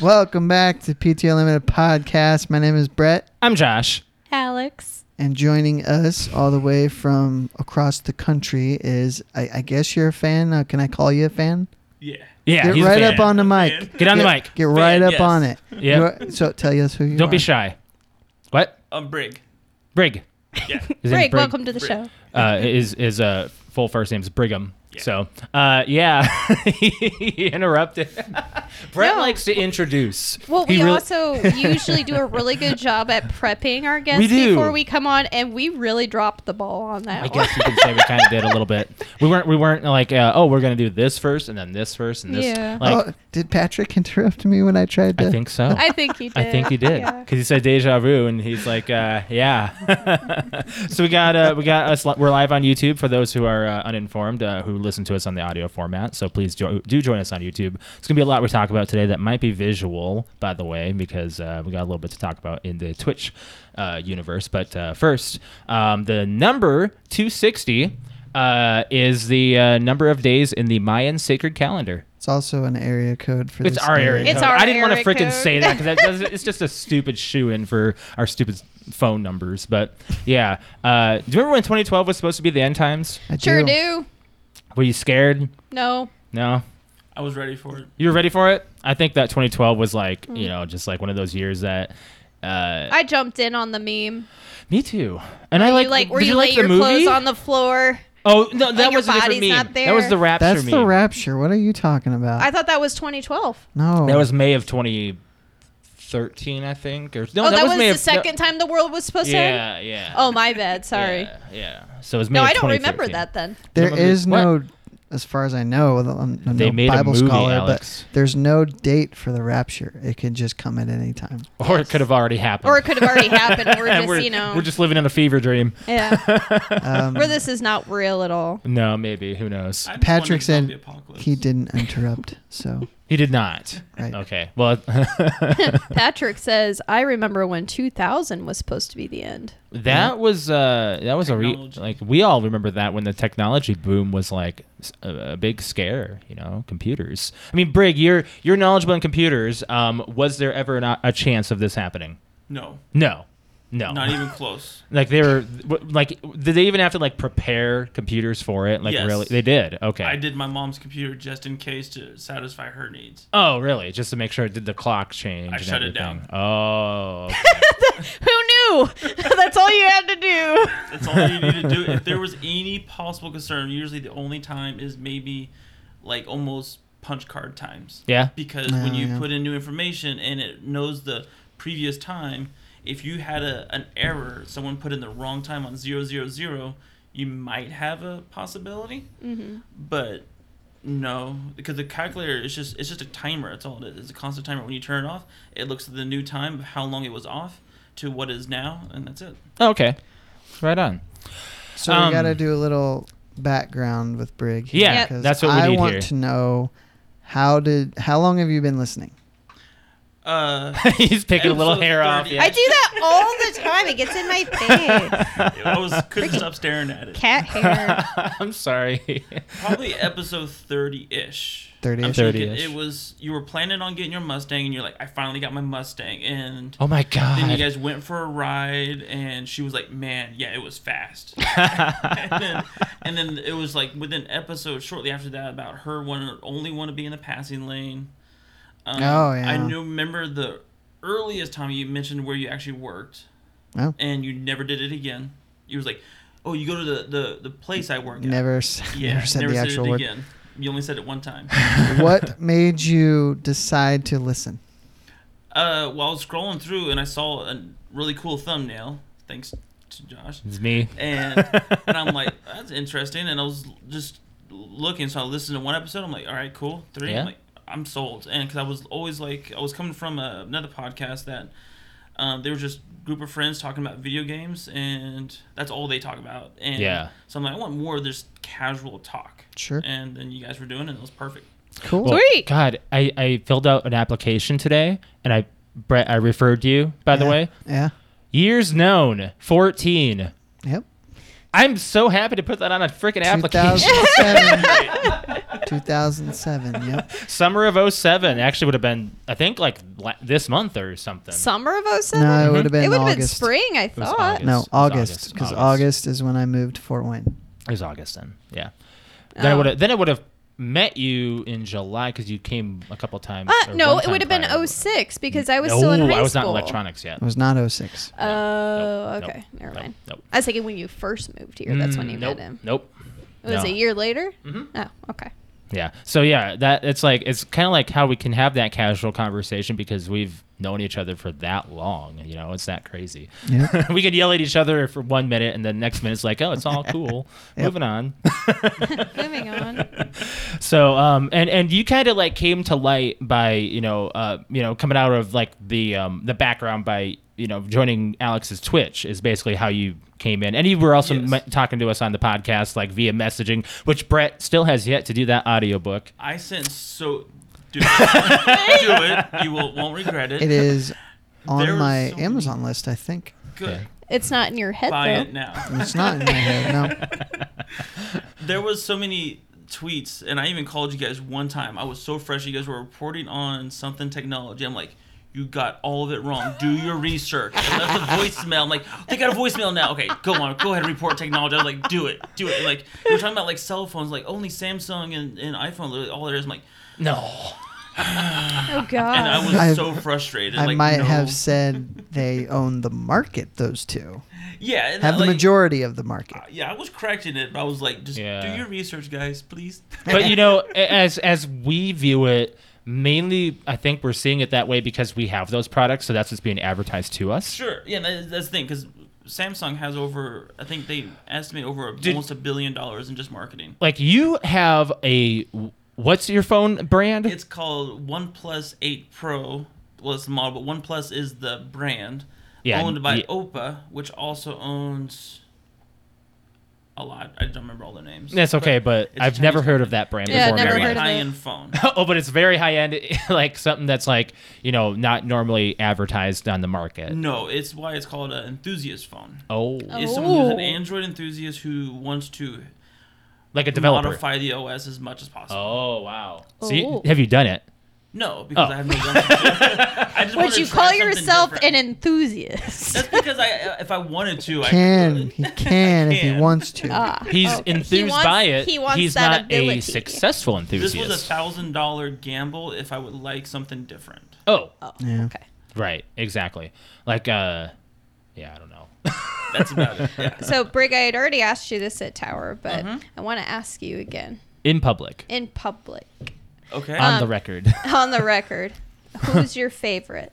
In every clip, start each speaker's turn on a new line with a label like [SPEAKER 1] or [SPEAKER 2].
[SPEAKER 1] Welcome back to PTO Limited Podcast. My name is Brett,
[SPEAKER 2] I'm Josh.
[SPEAKER 3] Alex.
[SPEAKER 1] and joining us all the way from across the country is, I, I guess you're a fan. Uh, can I call you a fan?
[SPEAKER 4] Yeah.
[SPEAKER 2] Yeah,
[SPEAKER 1] Get
[SPEAKER 2] he's a
[SPEAKER 1] right
[SPEAKER 2] fan.
[SPEAKER 1] up on the
[SPEAKER 4] Fan.
[SPEAKER 1] mic.
[SPEAKER 2] Get on the
[SPEAKER 1] Get-
[SPEAKER 2] mic.
[SPEAKER 1] Get right up
[SPEAKER 4] yes.
[SPEAKER 1] on it.
[SPEAKER 2] Yeah.
[SPEAKER 1] You are- So tell us who you
[SPEAKER 2] Don't be
[SPEAKER 1] are.
[SPEAKER 2] shy. What?
[SPEAKER 4] Um, Brig.
[SPEAKER 2] Brig.
[SPEAKER 4] Yeah.
[SPEAKER 2] His name's
[SPEAKER 3] Greg, welcome to the
[SPEAKER 4] Brig.
[SPEAKER 3] show.
[SPEAKER 2] uh, is is uh, full first name's Brigham.
[SPEAKER 4] Yeah.
[SPEAKER 2] So, uh, yeah, he interrupted. Brett
[SPEAKER 3] No.
[SPEAKER 2] likes to introduce.
[SPEAKER 3] Well,
[SPEAKER 2] He
[SPEAKER 3] we
[SPEAKER 2] really-
[SPEAKER 3] also usually do a really good job at prepping our guests
[SPEAKER 2] We do.
[SPEAKER 3] before we come on, and we really dropped the ball on that.
[SPEAKER 2] I
[SPEAKER 3] one.
[SPEAKER 2] guess you could say we kind of did a little bit. We weren't we weren't like uh, oh we're gonna do this first and then this first and this.
[SPEAKER 3] Yeah.
[SPEAKER 2] Like
[SPEAKER 1] oh, did Patrick interrupt me when I tried to?
[SPEAKER 2] I think so.
[SPEAKER 3] I think you did.
[SPEAKER 2] I think he did
[SPEAKER 3] Yeah.
[SPEAKER 2] because he said deja vu, and he's like, uh, yeah. so we got uh, we got us. Li- we're live on YouTube for those who are uh, uninformed uh, who listen to us on the audio format. So please jo- do join us on YouTube. It's gonna be a lot we talk about today that might be visual, by the way, because uh, we got a little bit to talk about in the Twitch uh, universe. But uh, first, um, the number two sixty. Uh, is the uh, number of days in the Mayan sacred calendar?
[SPEAKER 1] It's also an area code for
[SPEAKER 2] It's
[SPEAKER 1] this
[SPEAKER 2] our area.
[SPEAKER 3] It's
[SPEAKER 2] code.
[SPEAKER 3] our
[SPEAKER 2] I didn't want to
[SPEAKER 3] area
[SPEAKER 2] freaking
[SPEAKER 3] code.
[SPEAKER 2] say that because it's just a stupid shoe in for our stupid phone numbers. But yeah, uh, do you remember when 2012 was supposed to be the end times?
[SPEAKER 1] I
[SPEAKER 3] Sure do.
[SPEAKER 2] Were you scared?
[SPEAKER 3] No.
[SPEAKER 2] No,
[SPEAKER 4] I was ready for it.
[SPEAKER 2] you were ready for it. I think that 2012 was like you know just like one of those years that. Uh,
[SPEAKER 3] Mm. I jumped in on the meme.
[SPEAKER 2] me too. And I
[SPEAKER 3] Like,
[SPEAKER 2] like.
[SPEAKER 3] you like were
[SPEAKER 2] did
[SPEAKER 3] you,
[SPEAKER 2] you like
[SPEAKER 3] lay
[SPEAKER 2] the
[SPEAKER 3] your
[SPEAKER 2] movie?
[SPEAKER 3] clothes on the floor?
[SPEAKER 2] oh no, that
[SPEAKER 3] your
[SPEAKER 2] was a different
[SPEAKER 3] body's
[SPEAKER 2] meme.
[SPEAKER 3] not
[SPEAKER 2] That was
[SPEAKER 3] there?
[SPEAKER 2] the rapture
[SPEAKER 1] That's
[SPEAKER 2] meme.
[SPEAKER 1] the rapture. What are you talking
[SPEAKER 2] Uh,
[SPEAKER 1] about?
[SPEAKER 3] I thought that was 2012.
[SPEAKER 1] no.
[SPEAKER 2] That was May of 2013, I think. Or no,
[SPEAKER 3] oh, that, was,
[SPEAKER 2] May
[SPEAKER 3] the
[SPEAKER 2] of,
[SPEAKER 3] second time the world was supposed to end.
[SPEAKER 2] Yeah, yeah.
[SPEAKER 3] Oh, my bad. Sorry.
[SPEAKER 2] Yeah, yeah. So it was May
[SPEAKER 3] No,
[SPEAKER 2] of
[SPEAKER 3] I don't remember
[SPEAKER 2] 2013.
[SPEAKER 3] that then.
[SPEAKER 1] There
[SPEAKER 2] Remember-
[SPEAKER 1] is
[SPEAKER 2] What?
[SPEAKER 1] no, as far as I know, I'm, I'm
[SPEAKER 2] They
[SPEAKER 1] no
[SPEAKER 2] made a
[SPEAKER 1] Bible
[SPEAKER 2] movie,
[SPEAKER 1] scholar,
[SPEAKER 2] Alex.
[SPEAKER 1] but there's no date for the rapture. It can just come at any time.
[SPEAKER 2] Or it could have already happened.
[SPEAKER 3] Or it could have already happened. We're
[SPEAKER 2] And
[SPEAKER 3] just, you know.
[SPEAKER 2] we're just living in a fever dream.
[SPEAKER 3] yeah.
[SPEAKER 1] Um,
[SPEAKER 3] Where this is not real at all.
[SPEAKER 2] No, maybe who knows?
[SPEAKER 4] I just
[SPEAKER 1] Patrick
[SPEAKER 4] wanted
[SPEAKER 1] said
[SPEAKER 4] zombie apocalypse.
[SPEAKER 1] he didn't interrupt, so
[SPEAKER 2] he did not.
[SPEAKER 1] right.
[SPEAKER 2] Okay. Well,
[SPEAKER 3] Patrick says, I remember when 2000 was supposed to be the end.
[SPEAKER 2] that was uh, that was a re-
[SPEAKER 4] Technology.
[SPEAKER 2] like we all remember that when the technology boom was like s- a, a big scare. You know, computers. I mean, Brig, you're you're knowledgeable in computers. Um, was there ever an, a chance of this happening?
[SPEAKER 4] No,
[SPEAKER 2] No. No.
[SPEAKER 4] not even close.
[SPEAKER 2] Like they were, w- like did they even have to like prepare computers for it? Like
[SPEAKER 4] Yes.
[SPEAKER 2] really, they did. Okay,
[SPEAKER 4] I did my mom's computer just in case to satisfy her needs.
[SPEAKER 2] Oh, really? Just to make sure it did the clock change.
[SPEAKER 4] I
[SPEAKER 2] and
[SPEAKER 4] shut it
[SPEAKER 2] everything. Oh, okay.
[SPEAKER 3] Who knew? That's all you had to do.
[SPEAKER 4] That's all you need to do. If there was any possible concern, usually the only time is maybe like almost punch card times.
[SPEAKER 2] yeah.
[SPEAKER 4] Because when
[SPEAKER 1] Oh,
[SPEAKER 4] you
[SPEAKER 1] yeah.
[SPEAKER 4] put in new information and it knows the previous time, if you had a, an error, someone put in the wrong time on zero zero zero, you might have a possibility.
[SPEAKER 3] Mm-hmm.
[SPEAKER 4] but no because the calculator is just it's just a timer that's all it is it's a constant timer when you turn it off it looks at the new time of how long it was off to what is now and that's it
[SPEAKER 2] Oh, okay. Right on.
[SPEAKER 1] So
[SPEAKER 2] Um,
[SPEAKER 1] we got to do a little background with Brig. here,
[SPEAKER 2] Yeah,
[SPEAKER 1] because
[SPEAKER 2] that's what we
[SPEAKER 1] I
[SPEAKER 2] need
[SPEAKER 1] want
[SPEAKER 2] here.
[SPEAKER 1] to know. How did? How long have you been listening?
[SPEAKER 4] uh
[SPEAKER 2] He's picking a little
[SPEAKER 4] Episode
[SPEAKER 2] hair off.
[SPEAKER 4] 30.
[SPEAKER 2] Yeah.
[SPEAKER 3] I do that all the time. It gets in my face.
[SPEAKER 4] i was couldn't stop staring at it
[SPEAKER 3] Cat hair.
[SPEAKER 2] I'm sorry.
[SPEAKER 4] probably episode 30-ish
[SPEAKER 1] 30-ish.
[SPEAKER 4] I'm sure
[SPEAKER 2] 30-ish.
[SPEAKER 4] it was you were planning on getting your mustang and you're like i finally got my mustang and
[SPEAKER 2] oh my
[SPEAKER 4] Then you
[SPEAKER 2] god.
[SPEAKER 4] guys went for a ride, and she was like, "Man, yeah, it was fast." and, then, and then it was like within episode shortly after that about her wanting only want to be in the passing lane. Um,
[SPEAKER 1] Oh, yeah.
[SPEAKER 4] I knew, remember the earliest time you mentioned where you actually worked,
[SPEAKER 1] Oh.
[SPEAKER 4] and you never did it again. You was like, "Oh, you go to the the, the place I work at."
[SPEAKER 1] Never, s-
[SPEAKER 4] Yeah,
[SPEAKER 1] never said the actual
[SPEAKER 4] it
[SPEAKER 1] word.
[SPEAKER 4] again. You only said it one time.
[SPEAKER 1] what made you decide to listen?
[SPEAKER 4] Uh, well, I was scrolling through and I saw a really cool thumbnail. Thanks, to Josh.
[SPEAKER 2] It's me.
[SPEAKER 4] and and I'm like, that's interesting. And I was just looking, so I listened to one episode. I'm like, all right, cool, three.
[SPEAKER 2] Yeah.
[SPEAKER 4] I'm like, I'm sold. And because I was always like, I was coming from a, another podcast that um, they were just group of friends talking about video games, and that's all they talk about. And
[SPEAKER 2] Yeah.
[SPEAKER 4] So I'm like, I want more of this casual talk.
[SPEAKER 1] Sure.
[SPEAKER 4] And then you guys were doing, it, and it was perfect.
[SPEAKER 1] Cool.
[SPEAKER 2] Well,
[SPEAKER 3] Sweet.
[SPEAKER 2] God, I, I filled out an application today, and I Brett, I referred you by the
[SPEAKER 1] Yeah.
[SPEAKER 2] way.
[SPEAKER 1] Yeah.
[SPEAKER 2] Years known, fourteen.
[SPEAKER 1] Yep.
[SPEAKER 2] I'm so happy to put that on a freaking application.
[SPEAKER 1] 2007. 2007. Yep.
[SPEAKER 2] Summer of 07 actually would have been, I think, like la- this month or something.
[SPEAKER 3] Summer of 07?
[SPEAKER 1] No, it would have been
[SPEAKER 3] it would have
[SPEAKER 1] August.
[SPEAKER 3] been spring, I
[SPEAKER 2] was
[SPEAKER 3] thought.
[SPEAKER 2] It
[SPEAKER 1] No,
[SPEAKER 2] was August.
[SPEAKER 1] August, because
[SPEAKER 2] August.
[SPEAKER 1] August. is when I moved to Fort Wayne.
[SPEAKER 2] It was August then. Yeah. Then I
[SPEAKER 3] Oh.
[SPEAKER 2] would have. Then I would have met you in July because you came a couple times.
[SPEAKER 3] Uh,
[SPEAKER 2] or
[SPEAKER 3] no,
[SPEAKER 2] one
[SPEAKER 3] it
[SPEAKER 2] time
[SPEAKER 3] would have
[SPEAKER 2] prior.
[SPEAKER 3] been 06 because I was
[SPEAKER 2] no,
[SPEAKER 3] still in high school.
[SPEAKER 2] I was not in electronics yet.
[SPEAKER 1] It was not 06.
[SPEAKER 4] Uh,
[SPEAKER 3] Oh,
[SPEAKER 2] Nope, nope,
[SPEAKER 3] okay. Never
[SPEAKER 2] nope,
[SPEAKER 3] mind.
[SPEAKER 2] nope.
[SPEAKER 3] I was thinking when you first moved here, that's when
[SPEAKER 2] Mm,
[SPEAKER 3] you
[SPEAKER 2] nope,
[SPEAKER 3] met him.
[SPEAKER 2] Nope.
[SPEAKER 3] It was
[SPEAKER 2] No.
[SPEAKER 3] a year later?
[SPEAKER 2] Mhm.
[SPEAKER 3] Oh, okay.
[SPEAKER 2] Yeah. So yeah, that it's like it's kind of like how we can have that casual conversation because we've known each other for that long. You know, it's that crazy.
[SPEAKER 1] Yeah.
[SPEAKER 2] we could yell at each other for one minute, and then next minute's like, oh, it's all cool.
[SPEAKER 1] Yep.
[SPEAKER 2] Moving on.
[SPEAKER 3] Moving on.
[SPEAKER 2] So, um, and and you kind of like came to light by you know, uh, you know, coming out of like the um the background by you know joining Alex's Twitch is basically how you came in, and you were also
[SPEAKER 4] Yes.
[SPEAKER 2] me- talking to us on the podcast like via messaging, which Brett still has yet to do that audiobook.
[SPEAKER 4] I sent so. Do it. do it. You will, won't regret it.
[SPEAKER 1] It is
[SPEAKER 4] There
[SPEAKER 1] on
[SPEAKER 4] were
[SPEAKER 1] my
[SPEAKER 4] so many-
[SPEAKER 1] Amazon list, I think.
[SPEAKER 4] Good.
[SPEAKER 2] Okay.
[SPEAKER 3] It's not in your head,
[SPEAKER 4] Buy
[SPEAKER 3] though.
[SPEAKER 4] it now.
[SPEAKER 1] It's not in my head. No.
[SPEAKER 4] there was so many tweets and i even called you guys one time i was so fresh you guys were reporting on something technology i'm like you got all of it wrong do your research i left a voicemail i'm like they got a voicemail now okay go on go ahead and report technology i was like do it do it like you were talking about like cell phones like only samsung and, and iphone literally all there is i'm like
[SPEAKER 2] No.
[SPEAKER 3] Oh,
[SPEAKER 4] and i
[SPEAKER 3] God.
[SPEAKER 4] was
[SPEAKER 1] I-
[SPEAKER 4] so frustrated
[SPEAKER 1] I
[SPEAKER 4] like,
[SPEAKER 1] might
[SPEAKER 4] no.
[SPEAKER 1] have said they own the market, those two.
[SPEAKER 4] yeah and
[SPEAKER 1] Have the
[SPEAKER 4] like, uh,
[SPEAKER 1] majority of the market.
[SPEAKER 4] yeah i was correcting it but i was like just
[SPEAKER 2] Yeah.
[SPEAKER 4] do your research guys please
[SPEAKER 2] but you know a- as as we view it mainly i think we're seeing it that way because we have those products so that's what's being advertised to us
[SPEAKER 4] Sure. Yeah, that, that's the thing because Samsung has over. I think they estimate over
[SPEAKER 2] Did-
[SPEAKER 4] almost a billion dollars in just marketing.
[SPEAKER 2] like you have a what's your phone brand
[SPEAKER 4] It's called OnePlus 8 Pro. Well, it's the model, but OnePlus is the brand.
[SPEAKER 2] Yeah,
[SPEAKER 4] Owned by
[SPEAKER 2] yeah.
[SPEAKER 4] Oppa, which also owns a lot. I don't remember all their names.
[SPEAKER 2] that's okay but
[SPEAKER 4] It's a
[SPEAKER 2] i've never
[SPEAKER 4] Chinese
[SPEAKER 2] heard of that brand
[SPEAKER 3] Yeah,
[SPEAKER 2] before in
[SPEAKER 3] never
[SPEAKER 2] my
[SPEAKER 4] very
[SPEAKER 3] heard
[SPEAKER 2] life.
[SPEAKER 3] of it.
[SPEAKER 4] high-end phone.
[SPEAKER 2] oh but it's very high end like something that's like you know not normally advertised on the market
[SPEAKER 4] No, it's why it's called an enthusiast phone.
[SPEAKER 2] oh
[SPEAKER 4] It's someone who's an
[SPEAKER 3] Oh.
[SPEAKER 4] Android enthusiast who wants to
[SPEAKER 2] like a developer
[SPEAKER 4] modify the OS as much as possible.
[SPEAKER 2] oh wow see
[SPEAKER 3] Oh.
[SPEAKER 2] have you done it
[SPEAKER 4] No, because
[SPEAKER 2] Oh.
[SPEAKER 4] I have no guns. I just wanted
[SPEAKER 3] Would
[SPEAKER 4] to
[SPEAKER 3] you
[SPEAKER 4] try
[SPEAKER 3] call
[SPEAKER 4] something
[SPEAKER 3] yourself
[SPEAKER 4] different.
[SPEAKER 3] an enthusiast?
[SPEAKER 4] That's because I, uh, if I wanted to, I
[SPEAKER 1] Can.
[SPEAKER 4] could.
[SPEAKER 1] He can if he
[SPEAKER 4] Can.
[SPEAKER 1] wants to.
[SPEAKER 3] Ah,
[SPEAKER 2] he's
[SPEAKER 3] okay.
[SPEAKER 2] enthused
[SPEAKER 3] He wants-
[SPEAKER 2] by it
[SPEAKER 3] He wants
[SPEAKER 2] he's
[SPEAKER 3] that
[SPEAKER 2] not
[SPEAKER 3] ability.
[SPEAKER 2] a successful
[SPEAKER 4] This
[SPEAKER 2] enthusiast
[SPEAKER 4] was a thousand dollar gamble if I would like something different.
[SPEAKER 2] oh
[SPEAKER 3] Oh,
[SPEAKER 1] Yeah.
[SPEAKER 3] okay.
[SPEAKER 2] Right, exactly. Like, uh, yeah, I don't know.
[SPEAKER 4] That's about it. Yeah.
[SPEAKER 3] So, Brig, I had already asked you this at Tower, but
[SPEAKER 4] Mhm.
[SPEAKER 3] I want to ask you again
[SPEAKER 2] In public,
[SPEAKER 3] in public,
[SPEAKER 4] Okay.
[SPEAKER 2] on
[SPEAKER 3] Um,
[SPEAKER 2] the record.
[SPEAKER 3] on the record. Who's your favorite?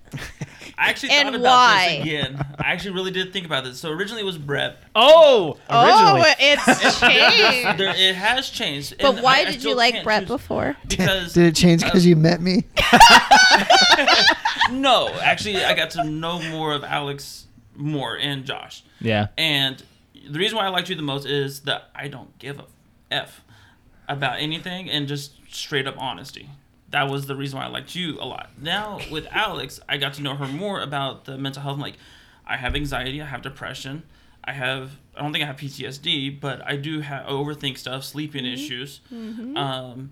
[SPEAKER 4] I actually
[SPEAKER 3] and
[SPEAKER 4] thought about
[SPEAKER 3] why?
[SPEAKER 4] this again. I actually really did think about this. So originally it was Brett.
[SPEAKER 2] oh,
[SPEAKER 3] Oh, it's changed.
[SPEAKER 4] There, it has changed.
[SPEAKER 3] but
[SPEAKER 4] and
[SPEAKER 3] why
[SPEAKER 4] I- I
[SPEAKER 3] did
[SPEAKER 4] still
[SPEAKER 3] you like
[SPEAKER 4] can't
[SPEAKER 3] Brett
[SPEAKER 4] choose-
[SPEAKER 3] before?
[SPEAKER 4] Because
[SPEAKER 1] Did it change because you met me?
[SPEAKER 4] no, actually, I got to know more of Alex more and Josh.
[SPEAKER 2] yeah.
[SPEAKER 4] And the reason why I liked you the most is that I don't give a f about anything and just straight up honesty. That was the reason why I liked you a lot. Now with Alex, I got to know her more about the mental health. I'm like, I have anxiety, I have depression, I have I don't think I have PTSD, but I do have I overthink stuff, sleeping issues, um,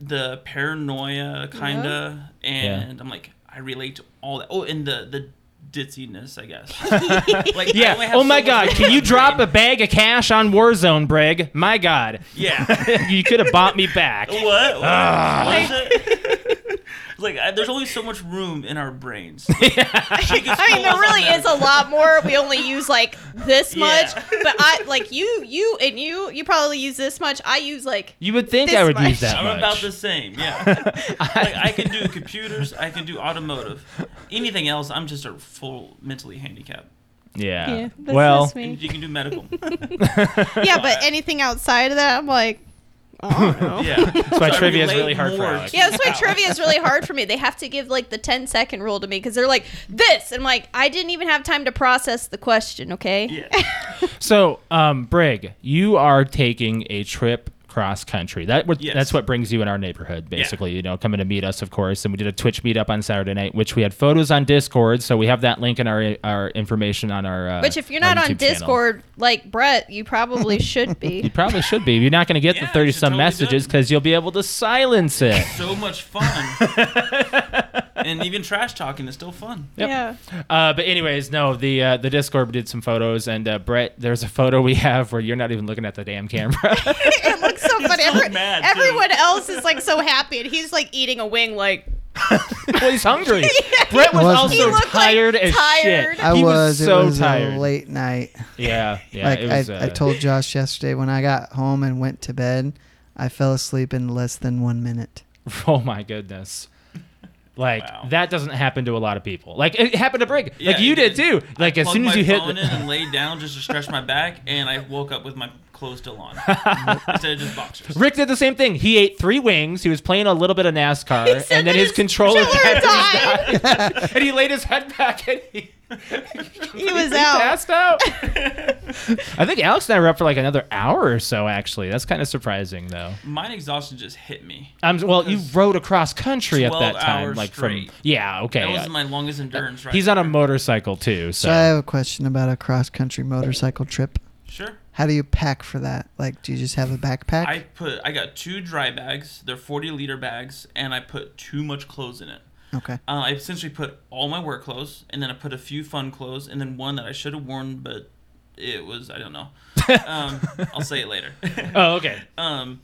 [SPEAKER 4] the paranoia kinda, and I'm like, I relate to all that. Oh, and the the ditziness, I guess. like, I only
[SPEAKER 2] Yeah.
[SPEAKER 4] have
[SPEAKER 2] Oh
[SPEAKER 4] so
[SPEAKER 2] my
[SPEAKER 4] much
[SPEAKER 2] God!
[SPEAKER 4] room
[SPEAKER 2] Can
[SPEAKER 4] in
[SPEAKER 2] you
[SPEAKER 4] my
[SPEAKER 2] drop a
[SPEAKER 4] brain.
[SPEAKER 2] bag of cash on Warzone, Brig? My God,
[SPEAKER 4] Yeah.
[SPEAKER 2] you could have bought me back.
[SPEAKER 4] What?
[SPEAKER 2] Ah.
[SPEAKER 4] What is it? like, I, there's only so much room in our brains. Like, she could
[SPEAKER 3] I mean,
[SPEAKER 4] school us
[SPEAKER 3] there
[SPEAKER 4] on
[SPEAKER 3] really
[SPEAKER 4] that.
[SPEAKER 3] is a lot more. We only use like this
[SPEAKER 4] Yeah.
[SPEAKER 3] much, but I like you, you, and you. You probably use this much. I use like
[SPEAKER 2] You would think
[SPEAKER 3] This
[SPEAKER 2] I would
[SPEAKER 3] much.
[SPEAKER 2] use that
[SPEAKER 4] I'm
[SPEAKER 2] much.
[SPEAKER 4] about the same. Yeah. like, I can do computers. I can do automotive. Anything else, I'm just a full mentally handicapped.
[SPEAKER 2] Yeah.
[SPEAKER 3] Yeah, that's
[SPEAKER 2] well,
[SPEAKER 3] just me.
[SPEAKER 4] And you can do medical.
[SPEAKER 3] yeah, but anything outside of that, I'm like, I don't know.
[SPEAKER 4] yeah. That's
[SPEAKER 2] why trivia is really hard for Alex.
[SPEAKER 3] Yeah, that's why trivia is really hard for me. They have to give like the 10 second rule to me because they're like, this. And I'm like, I didn't even have time to process the question, okay?
[SPEAKER 4] Yeah.
[SPEAKER 2] so um, Brig, you are taking a trip cross country. That what
[SPEAKER 4] Yes.
[SPEAKER 2] that's what brings you in our neighborhood, basically. You know, coming to meet us, of course. And we did a Twitch meetup on Saturday night, which we had photos on Discord. So we have that link in our our information on our. Uh,
[SPEAKER 3] Which, if you're
[SPEAKER 2] our
[SPEAKER 3] not on
[SPEAKER 2] YouTube channel.
[SPEAKER 3] Discord like Brett, you probably should
[SPEAKER 2] You
[SPEAKER 3] be.
[SPEAKER 2] probably should be. You're not going to get
[SPEAKER 4] Yeah,
[SPEAKER 2] the
[SPEAKER 4] you
[SPEAKER 2] 30
[SPEAKER 4] should
[SPEAKER 2] some
[SPEAKER 4] totally do
[SPEAKER 2] messages
[SPEAKER 4] it.
[SPEAKER 2] because you'll be able to silence it.
[SPEAKER 4] so much fun. and even trash talking is still fun.
[SPEAKER 2] Yep.
[SPEAKER 3] Yeah.
[SPEAKER 2] Uh, but anyways, no, the uh, the Discord did some photos, and uh, Brett, there's a photo we have where you're not even looking at the damn camera.
[SPEAKER 3] it looks so funny.
[SPEAKER 4] so
[SPEAKER 3] Every-
[SPEAKER 4] mad, too.
[SPEAKER 3] everyone else is like so happy, and he's like eating a wing, like,
[SPEAKER 2] well, he's hungry.
[SPEAKER 3] Yeah.
[SPEAKER 2] Brett was
[SPEAKER 1] I wasn't.
[SPEAKER 2] also
[SPEAKER 1] He
[SPEAKER 3] looked, like,
[SPEAKER 2] tired as
[SPEAKER 3] tired.
[SPEAKER 2] shit.
[SPEAKER 1] I
[SPEAKER 2] he
[SPEAKER 1] was,
[SPEAKER 2] so
[SPEAKER 1] it was
[SPEAKER 2] tired.
[SPEAKER 1] a late night.
[SPEAKER 2] Yeah, yeah.
[SPEAKER 1] like
[SPEAKER 2] it was,
[SPEAKER 1] I,
[SPEAKER 2] uh,
[SPEAKER 1] I told Josh yesterday when I got home and went to bed, I fell asleep in less than one minute.
[SPEAKER 2] Oh my goodness. Like
[SPEAKER 4] Wow.
[SPEAKER 2] that doesn't happen to a lot of people. Like it happened to Brig.
[SPEAKER 4] Yeah,
[SPEAKER 2] like you
[SPEAKER 4] it
[SPEAKER 2] did too.
[SPEAKER 4] did.
[SPEAKER 2] Like as
[SPEAKER 4] Plugged
[SPEAKER 2] soon as
[SPEAKER 4] my
[SPEAKER 2] you hit,
[SPEAKER 4] phone in and laid down just to stretch my back, and I woke up with my clothes still on instead of just boxers.
[SPEAKER 2] Rick did the same thing. He ate three wings. He was playing a little bit of NASCAR,
[SPEAKER 3] He said
[SPEAKER 2] and then
[SPEAKER 3] that
[SPEAKER 2] his,
[SPEAKER 3] his
[SPEAKER 2] controller
[SPEAKER 3] controller
[SPEAKER 2] battery died. and he laid his head back, and he,
[SPEAKER 3] he was out.
[SPEAKER 2] passed out. I think Alex and I were up for like another hour or so. Actually, that's kind of surprising, though.
[SPEAKER 4] Mine exhaustion just hit me.
[SPEAKER 2] Um, well, you rode across country at
[SPEAKER 4] 12
[SPEAKER 2] that time,
[SPEAKER 4] hours
[SPEAKER 2] like
[SPEAKER 4] straight.
[SPEAKER 2] from yeah, okay.
[SPEAKER 4] That was
[SPEAKER 2] uh,
[SPEAKER 4] my longest endurance ride.
[SPEAKER 2] He's on a motorcycle too,
[SPEAKER 1] So I
[SPEAKER 2] so
[SPEAKER 1] have a question about a cross country motorcycle trip.
[SPEAKER 4] Sure.
[SPEAKER 1] How do you pack for that? Like, do you just have a backpack?
[SPEAKER 4] I put I got two dry bags. They're 40 liter bags, and I put too much clothes in it.
[SPEAKER 1] okay.
[SPEAKER 4] Uh, I essentially put all my work clothes, and then I put a few fun clothes, and then one that I should have worn, but it was I don't know. Um, I'll say it later.
[SPEAKER 2] oh okay.
[SPEAKER 4] Um,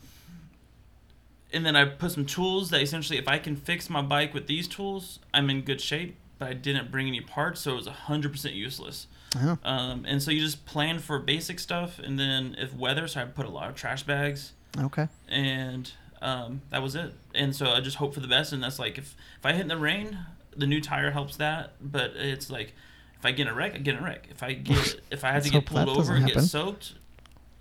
[SPEAKER 4] and then I put some tools that essentially, if I can fix my bike with these tools, I'm in good shape. But I didn't bring any parts, so it was 100% useless.
[SPEAKER 1] Oh.
[SPEAKER 4] Um, and so you just plan for basic stuff, and then if weather, so I put a lot of trash bags,
[SPEAKER 1] Okay.
[SPEAKER 4] and um, that was it. And so I just hope for the best, and that's like if if I hit in the rain, the new tire helps that. But it's like if I get in a wreck, I get in a wreck. If I get if I have
[SPEAKER 1] Let's
[SPEAKER 4] to
[SPEAKER 1] hope
[SPEAKER 4] get pulled
[SPEAKER 1] that
[SPEAKER 4] over
[SPEAKER 1] doesn't
[SPEAKER 4] and
[SPEAKER 1] happen.
[SPEAKER 4] get soaked,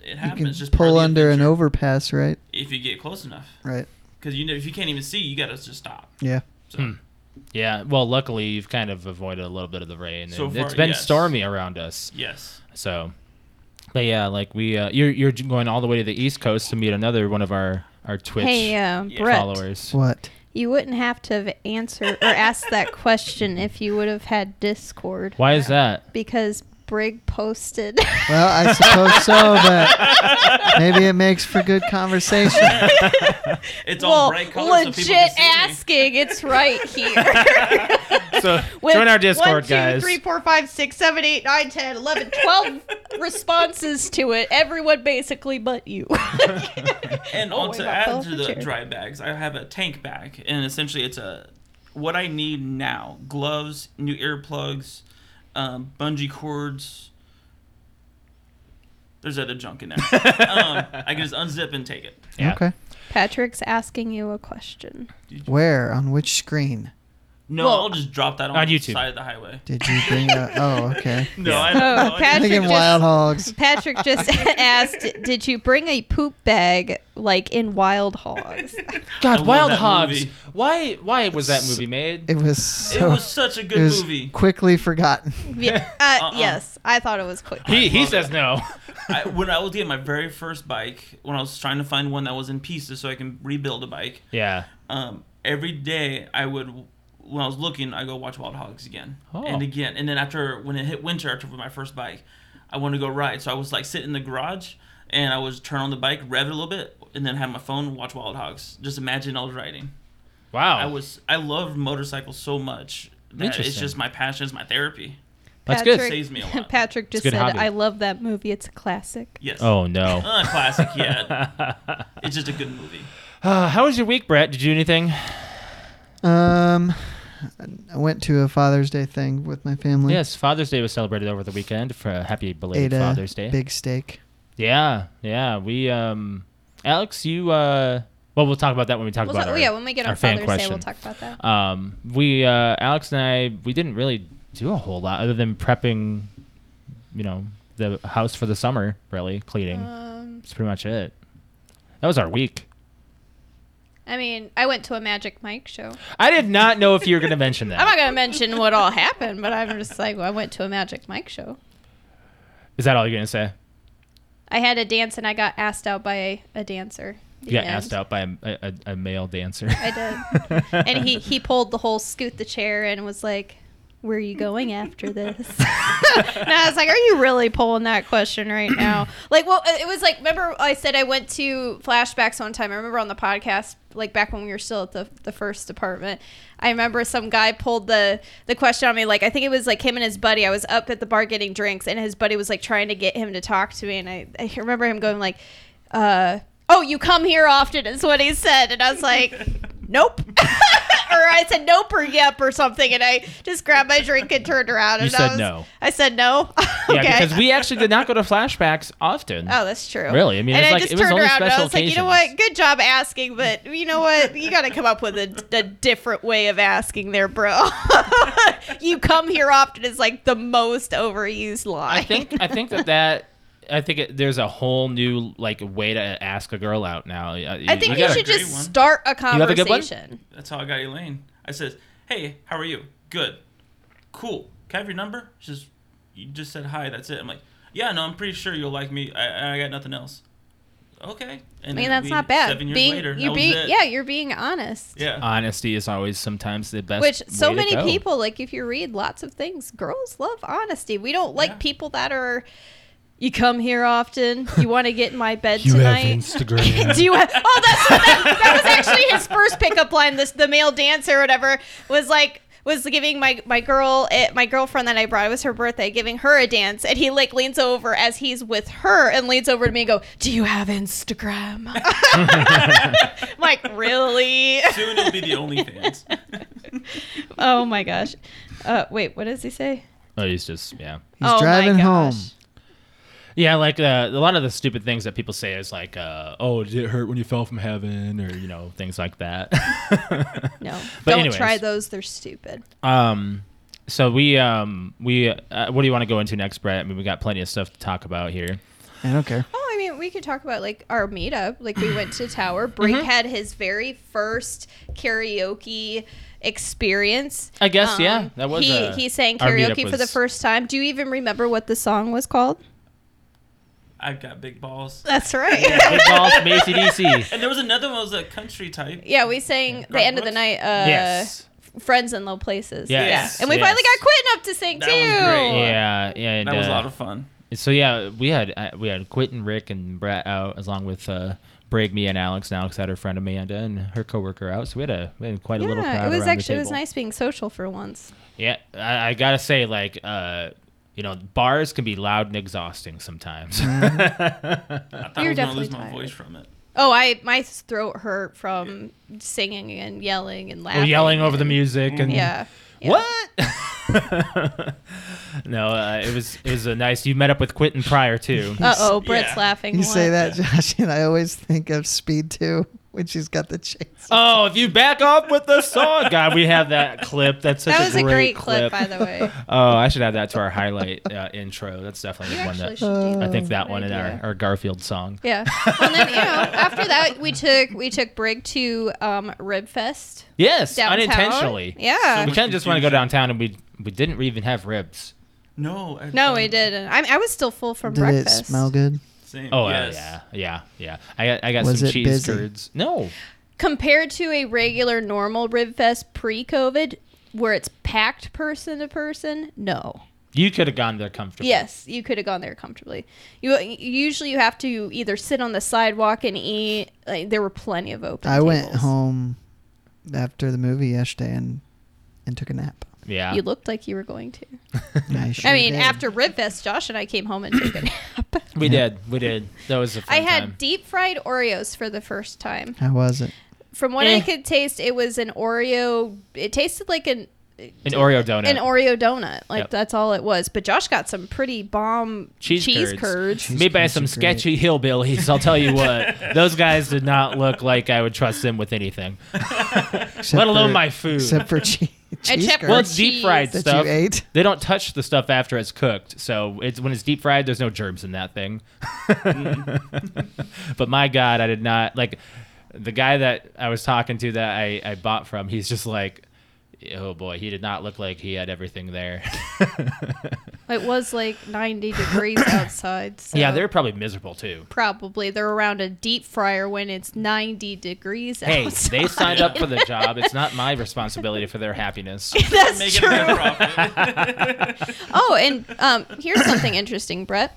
[SPEAKER 4] it happens.
[SPEAKER 1] You can
[SPEAKER 4] It's just part of
[SPEAKER 1] pull
[SPEAKER 4] the
[SPEAKER 1] under an
[SPEAKER 4] adventure
[SPEAKER 1] overpass, right?
[SPEAKER 4] if you get close enough
[SPEAKER 1] Right.
[SPEAKER 4] because you know if you can't even see you gotta just stop
[SPEAKER 1] Yeah.
[SPEAKER 4] so
[SPEAKER 2] Yeah, well, luckily you've kind of avoided a little bit of the rain.
[SPEAKER 4] So
[SPEAKER 2] and
[SPEAKER 4] far,
[SPEAKER 2] it's been
[SPEAKER 4] yes.
[SPEAKER 2] stormy around us,
[SPEAKER 4] yes
[SPEAKER 2] so. But yeah, like we, uh, you're you're going all the way to the East Coast to meet another one of our our Twitch
[SPEAKER 3] Hey, uh,
[SPEAKER 4] Yeah.
[SPEAKER 3] Brett,
[SPEAKER 2] followers.
[SPEAKER 1] What?
[SPEAKER 3] you wouldn't have to have answered or asked that question if you would have had Discord
[SPEAKER 2] Why is that?
[SPEAKER 3] because Brig posted.
[SPEAKER 1] Well, I suppose so, but maybe it makes for good conversation.
[SPEAKER 4] it's
[SPEAKER 3] well,
[SPEAKER 4] all bright colors so people
[SPEAKER 3] legit
[SPEAKER 4] can see me.
[SPEAKER 3] asking. It's right here.
[SPEAKER 2] So
[SPEAKER 3] With
[SPEAKER 2] join our Discord,
[SPEAKER 3] one, two,
[SPEAKER 2] guys.
[SPEAKER 3] three, four, five, six, seven, eight, nine, 10, 11, 12 responses to it. Everyone basically but you.
[SPEAKER 4] and
[SPEAKER 3] Oh,
[SPEAKER 4] on
[SPEAKER 3] wait,
[SPEAKER 4] to
[SPEAKER 3] I fell
[SPEAKER 4] add
[SPEAKER 3] off
[SPEAKER 4] to
[SPEAKER 3] the
[SPEAKER 4] the
[SPEAKER 3] chair.
[SPEAKER 4] dry bags i have a tank bag and essentially it's a what i need now gloves new earplugs um, bungee cords there's other junk in there um, i can just unzip and take it
[SPEAKER 2] Yeah.
[SPEAKER 1] Okay.
[SPEAKER 3] Patrick's asking you a question.
[SPEAKER 1] Where? On which screen?
[SPEAKER 4] no
[SPEAKER 3] Well,
[SPEAKER 4] i'll just drop that on,
[SPEAKER 2] on
[SPEAKER 4] the
[SPEAKER 2] YouTube.
[SPEAKER 4] side of the highway
[SPEAKER 1] Did you bring a. Oh, okay.
[SPEAKER 4] no i don't know I
[SPEAKER 3] Patrick
[SPEAKER 4] didn't-
[SPEAKER 1] Thinking
[SPEAKER 3] just-
[SPEAKER 1] Wild Hogs.
[SPEAKER 3] Patrick just asked, "Did you bring a poop bag like in Wild Hogs?"
[SPEAKER 4] I
[SPEAKER 2] God,
[SPEAKER 4] love
[SPEAKER 2] Wild
[SPEAKER 4] that
[SPEAKER 2] Hogs.
[SPEAKER 4] movie.
[SPEAKER 2] Why why was that movie made?
[SPEAKER 1] It was so.
[SPEAKER 4] it was such a good
[SPEAKER 1] it was
[SPEAKER 4] movie
[SPEAKER 1] quickly forgotten.
[SPEAKER 3] Yeah, uh,
[SPEAKER 4] Uh-uh.
[SPEAKER 3] Yes, I thought it was quick.
[SPEAKER 2] He he
[SPEAKER 4] love
[SPEAKER 2] says no.
[SPEAKER 4] I, when I was getting my very first bike, when I was trying to find one that was in pieces so I can rebuild a bike,
[SPEAKER 2] Yeah.
[SPEAKER 4] um, every day I would, when I was looking, I go watch Wild Hogs again
[SPEAKER 2] Oh.
[SPEAKER 4] and again. And then after, when it hit winter, after my first bike, I wanted to go ride. So I was like sitting in the garage and I was turn on the bike, rev it a little bit, and then have my phone watch Wild Hogs. Just imagine I was riding.
[SPEAKER 2] Wow.
[SPEAKER 4] I was, I love motorcycles so much. That it's
[SPEAKER 2] Interesting.
[SPEAKER 4] just my passion, it's my therapy.
[SPEAKER 2] That's good.
[SPEAKER 3] Patrick-
[SPEAKER 4] Saves me a lot.
[SPEAKER 3] Patrick just
[SPEAKER 2] good
[SPEAKER 3] said,
[SPEAKER 2] hobby.
[SPEAKER 3] "I love that movie. It's a classic."
[SPEAKER 4] Yes.
[SPEAKER 2] Oh no.
[SPEAKER 4] Not a classic yet. it's just a good movie.
[SPEAKER 2] Uh, how was your week, Brett? Did you do anything?
[SPEAKER 1] Um, I went to a Father's Day thing with my family.
[SPEAKER 2] Yes, Father's Day was celebrated over the weekend for a happy belated
[SPEAKER 1] Ate a
[SPEAKER 2] Father's Day.
[SPEAKER 1] big steak.
[SPEAKER 2] Yeah, yeah. We, um, Alex, you, uh, well, we'll talk about that when we talk
[SPEAKER 3] We'll
[SPEAKER 2] about
[SPEAKER 3] talk-
[SPEAKER 2] our,
[SPEAKER 3] oh, yeah, when we get
[SPEAKER 2] our
[SPEAKER 3] on
[SPEAKER 2] fan
[SPEAKER 3] Father's Day,
[SPEAKER 2] question. uh,
[SPEAKER 3] we'll talk about that.
[SPEAKER 2] Um, we, uh, Alex and I, we didn't really do a whole lot other than prepping you know the house for the summer. Really cleaning.
[SPEAKER 3] Um,
[SPEAKER 2] That's pretty much it. That was our week.
[SPEAKER 3] I mean, I went to a Magic Mike show.
[SPEAKER 2] I did not know if you were going to mention
[SPEAKER 3] I'm not
[SPEAKER 2] that.
[SPEAKER 3] gonna mention what all happened, but I'm just like, well, I went to a Magic Mike show.
[SPEAKER 2] Is that all you're going to say?
[SPEAKER 3] I had a dance and I got asked out by a, a dancer.
[SPEAKER 2] You
[SPEAKER 3] The
[SPEAKER 2] got
[SPEAKER 3] end.
[SPEAKER 2] asked out by a, a, a male dancer.
[SPEAKER 3] I did. and he he pulled the whole scoot the chair and was like, "Where are you going after this?" and I was like, "Are you really pulling that question right now?" Like, well, it was like remember I said I went to flashbacks one time. I remember on the podcast, like back when we were still at the the first department. I remember some guy pulled the the question on me. Like, I think it was like him and his buddy. I was up at the bar getting drinks, and his buddy was like trying to get him to talk to me, and I, I remember him going like, uh. Oh, you come here often is what he said, and I was like, nope. or I said nope or yep or something, and I just grabbed my drink and turned around.
[SPEAKER 2] You
[SPEAKER 3] and I
[SPEAKER 2] said
[SPEAKER 3] was-
[SPEAKER 2] no.
[SPEAKER 3] I said no. okay.
[SPEAKER 2] Yeah, because we actually did not go to flashbacks often.
[SPEAKER 3] Oh, that's true.
[SPEAKER 2] Really? I mean,
[SPEAKER 3] and
[SPEAKER 2] it's
[SPEAKER 3] I
[SPEAKER 2] like-
[SPEAKER 3] just
[SPEAKER 2] it was
[SPEAKER 3] turned
[SPEAKER 2] only
[SPEAKER 3] around and I
[SPEAKER 2] special
[SPEAKER 3] was like, you know
[SPEAKER 2] occasions.
[SPEAKER 3] what? Good job asking, but you know what? You got to come up with a, a different way of asking there, bro. you come here often is like the most overused line.
[SPEAKER 2] I think I think that that I think it, there's a whole new like way to ask a girl out now. Uh, I
[SPEAKER 3] I think you,
[SPEAKER 4] got a
[SPEAKER 3] should
[SPEAKER 4] great
[SPEAKER 3] just
[SPEAKER 4] one.
[SPEAKER 3] start a
[SPEAKER 2] have a good one?
[SPEAKER 3] conversation.
[SPEAKER 4] That's how I got Elaine. I says, "Hey, how are you? Good, cool. Can I have your number?" She says, "You just said hi. That's it." I'm like, "Yeah, no, I'm pretty sure you'll like me. I, I got nothing else." Okay. And
[SPEAKER 3] I mean,
[SPEAKER 4] then
[SPEAKER 3] that's
[SPEAKER 4] we-
[SPEAKER 3] not bad.
[SPEAKER 4] Seven years
[SPEAKER 3] being,
[SPEAKER 4] later,
[SPEAKER 3] you
[SPEAKER 4] that
[SPEAKER 3] being,
[SPEAKER 4] was it.
[SPEAKER 3] yeah, you're being honest.
[SPEAKER 2] Uh,
[SPEAKER 4] yeah.
[SPEAKER 2] Honesty is always sometimes the best.
[SPEAKER 3] Which so
[SPEAKER 2] way to
[SPEAKER 3] many
[SPEAKER 2] go.
[SPEAKER 3] people like if you read lots of things, girls love honesty. We don't like
[SPEAKER 4] Yeah.
[SPEAKER 3] people that are you come here often, you want to get in my bed tonight.
[SPEAKER 2] Instagram.
[SPEAKER 3] Do you have, Oh, that's that, that was actually his first pickup line. This the male dancer or whatever was like was giving my my girl eh, my girlfriend that I brought. It was her birthday, giving her a dance, and he like leans over as he's with her and leans over to me and go, "Do you have Instagram?" I'm like, really?
[SPEAKER 4] Soon it'll be the only fans.
[SPEAKER 3] Oh my gosh. Uh, wait, what does he say? Oh
[SPEAKER 2] oh, he's just yeah,
[SPEAKER 1] He's driving home.
[SPEAKER 2] yeah. Like uh, a lot of the stupid things that people say is like, uh, "Oh, did it hurt when you fell from heaven?" or you know things like that.
[SPEAKER 3] No,
[SPEAKER 2] But
[SPEAKER 3] don't
[SPEAKER 2] anyways.
[SPEAKER 3] try those. They're stupid.
[SPEAKER 2] Um, so we um we uh, what do you want to go into next, Brett? I mean, we got plenty of stuff to talk about here.
[SPEAKER 1] I don't care.
[SPEAKER 3] Oh, I mean, we could talk about like our meetup. Like we went to Tower. Brink had his very first karaoke experience.
[SPEAKER 2] I guess
[SPEAKER 3] Um,
[SPEAKER 2] yeah, that was
[SPEAKER 3] he.
[SPEAKER 2] uh,
[SPEAKER 3] he sang
[SPEAKER 2] our meetup
[SPEAKER 3] karaoke for the
[SPEAKER 2] was-
[SPEAKER 3] first time. Do you even remember what the song was called?
[SPEAKER 4] I've got big balls.
[SPEAKER 3] That's right.
[SPEAKER 2] Big balls from ACDC.
[SPEAKER 4] And there was another one that was a country type.
[SPEAKER 3] yeah, we sang the end of the
[SPEAKER 4] Brooks?
[SPEAKER 3] night. Uh,
[SPEAKER 2] yes.
[SPEAKER 3] Friends in low places.
[SPEAKER 2] Yes,
[SPEAKER 3] Yeah, and we
[SPEAKER 2] yes.
[SPEAKER 3] finally got Quentin up to sing
[SPEAKER 4] That
[SPEAKER 3] too.
[SPEAKER 4] was
[SPEAKER 3] Uh,
[SPEAKER 4] great.
[SPEAKER 2] Yeah, yeah. And,
[SPEAKER 4] That was a
[SPEAKER 2] uh,
[SPEAKER 4] lot of fun.
[SPEAKER 2] So yeah, we had uh, we had Quentin, Rick, and Brett out as long with uh, Brig, me, and Alex. And Alex had her friend Amanda and her coworker out. So we had a we had quite a little crowd
[SPEAKER 3] it was
[SPEAKER 2] around the
[SPEAKER 3] actually it was
[SPEAKER 2] table.
[SPEAKER 3] nice being social for once.
[SPEAKER 2] Yeah, I, I gotta say, like, uh, you know, bars can be loud and exhausting sometimes.
[SPEAKER 4] I
[SPEAKER 3] You're
[SPEAKER 4] thought I was gonna lose
[SPEAKER 3] definitely
[SPEAKER 4] my
[SPEAKER 3] tired.
[SPEAKER 4] voice from it.
[SPEAKER 3] Oh, I my throat hurt from singing and yelling and laughing.
[SPEAKER 2] We're Oh, yelling over the
[SPEAKER 3] and-
[SPEAKER 2] music and
[SPEAKER 3] Yeah. yeah.
[SPEAKER 2] what? no, uh, it was it was a nice. You met up with Quentin prior too.
[SPEAKER 3] Uh oh, Brett's
[SPEAKER 4] Yeah.
[SPEAKER 3] laughing.
[SPEAKER 1] You say
[SPEAKER 3] What?
[SPEAKER 1] that, Josh, and I always think of Speed 2 when she's got the chase.
[SPEAKER 2] Oh, if you back up with the song, God, we have that clip. That's such
[SPEAKER 3] That was
[SPEAKER 2] a, great
[SPEAKER 3] clip, by the way.
[SPEAKER 2] Oh, I should add that to our highlight uh, intro. That's definitely
[SPEAKER 3] You
[SPEAKER 2] one
[SPEAKER 3] actually
[SPEAKER 1] Uh,
[SPEAKER 2] that
[SPEAKER 3] should do
[SPEAKER 2] I
[SPEAKER 3] that.
[SPEAKER 2] think that
[SPEAKER 3] Good
[SPEAKER 2] one in our,
[SPEAKER 3] idea.
[SPEAKER 2] our Garfield song.
[SPEAKER 3] Yeah. And then you know, after that, we took we took Brig to um, Ribfest
[SPEAKER 2] Yes,
[SPEAKER 3] downtown.
[SPEAKER 2] unintentionally.
[SPEAKER 3] Yeah.
[SPEAKER 2] We kind of just want to go downtown, and we we didn't even have ribs.
[SPEAKER 4] No. I,
[SPEAKER 3] no, we didn't. I, I was still full from
[SPEAKER 1] Did
[SPEAKER 3] breakfast.
[SPEAKER 1] it smell good?
[SPEAKER 4] Same.
[SPEAKER 2] Oh uh,
[SPEAKER 4] yes.
[SPEAKER 2] yeah, yeah, yeah. I got I got
[SPEAKER 1] Was
[SPEAKER 2] some
[SPEAKER 1] it
[SPEAKER 2] cheese
[SPEAKER 1] busy?
[SPEAKER 2] curds. No,
[SPEAKER 3] compared to a regular normal Ribfest pre-COVID, where it's packed person to person. No.
[SPEAKER 2] you could have gone there comfortably.
[SPEAKER 3] Yes, you could have gone there comfortably. You usually you have to either sit on the sidewalk and eat. Like, there were plenty of open.
[SPEAKER 1] I went
[SPEAKER 3] tables.
[SPEAKER 1] home after the movie yesterday and and took a nap.
[SPEAKER 2] Yeah.
[SPEAKER 3] You looked like you were going to.
[SPEAKER 1] And I, sure
[SPEAKER 3] I mean,
[SPEAKER 1] did.
[SPEAKER 3] after Ribfest, Josh and I came home and took a nap.
[SPEAKER 2] we
[SPEAKER 1] Yeah.
[SPEAKER 2] did. We did. That was a fun
[SPEAKER 3] I had
[SPEAKER 2] time.
[SPEAKER 3] deep fried Oreos for the first time.
[SPEAKER 1] how was it?
[SPEAKER 3] From what
[SPEAKER 2] Eh.
[SPEAKER 3] I could taste, it was an Oreo. It tasted like an
[SPEAKER 2] an Oreo donut.
[SPEAKER 3] an Oreo donut. Like
[SPEAKER 2] Yep.
[SPEAKER 3] that's all it was. But Josh got some pretty bomb
[SPEAKER 2] Cheese
[SPEAKER 3] cheese,
[SPEAKER 2] curds.
[SPEAKER 3] curds.
[SPEAKER 2] Made by
[SPEAKER 1] curds
[SPEAKER 2] some
[SPEAKER 1] are great.
[SPEAKER 2] sketchy hillbillies. I'll tell you what, those guys did not look like I would trust them with anything,
[SPEAKER 1] Except
[SPEAKER 2] let alone
[SPEAKER 1] for-
[SPEAKER 2] my food.
[SPEAKER 1] Except for cheese.
[SPEAKER 3] And
[SPEAKER 1] cheese
[SPEAKER 3] check
[SPEAKER 1] curds
[SPEAKER 2] Well,
[SPEAKER 3] Or
[SPEAKER 2] it's deep
[SPEAKER 3] cheese.
[SPEAKER 2] fried
[SPEAKER 1] that
[SPEAKER 2] stuff.
[SPEAKER 1] you ate.
[SPEAKER 2] They don't touch the stuff after it's cooked, so it's when it's deep fried. There's no germs in that thing. but my God, I did not like the guy that I was talking to that I, I bought from. He's just like, oh boy, he did not look like he had everything there.
[SPEAKER 3] It was like 90 degrees outside. So
[SPEAKER 2] Yeah, they're probably miserable too.
[SPEAKER 3] probably they're around a deep fryer when it's 90 degrees
[SPEAKER 2] Hey,
[SPEAKER 3] outside.
[SPEAKER 2] they signed up for the job. It's not my responsibility for their happiness.
[SPEAKER 3] That's
[SPEAKER 4] Making a
[SPEAKER 3] true.
[SPEAKER 4] profit.
[SPEAKER 3] Oh, and um, here's something interesting, Brett.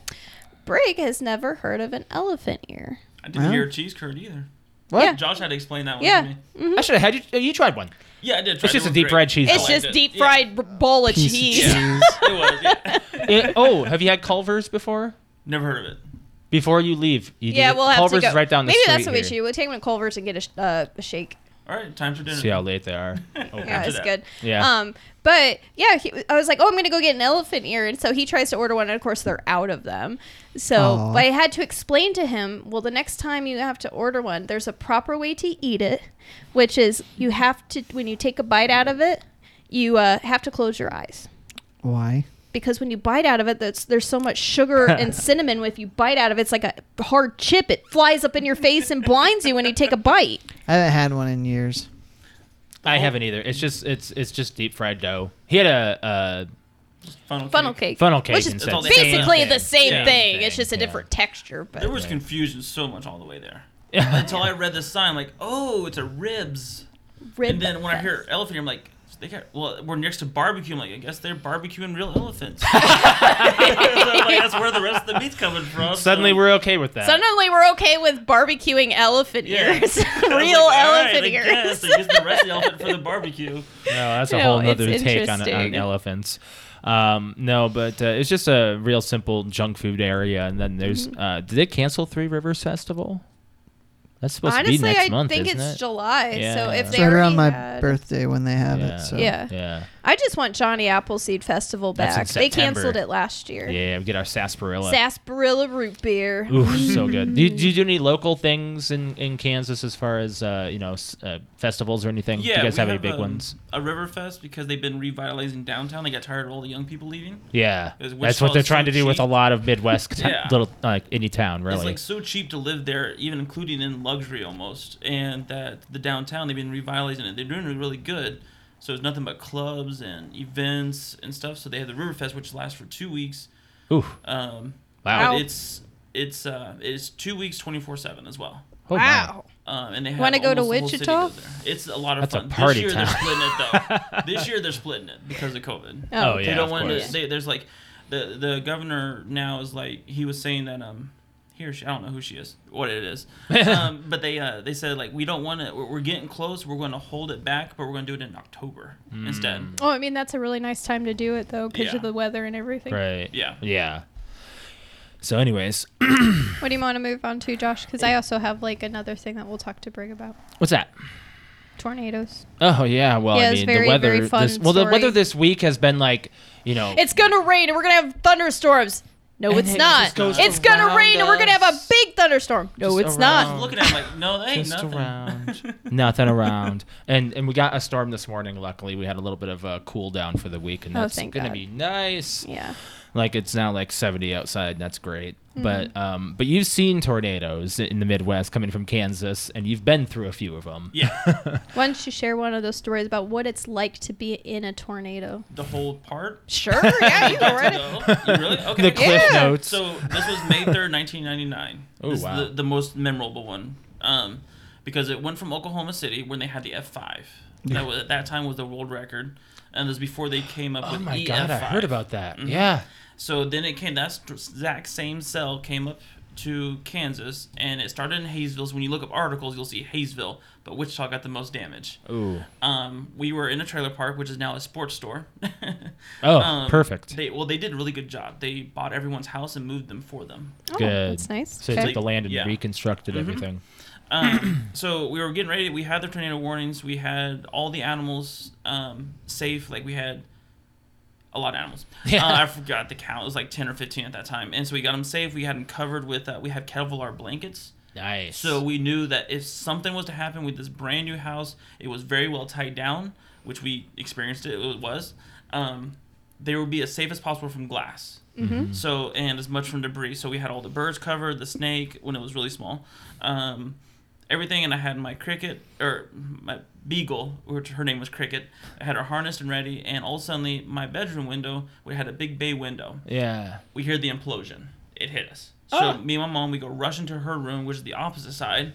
[SPEAKER 3] Brig has never heard of an elephant ear.
[SPEAKER 4] I didn't hear a cheese curd either.
[SPEAKER 1] What?
[SPEAKER 3] Yeah.
[SPEAKER 4] Josh had to explain that one
[SPEAKER 3] Yeah.
[SPEAKER 4] to me.
[SPEAKER 2] I should have had you. oh, You tried one.
[SPEAKER 4] Yeah, I did. Try.
[SPEAKER 2] It's just a
[SPEAKER 4] It was
[SPEAKER 2] deep
[SPEAKER 4] great.
[SPEAKER 2] fried cheese.
[SPEAKER 4] I
[SPEAKER 3] It's
[SPEAKER 2] dog.
[SPEAKER 4] liked
[SPEAKER 3] just
[SPEAKER 4] it.
[SPEAKER 3] deep
[SPEAKER 4] Yeah.
[SPEAKER 3] fried b- bowl of
[SPEAKER 1] Piece of
[SPEAKER 3] cheese.
[SPEAKER 4] Yeah. it was. Yeah.
[SPEAKER 2] It- oh, have you had Culver's before?
[SPEAKER 4] Never heard of it.
[SPEAKER 2] Before you leave, you
[SPEAKER 3] Yeah,
[SPEAKER 2] need-
[SPEAKER 3] we'll have
[SPEAKER 2] Culver's
[SPEAKER 3] to
[SPEAKER 2] is
[SPEAKER 3] go.
[SPEAKER 2] right down the
[SPEAKER 3] Maybe
[SPEAKER 2] street.
[SPEAKER 3] that's what we
[SPEAKER 2] here.
[SPEAKER 3] should. do. We'll take them to Culver's and get a, sh- uh, a shake.
[SPEAKER 4] All right, time for dinner.
[SPEAKER 2] See how late they are. Open.
[SPEAKER 3] Yeah,
[SPEAKER 4] Roger
[SPEAKER 3] it's
[SPEAKER 4] that.
[SPEAKER 3] good.
[SPEAKER 2] Yeah.
[SPEAKER 3] Um, but yeah, he, I was like, oh, I'm gonna go get an elephant ear, and so he tries to order one, and of course they're out of them. So
[SPEAKER 1] Aw.
[SPEAKER 3] but I had to explain to him, well, the next time you have to order one, there's a proper way to eat it, which is you have to when you take a bite out of it, you uh, have to close your eyes.
[SPEAKER 1] Why?
[SPEAKER 3] Because when you bite out of it, that's, there's so much sugar and cinnamon. If you bite out of it, it's like a hard chip. It flies up in your face and blinds you when you take a bite.
[SPEAKER 1] I haven't had one in years.
[SPEAKER 2] I haven't either. It's just it's it's just deep fried dough. He had a,
[SPEAKER 4] Funnel,
[SPEAKER 3] funnel cake.
[SPEAKER 2] Funnel cake
[SPEAKER 3] which is
[SPEAKER 2] instead.
[SPEAKER 4] That's all they
[SPEAKER 3] basically
[SPEAKER 2] have.
[SPEAKER 3] the same
[SPEAKER 4] Yeah.
[SPEAKER 3] thing.
[SPEAKER 2] Same
[SPEAKER 3] It's just a
[SPEAKER 2] thing,
[SPEAKER 3] different texture, but
[SPEAKER 4] There was confusion so much all the way there.
[SPEAKER 2] a
[SPEAKER 4] Until I read the sign, like, oh, it's a ribs.
[SPEAKER 3] rib
[SPEAKER 4] and then when I
[SPEAKER 3] fest.
[SPEAKER 4] hear elephant, I'm like, they got well, we're next to barbecue. I'm like, I guess they're barbecuing real elephants. So, like, that's where the rest of the meat's coming from.
[SPEAKER 2] suddenly
[SPEAKER 4] so-
[SPEAKER 2] we're okay with that.
[SPEAKER 3] Suddenly we're okay with barbecuing elephant
[SPEAKER 4] uh, Yeah.
[SPEAKER 3] ears,
[SPEAKER 4] I was like,
[SPEAKER 3] real
[SPEAKER 4] all right,
[SPEAKER 3] elephant
[SPEAKER 4] I
[SPEAKER 3] ears.
[SPEAKER 4] guess They use the rest of the elephant for the barbecue.
[SPEAKER 2] no, that's a
[SPEAKER 3] No,
[SPEAKER 2] whole
[SPEAKER 3] it's
[SPEAKER 2] other take on, on
[SPEAKER 3] interesting.
[SPEAKER 2] elephants. Um, no, but uh, it's just a real simple junk food area. And then there's
[SPEAKER 3] Mm-hmm.
[SPEAKER 2] uh, did they cancel Three Rivers Festival? That's supposed
[SPEAKER 3] Honestly,
[SPEAKER 2] to be next
[SPEAKER 3] I
[SPEAKER 2] month,
[SPEAKER 3] think
[SPEAKER 2] isn't
[SPEAKER 3] it's
[SPEAKER 2] it?
[SPEAKER 3] July. So
[SPEAKER 2] Yeah.
[SPEAKER 3] if
[SPEAKER 2] It's
[SPEAKER 3] they
[SPEAKER 1] It's right around
[SPEAKER 3] already
[SPEAKER 1] my
[SPEAKER 3] had-
[SPEAKER 1] birthday when they have
[SPEAKER 2] yeah.
[SPEAKER 1] it. So.
[SPEAKER 2] yeah,
[SPEAKER 3] Yeah.
[SPEAKER 2] yeah,
[SPEAKER 3] I just want Johnny Appleseed Festival
[SPEAKER 2] That's in
[SPEAKER 3] back. They
[SPEAKER 2] September.
[SPEAKER 3] canceled it last year.
[SPEAKER 2] We get our sarsaparilla.
[SPEAKER 3] Sarsaparilla root beer.
[SPEAKER 2] Ooh, so good. Do you, do you do any local things in, in Kansas as far as uh, you know s- uh, festivals or anything? do
[SPEAKER 4] Yeah,
[SPEAKER 2] you guys
[SPEAKER 4] we
[SPEAKER 2] have any big
[SPEAKER 4] um,
[SPEAKER 2] ones?
[SPEAKER 4] A river fest because they've been revitalizing downtown. They got tired of all the young people leaving.
[SPEAKER 2] Yeah, that's
[SPEAKER 4] Is
[SPEAKER 2] what
[SPEAKER 4] Wichita's
[SPEAKER 2] they're trying to
[SPEAKER 4] so
[SPEAKER 2] do with a
[SPEAKER 4] cheap?
[SPEAKER 2] lot of Midwest t-
[SPEAKER 4] Yeah.
[SPEAKER 2] little like any town, really.
[SPEAKER 4] It's like so cheap to live there, even including in luxury almost. And that the downtown they've been revitalizing it. They're doing really good. So it's nothing but clubs and events and stuff. So they have the Riverfest, which lasts for two weeks.
[SPEAKER 2] Ooh,
[SPEAKER 4] Um,
[SPEAKER 2] Wow.
[SPEAKER 4] but It's it's uh, it's two weeks, twenty four seven as well.
[SPEAKER 2] oh,
[SPEAKER 3] wow.
[SPEAKER 4] Um, and they have
[SPEAKER 3] Wanna go to
[SPEAKER 4] almost the whole city
[SPEAKER 3] Wichita?
[SPEAKER 4] goes there. It's a lot of
[SPEAKER 2] That's a
[SPEAKER 4] fun.
[SPEAKER 2] party
[SPEAKER 4] this year
[SPEAKER 2] town.
[SPEAKER 4] they're splitting it though. this year they're splitting it because of COVID.
[SPEAKER 2] Oh, yeah.
[SPEAKER 4] they don't
[SPEAKER 2] of
[SPEAKER 4] want
[SPEAKER 2] course.
[SPEAKER 4] to. They, there's like the the governor now is like he was saying that um he or she I don't know who she is what it is um but they uh they said like we don't want to we're, we're getting close we're going to hold it back but we're going to do it in October instead
[SPEAKER 2] Hmm.
[SPEAKER 3] Oh, I mean that's a really nice time to do it though,
[SPEAKER 4] 'cause of Yeah. the
[SPEAKER 3] weather and everything.
[SPEAKER 2] right.
[SPEAKER 4] Yeah.
[SPEAKER 2] yeah. So, anyways,
[SPEAKER 3] What do you want to move on to, Josh? Because I also have like another thing that we'll talk to Brig about
[SPEAKER 2] what's that?
[SPEAKER 3] tornadoes.
[SPEAKER 2] Oh yeah, well
[SPEAKER 3] Yeah,
[SPEAKER 2] I
[SPEAKER 3] it's
[SPEAKER 2] mean
[SPEAKER 3] very,
[SPEAKER 2] the weather.
[SPEAKER 3] very fun
[SPEAKER 2] this, well, the
[SPEAKER 3] story.
[SPEAKER 2] weather this week has been like, you know,
[SPEAKER 3] It's gonna rain and we're gonna have thunderstorms. No,
[SPEAKER 2] And
[SPEAKER 3] it's
[SPEAKER 2] it
[SPEAKER 3] not.
[SPEAKER 2] just goes
[SPEAKER 3] It's gonna
[SPEAKER 2] around
[SPEAKER 3] rain and we're gonna have a
[SPEAKER 2] us.
[SPEAKER 3] big thunderstorm. No,
[SPEAKER 2] Just
[SPEAKER 3] it's
[SPEAKER 2] around.
[SPEAKER 3] not.
[SPEAKER 4] looking at it like no that ain't
[SPEAKER 2] just
[SPEAKER 4] nothing
[SPEAKER 2] around, nothing around, and and we got a storm this morning. Luckily, we had a little bit of a cool down for the week, and
[SPEAKER 3] Oh,
[SPEAKER 2] that's
[SPEAKER 3] thank
[SPEAKER 2] gonna
[SPEAKER 3] God.
[SPEAKER 2] be nice.
[SPEAKER 3] Yeah.
[SPEAKER 2] like it's now like 70 outside and that's great
[SPEAKER 3] Mm-hmm.
[SPEAKER 2] but um but you've seen tornadoes in the midwest coming from kansas and you've been through a few of them
[SPEAKER 4] yeah
[SPEAKER 3] Why don't you share one of those stories about what it's like to be in a tornado?
[SPEAKER 4] the whole part
[SPEAKER 3] Sure. Yeah, you can write it.
[SPEAKER 4] No? You really? Okay.
[SPEAKER 2] the cliff
[SPEAKER 3] Yeah.
[SPEAKER 2] notes
[SPEAKER 4] So this was May 3rd, 1999.
[SPEAKER 2] Oh,
[SPEAKER 4] this
[SPEAKER 2] wow.
[SPEAKER 4] is the, the most memorable one. Um, because it went from Oklahoma City when they had the F5. That was, at that time was the world record. And this was before they came up
[SPEAKER 2] oh
[SPEAKER 4] with
[SPEAKER 2] my
[SPEAKER 4] EF5.
[SPEAKER 2] god i heard about that yeah
[SPEAKER 4] So then it came, that st- exact same cell came up to Kansas and it started in Hayesville. So when you look up articles, you'll see Hayesville, but Wichita got the most damage.
[SPEAKER 2] ooh
[SPEAKER 4] Um, we were in a trailer park, which is now a sports store.
[SPEAKER 2] oh
[SPEAKER 4] Um,
[SPEAKER 2] perfect
[SPEAKER 4] They well, they did a really good job. They bought everyone's house and moved them for them.
[SPEAKER 3] Oh,
[SPEAKER 2] good
[SPEAKER 3] that's nice.
[SPEAKER 2] so they
[SPEAKER 3] Okay.
[SPEAKER 2] took the land and
[SPEAKER 4] Yeah.
[SPEAKER 2] reconstructed everything
[SPEAKER 4] Um, so we were getting ready. We had the tornado warnings. We had all the animals um, safe. Like we had a lot of animals.
[SPEAKER 2] Yeah.
[SPEAKER 4] Uh, I forgot the count. It was like ten or fifteen at that time. And so we got them safe. We had them covered with. Uh, we had Kevlar blankets.
[SPEAKER 2] nice
[SPEAKER 4] So we knew that if something was to happen with this brand new house, it was very well tied down. which we experienced it, it was, um, they would be as safe as possible from glass.
[SPEAKER 3] Mhm.
[SPEAKER 4] So and as much from debris. So we had all the birds covered, the snake when it was really small, um, everything. And I had my cricket or my beagle, which her name was Cricket. I had her harnessed and ready. And all suddenly, my bedroom window, we had a big bay window.
[SPEAKER 2] Yeah.
[SPEAKER 4] We hear the implosion. It hit us. So
[SPEAKER 2] Ah.
[SPEAKER 4] me and my mom, we go rush into her room, which is the opposite side.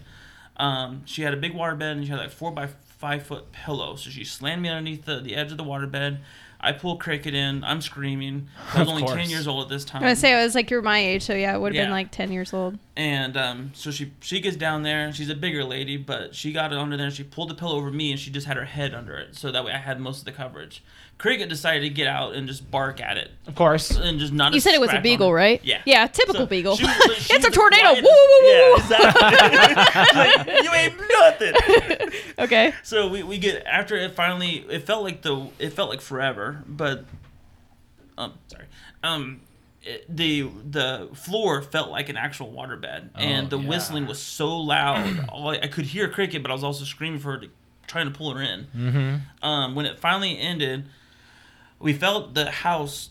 [SPEAKER 4] Um, she had a big water bed and she had like four by five foot pillow. So she slammed me underneath the, the edge of the water bed. I pull Cricket in. I'm screaming. I was
[SPEAKER 2] Of
[SPEAKER 4] only
[SPEAKER 2] course.
[SPEAKER 4] ten years old at this time
[SPEAKER 3] I'm gonna say I was like you're my age, so yeah, it would have been
[SPEAKER 4] Yeah.
[SPEAKER 3] like ten years old.
[SPEAKER 4] and um, so she she gets down there. She's a bigger lady, but she got it under there. and She pulled the pillow over me, and she just had her head under it, so that way I had most of the coverage. Cricket decided to get out and just bark at it,
[SPEAKER 2] Of course.
[SPEAKER 4] and just not.
[SPEAKER 3] You said it was a
[SPEAKER 4] scratch on
[SPEAKER 3] beagle, right?
[SPEAKER 4] Yeah.
[SPEAKER 3] Yeah, typical
[SPEAKER 4] So
[SPEAKER 3] beagle.
[SPEAKER 4] she was like- she
[SPEAKER 3] it's a
[SPEAKER 4] was
[SPEAKER 3] tornado. Woo
[SPEAKER 4] quiet.
[SPEAKER 3] woo woo
[SPEAKER 4] Yeah,
[SPEAKER 3] woo.
[SPEAKER 4] exactly. Like, you ain't nothing.
[SPEAKER 3] Okay.
[SPEAKER 4] So we, we get after it finally it felt like the it felt like forever, but um sorry. Um it, the the floor felt like an actual waterbed and
[SPEAKER 2] Oh,
[SPEAKER 4] the
[SPEAKER 2] yeah.
[SPEAKER 4] whistling was so loud. All I, I could hear cricket, but I was also screaming for her to trying to pull her in.
[SPEAKER 2] Mm-hmm.
[SPEAKER 4] Um when it finally ended, we felt the house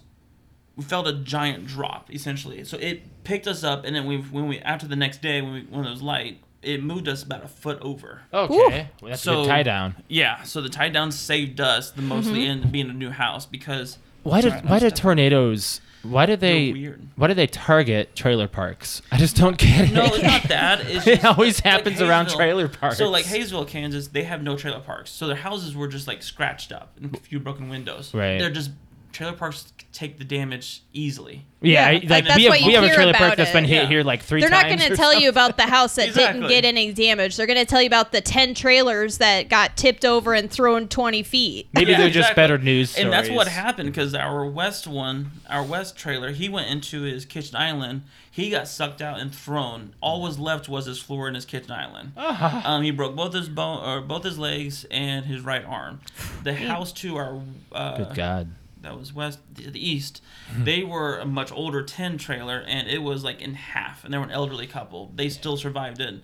[SPEAKER 4] we felt a giant drop essentially. So it picked us up and then we when we after the next day when we when it was light, it moved us about a foot over.
[SPEAKER 2] Okay. Well, that's a
[SPEAKER 4] So-
[SPEAKER 2] good tie down.
[SPEAKER 4] Yeah, so the tie down saved us the mostly in being a new house because
[SPEAKER 2] Why
[SPEAKER 4] Sorry,
[SPEAKER 2] did
[SPEAKER 4] I'm
[SPEAKER 2] why do
[SPEAKER 4] stepping-
[SPEAKER 2] tornadoes? Why do they?
[SPEAKER 4] weird.
[SPEAKER 2] Why do they target trailer parks? I just don't get it.
[SPEAKER 4] No, it's not that. It's
[SPEAKER 2] It
[SPEAKER 4] just,
[SPEAKER 2] always happens around
[SPEAKER 4] Hayesville-
[SPEAKER 2] trailer parks.
[SPEAKER 4] So like Hayesville, Kansas, they have no trailer parks. So their houses were just like scratched up and a few broken windows.
[SPEAKER 2] Right.
[SPEAKER 4] They're just trailer parks take the damage easily.
[SPEAKER 2] yeah,
[SPEAKER 3] Yeah,
[SPEAKER 2] I-
[SPEAKER 3] like,
[SPEAKER 2] like,
[SPEAKER 3] that's
[SPEAKER 2] we
[SPEAKER 3] what
[SPEAKER 2] have,
[SPEAKER 3] you
[SPEAKER 2] we have a
[SPEAKER 3] hear
[SPEAKER 2] trailer
[SPEAKER 3] about
[SPEAKER 2] park that's
[SPEAKER 3] it.
[SPEAKER 2] been hit
[SPEAKER 4] Yeah.
[SPEAKER 2] here like three
[SPEAKER 3] They're
[SPEAKER 2] times.
[SPEAKER 3] not going
[SPEAKER 2] or
[SPEAKER 3] to tell you about the house that didn't
[SPEAKER 4] Exactly.
[SPEAKER 3] get any damage. They're going to tell you about the 10 trailers that got tipped over and thrown 20 feet.
[SPEAKER 2] Maybe
[SPEAKER 4] Yeah,
[SPEAKER 2] they're just
[SPEAKER 4] exactly.
[SPEAKER 2] better news
[SPEAKER 4] And that's what
[SPEAKER 2] stories.
[SPEAKER 4] happened because our west one, our west trailer, he went into his kitchen island. He got sucked out and thrown. All was left was his floor and his kitchen island.
[SPEAKER 2] Ah.
[SPEAKER 4] Um, he broke both his bone or both his legs and his right arm. The house to our
[SPEAKER 2] Good
[SPEAKER 4] uh,
[SPEAKER 2] God.
[SPEAKER 4] that was west the, the east, they were a much older ten trailer and it was like in half and they were an elderly couple. They still survived it.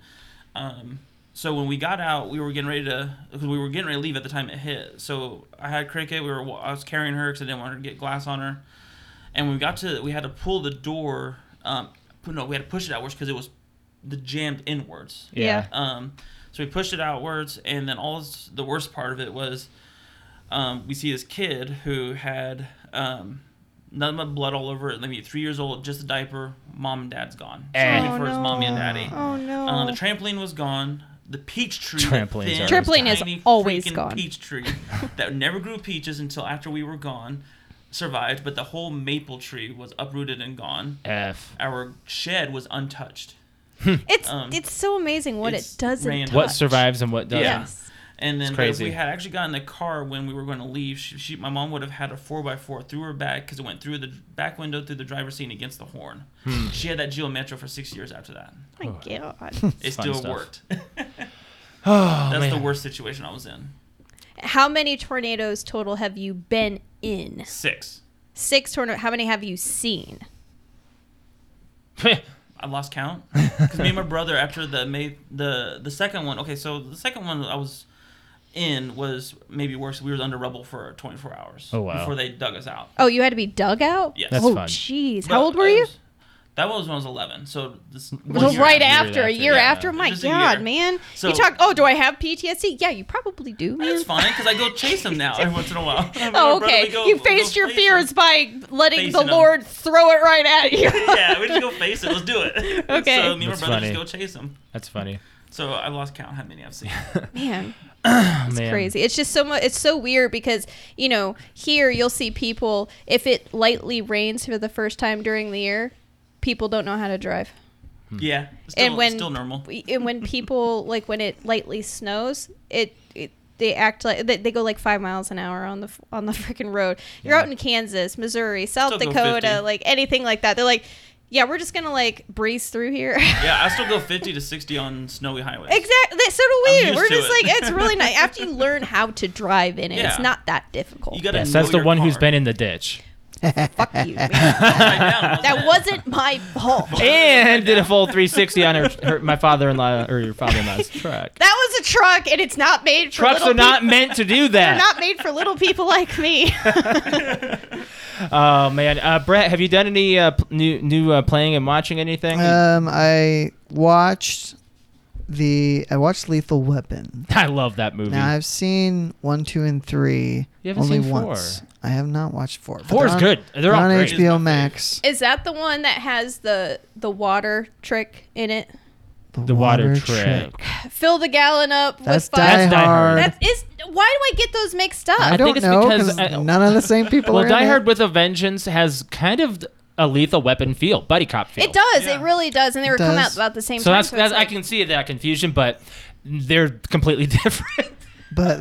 [SPEAKER 4] Um, so when we got out, we were getting ready to because we were getting ready to leave at the time it hit. So I had cricket. We were wa- I was carrying her because I didn't want her to get glass on her. And when we got to we had to pull the door. Um, pu- no, we had to push it outwards because it was the jammed inwards.
[SPEAKER 2] Yeah.
[SPEAKER 4] Um, so we pushed it outwards, and then all s- the worst part of it was um, we see this kid who had um, nothing but blood all over it. Maybe three years old, just a diaper. Mom and dad's gone. So
[SPEAKER 2] Eh.
[SPEAKER 4] looking
[SPEAKER 3] Oh,
[SPEAKER 4] for his
[SPEAKER 3] no.
[SPEAKER 4] mommy and daddy.
[SPEAKER 3] Oh, no.
[SPEAKER 4] Uh, the trampoline was gone. The peach tree.
[SPEAKER 2] Trampolines are
[SPEAKER 4] thin,
[SPEAKER 3] Trampoline is
[SPEAKER 4] tiny
[SPEAKER 3] always
[SPEAKER 4] freaking
[SPEAKER 3] gone.
[SPEAKER 4] Peach tree that never grew peaches until after we were gone, survived. But the whole maple tree was uprooted and gone.
[SPEAKER 2] F.
[SPEAKER 4] Our shed was untouched.
[SPEAKER 3] it's
[SPEAKER 4] um,
[SPEAKER 3] it's so amazing what
[SPEAKER 4] it's
[SPEAKER 3] it doesn't
[SPEAKER 4] random.
[SPEAKER 2] What
[SPEAKER 3] touch.
[SPEAKER 2] survives and what doesn't?
[SPEAKER 4] Yeah.
[SPEAKER 3] Yes.
[SPEAKER 4] And then
[SPEAKER 2] It's
[SPEAKER 4] but if
[SPEAKER 2] crazy.
[SPEAKER 4] we had actually gotten the car when we were going to leave, she, she my mom would have had a four by four through her back because it went through the back window through the driver's seat and against the horn.
[SPEAKER 2] Hmm.
[SPEAKER 4] She had that Geo Metro for six years after that.
[SPEAKER 3] Oh, my God.
[SPEAKER 2] Fun
[SPEAKER 4] It still
[SPEAKER 2] stuff.
[SPEAKER 4] worked.
[SPEAKER 2] Oh
[SPEAKER 4] That's the
[SPEAKER 2] man.
[SPEAKER 4] worst situation I was in.
[SPEAKER 3] How many tornadoes total have you been in?
[SPEAKER 4] Six.
[SPEAKER 3] Six tornadoes. How many have you seen?
[SPEAKER 4] I lost count because me and my brother after the May the the second one. Okay, so the second one I was in was maybe worse. We were under rubble for 24 hours
[SPEAKER 2] Oh, wow.
[SPEAKER 4] before they dug us out.
[SPEAKER 3] Oh, you had to be dug out?
[SPEAKER 4] Yes.
[SPEAKER 2] That's
[SPEAKER 3] oh,
[SPEAKER 2] fun.
[SPEAKER 3] jeez.
[SPEAKER 4] But
[SPEAKER 3] How old were
[SPEAKER 4] I
[SPEAKER 3] you?
[SPEAKER 4] was- that was when I was 11. So this
[SPEAKER 3] Well,
[SPEAKER 4] one year
[SPEAKER 3] right
[SPEAKER 2] year
[SPEAKER 3] after,
[SPEAKER 2] after,
[SPEAKER 3] a year
[SPEAKER 2] yeah.
[SPEAKER 3] after. My
[SPEAKER 4] Just a
[SPEAKER 3] God,
[SPEAKER 4] year.
[SPEAKER 3] man.
[SPEAKER 4] So-
[SPEAKER 3] you talk, oh, do I have PTSD? Yeah, you probably do, man.
[SPEAKER 4] That's fine because I go chase them now every once in a while. Me and my
[SPEAKER 3] Oh,
[SPEAKER 4] brother,
[SPEAKER 3] okay.
[SPEAKER 4] we go-
[SPEAKER 3] you
[SPEAKER 4] we go
[SPEAKER 3] faced your
[SPEAKER 4] face
[SPEAKER 3] fears
[SPEAKER 4] them.
[SPEAKER 3] by letting
[SPEAKER 4] Facing
[SPEAKER 3] the
[SPEAKER 4] them.
[SPEAKER 3] Lord throw it right at you.
[SPEAKER 4] yeah, we just go face it. Let's do it.
[SPEAKER 3] Okay.
[SPEAKER 4] So me and my
[SPEAKER 2] That's
[SPEAKER 4] brother
[SPEAKER 2] funny.
[SPEAKER 4] just go chase them.
[SPEAKER 2] That's funny.
[SPEAKER 4] So I lost count how many I've seen.
[SPEAKER 3] Man,
[SPEAKER 2] It's
[SPEAKER 3] crazy. It's just so much. It's so weird because you know here you'll see people if it lightly rains for the first time during the year, people don't know how to drive.
[SPEAKER 2] Hmm.
[SPEAKER 4] yeah. Still,
[SPEAKER 3] and when
[SPEAKER 4] still normal.
[SPEAKER 3] and when people like when it lightly snows, it. it they act like they, they go like five miles an hour on the f- on the freaking road. You're
[SPEAKER 2] Yeah.
[SPEAKER 3] out in Kansas, Missouri, South
[SPEAKER 4] Still go
[SPEAKER 3] Dakota,
[SPEAKER 4] 50.
[SPEAKER 3] like anything like that. They're like, yeah, we're just gonna like breeze through here.
[SPEAKER 4] Yeah, I still go 50 to 60 on snowy highways.
[SPEAKER 3] Exactly. So do
[SPEAKER 4] I'm
[SPEAKER 3] we.
[SPEAKER 4] used
[SPEAKER 3] We're
[SPEAKER 4] to
[SPEAKER 3] just
[SPEAKER 4] it.
[SPEAKER 3] like it's really nice after you learn how to drive in it. It's
[SPEAKER 4] Yeah.
[SPEAKER 3] not that difficult.
[SPEAKER 4] You gotta
[SPEAKER 2] Yes, that's
[SPEAKER 4] know
[SPEAKER 2] the
[SPEAKER 4] your
[SPEAKER 2] one who's
[SPEAKER 4] car.
[SPEAKER 2] been in the ditch.
[SPEAKER 3] Fuck you. Man.
[SPEAKER 4] Upside down, wasn't
[SPEAKER 3] That
[SPEAKER 4] it?
[SPEAKER 3] wasn't my fault.
[SPEAKER 2] and did a full 360 on her, her my father-in-law or your father-in-law's truck.
[SPEAKER 3] That was a truck, and it's not made for
[SPEAKER 2] Trucks
[SPEAKER 3] little
[SPEAKER 2] are not
[SPEAKER 3] peop-
[SPEAKER 2] meant to do
[SPEAKER 3] They're
[SPEAKER 2] that.
[SPEAKER 3] not made for little people like me.
[SPEAKER 2] Oh man, uh, Brett, have you done any uh, pl- new new uh, playing and watching anything?
[SPEAKER 3] Uh,
[SPEAKER 1] Um, I watched the I watched Lethal Weapon.
[SPEAKER 2] I love that movie.
[SPEAKER 1] Now I've seen one, two, and three.
[SPEAKER 2] You haven't
[SPEAKER 1] only
[SPEAKER 2] seen four.
[SPEAKER 1] once. I have not watched four. but
[SPEAKER 2] Four is
[SPEAKER 1] they're on-
[SPEAKER 2] good. They're
[SPEAKER 1] they're
[SPEAKER 2] all
[SPEAKER 1] on
[SPEAKER 2] great.
[SPEAKER 1] HBO Max.
[SPEAKER 3] Is that the one that has the the water trick in it?
[SPEAKER 2] the water, trick.
[SPEAKER 3] Fill the gallon up
[SPEAKER 1] That's
[SPEAKER 3] with five.
[SPEAKER 1] Die
[SPEAKER 2] That's Die
[SPEAKER 1] Hard.
[SPEAKER 2] Hard.
[SPEAKER 3] That's is why do I get those mixed up?
[SPEAKER 1] I,
[SPEAKER 2] I
[SPEAKER 1] don't
[SPEAKER 2] think it's
[SPEAKER 1] know
[SPEAKER 2] because,
[SPEAKER 1] because
[SPEAKER 2] uh,
[SPEAKER 1] none of the same people are
[SPEAKER 2] Well,
[SPEAKER 1] in
[SPEAKER 2] Die
[SPEAKER 1] it.
[SPEAKER 2] Hard with a Vengeance has kind of a lethal weapon feel, buddy cop feel.
[SPEAKER 3] it does.
[SPEAKER 4] Yeah.
[SPEAKER 3] It really does, and they were coming
[SPEAKER 1] does.
[SPEAKER 3] out about the same
[SPEAKER 2] So
[SPEAKER 3] time.
[SPEAKER 2] that's,
[SPEAKER 3] it's
[SPEAKER 2] that's I
[SPEAKER 3] like-
[SPEAKER 2] can see that confusion, but they're completely different.
[SPEAKER 1] but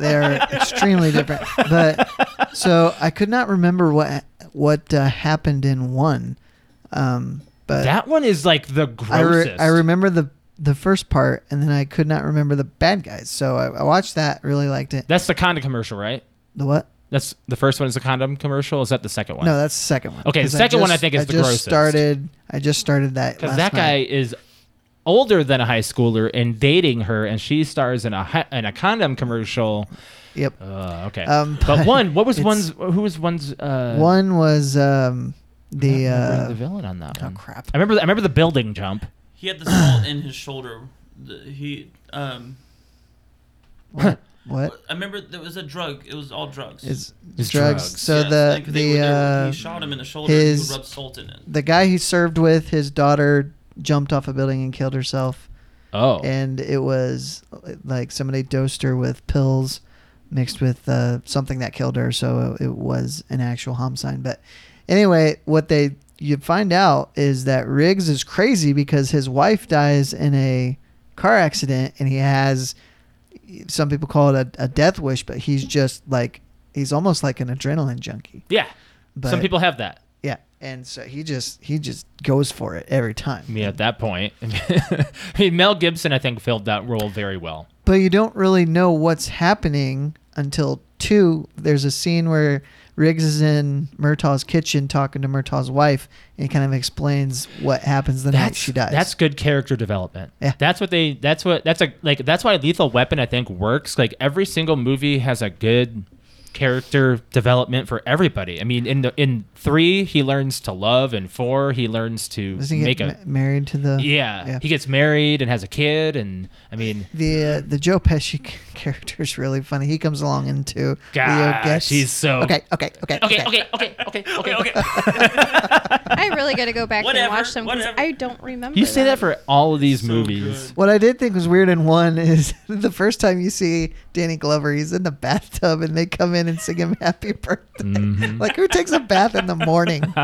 [SPEAKER 1] they're extremely different. But so I could not remember what what uh, happened in one. Um, but
[SPEAKER 2] that one is like the grossest.
[SPEAKER 1] I, re- I remember the the first part, and then I could not remember the bad guys. So I, I watched that, really liked it.
[SPEAKER 2] That's the condom commercial, right?
[SPEAKER 1] The what?
[SPEAKER 2] That's the first one is the condom commercial. Is that the second one?
[SPEAKER 1] No, that's the second one.
[SPEAKER 2] Okay, the
[SPEAKER 1] 'Cause
[SPEAKER 2] second one I think is
[SPEAKER 1] I
[SPEAKER 2] the
[SPEAKER 1] just
[SPEAKER 2] grossest.
[SPEAKER 1] Started. I just started that
[SPEAKER 2] because
[SPEAKER 1] last
[SPEAKER 2] that guy
[SPEAKER 1] night.
[SPEAKER 2] is older than a high schooler and dating her, and she stars in a hi- in a condom commercial.
[SPEAKER 1] Yep.
[SPEAKER 2] Uh, okay,
[SPEAKER 1] Um,
[SPEAKER 2] but,
[SPEAKER 1] but
[SPEAKER 2] one. What was
[SPEAKER 1] it's-
[SPEAKER 2] one's? Who was one's? Uh,
[SPEAKER 1] one was um
[SPEAKER 2] I
[SPEAKER 1] the
[SPEAKER 2] don't remember
[SPEAKER 1] uh,
[SPEAKER 2] the villain on that
[SPEAKER 1] oh
[SPEAKER 2] one.
[SPEAKER 1] crap.
[SPEAKER 2] I remember. I remember the building jump.
[SPEAKER 4] He had the salt in his shoulder. The, he, um,
[SPEAKER 1] What? what?
[SPEAKER 4] I remember there was a drug. It was all drugs.
[SPEAKER 1] Is
[SPEAKER 2] It's
[SPEAKER 1] drugs.
[SPEAKER 2] drugs.
[SPEAKER 1] So
[SPEAKER 4] Yeah,
[SPEAKER 1] the
[SPEAKER 4] like
[SPEAKER 1] the
[SPEAKER 4] they were- they were-
[SPEAKER 1] uh,
[SPEAKER 4] he shot him in the shoulder.
[SPEAKER 1] his-
[SPEAKER 4] and he rubbed salt in it.
[SPEAKER 1] the guy he served with, his daughter jumped off a building and killed herself,
[SPEAKER 2] Oh,
[SPEAKER 1] and it was like somebody dosed her with pills mixed with uh, something that killed her, so it was an actual homicide. But anyway, what they you find out is that Riggs is crazy because his wife dies in a car accident, and he has some people call it a, a death wish, but he's just like he's almost like an adrenaline junkie.
[SPEAKER 2] yeah.
[SPEAKER 1] But
[SPEAKER 2] Some people have that.
[SPEAKER 1] yeah, and so he just he just goes for it every time.
[SPEAKER 2] I mean, at that point, I mean, Mel Gibson, I think, filled that role very well.
[SPEAKER 1] But you don't really know what's happening until two. There's a scene where Riggs is in Murtaugh's kitchen talking to Murtaugh's wife, and he kind of explains what happens the night she dies.
[SPEAKER 2] That's good character development.
[SPEAKER 1] Yeah.
[SPEAKER 2] That's what they that's what that's a like that's why Lethal Weapon I think works. Like every single movie has a good character development for everybody. I mean in the in 3 he learns to love and 4 he learns to
[SPEAKER 1] Does he
[SPEAKER 2] make
[SPEAKER 1] get
[SPEAKER 2] a
[SPEAKER 1] ma- married to the?
[SPEAKER 2] yeah,
[SPEAKER 1] yeah.
[SPEAKER 2] He gets married and has a kid and I mean
[SPEAKER 1] The uh, the Joe Pesci c- character is really funny. He comes along in two.
[SPEAKER 2] Gosh, he's so-
[SPEAKER 1] okay. Okay. Okay.
[SPEAKER 2] Okay, okay, okay, okay, okay, okay.
[SPEAKER 3] I really got to go back
[SPEAKER 4] Whatever,
[SPEAKER 3] and watch them because
[SPEAKER 4] whatever.
[SPEAKER 3] I don't remember.
[SPEAKER 2] You say that for all of these movies.
[SPEAKER 4] good.
[SPEAKER 1] What I did think was weird in one is the first time you see Danny Glover, he's in the bathtub and they come in and sing him happy birthday.
[SPEAKER 2] Mm-hmm.
[SPEAKER 1] Like, who takes a bath in the morning?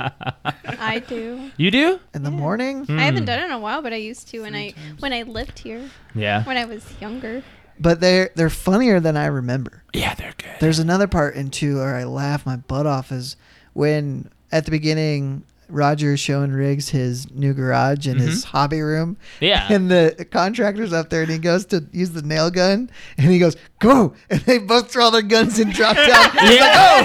[SPEAKER 3] I do.
[SPEAKER 2] You do?
[SPEAKER 1] In the
[SPEAKER 3] Yeah.
[SPEAKER 1] morning?
[SPEAKER 3] I haven't
[SPEAKER 2] Mm.
[SPEAKER 3] done it in a while, but I used to when I when I lived here
[SPEAKER 2] Yeah.
[SPEAKER 3] when I was younger.
[SPEAKER 1] But they're, they're funnier than I remember.
[SPEAKER 2] Yeah, they're good.
[SPEAKER 1] There's another part in two where I laugh my butt off is when at the beginning Roger is showing Riggs his new garage and his hobby room.
[SPEAKER 2] Mm-hmm. Yeah.
[SPEAKER 1] And the contractor's up there and he goes to use the nail gun and he goes, Go and they both throw their guns and drop down.
[SPEAKER 2] Yeah.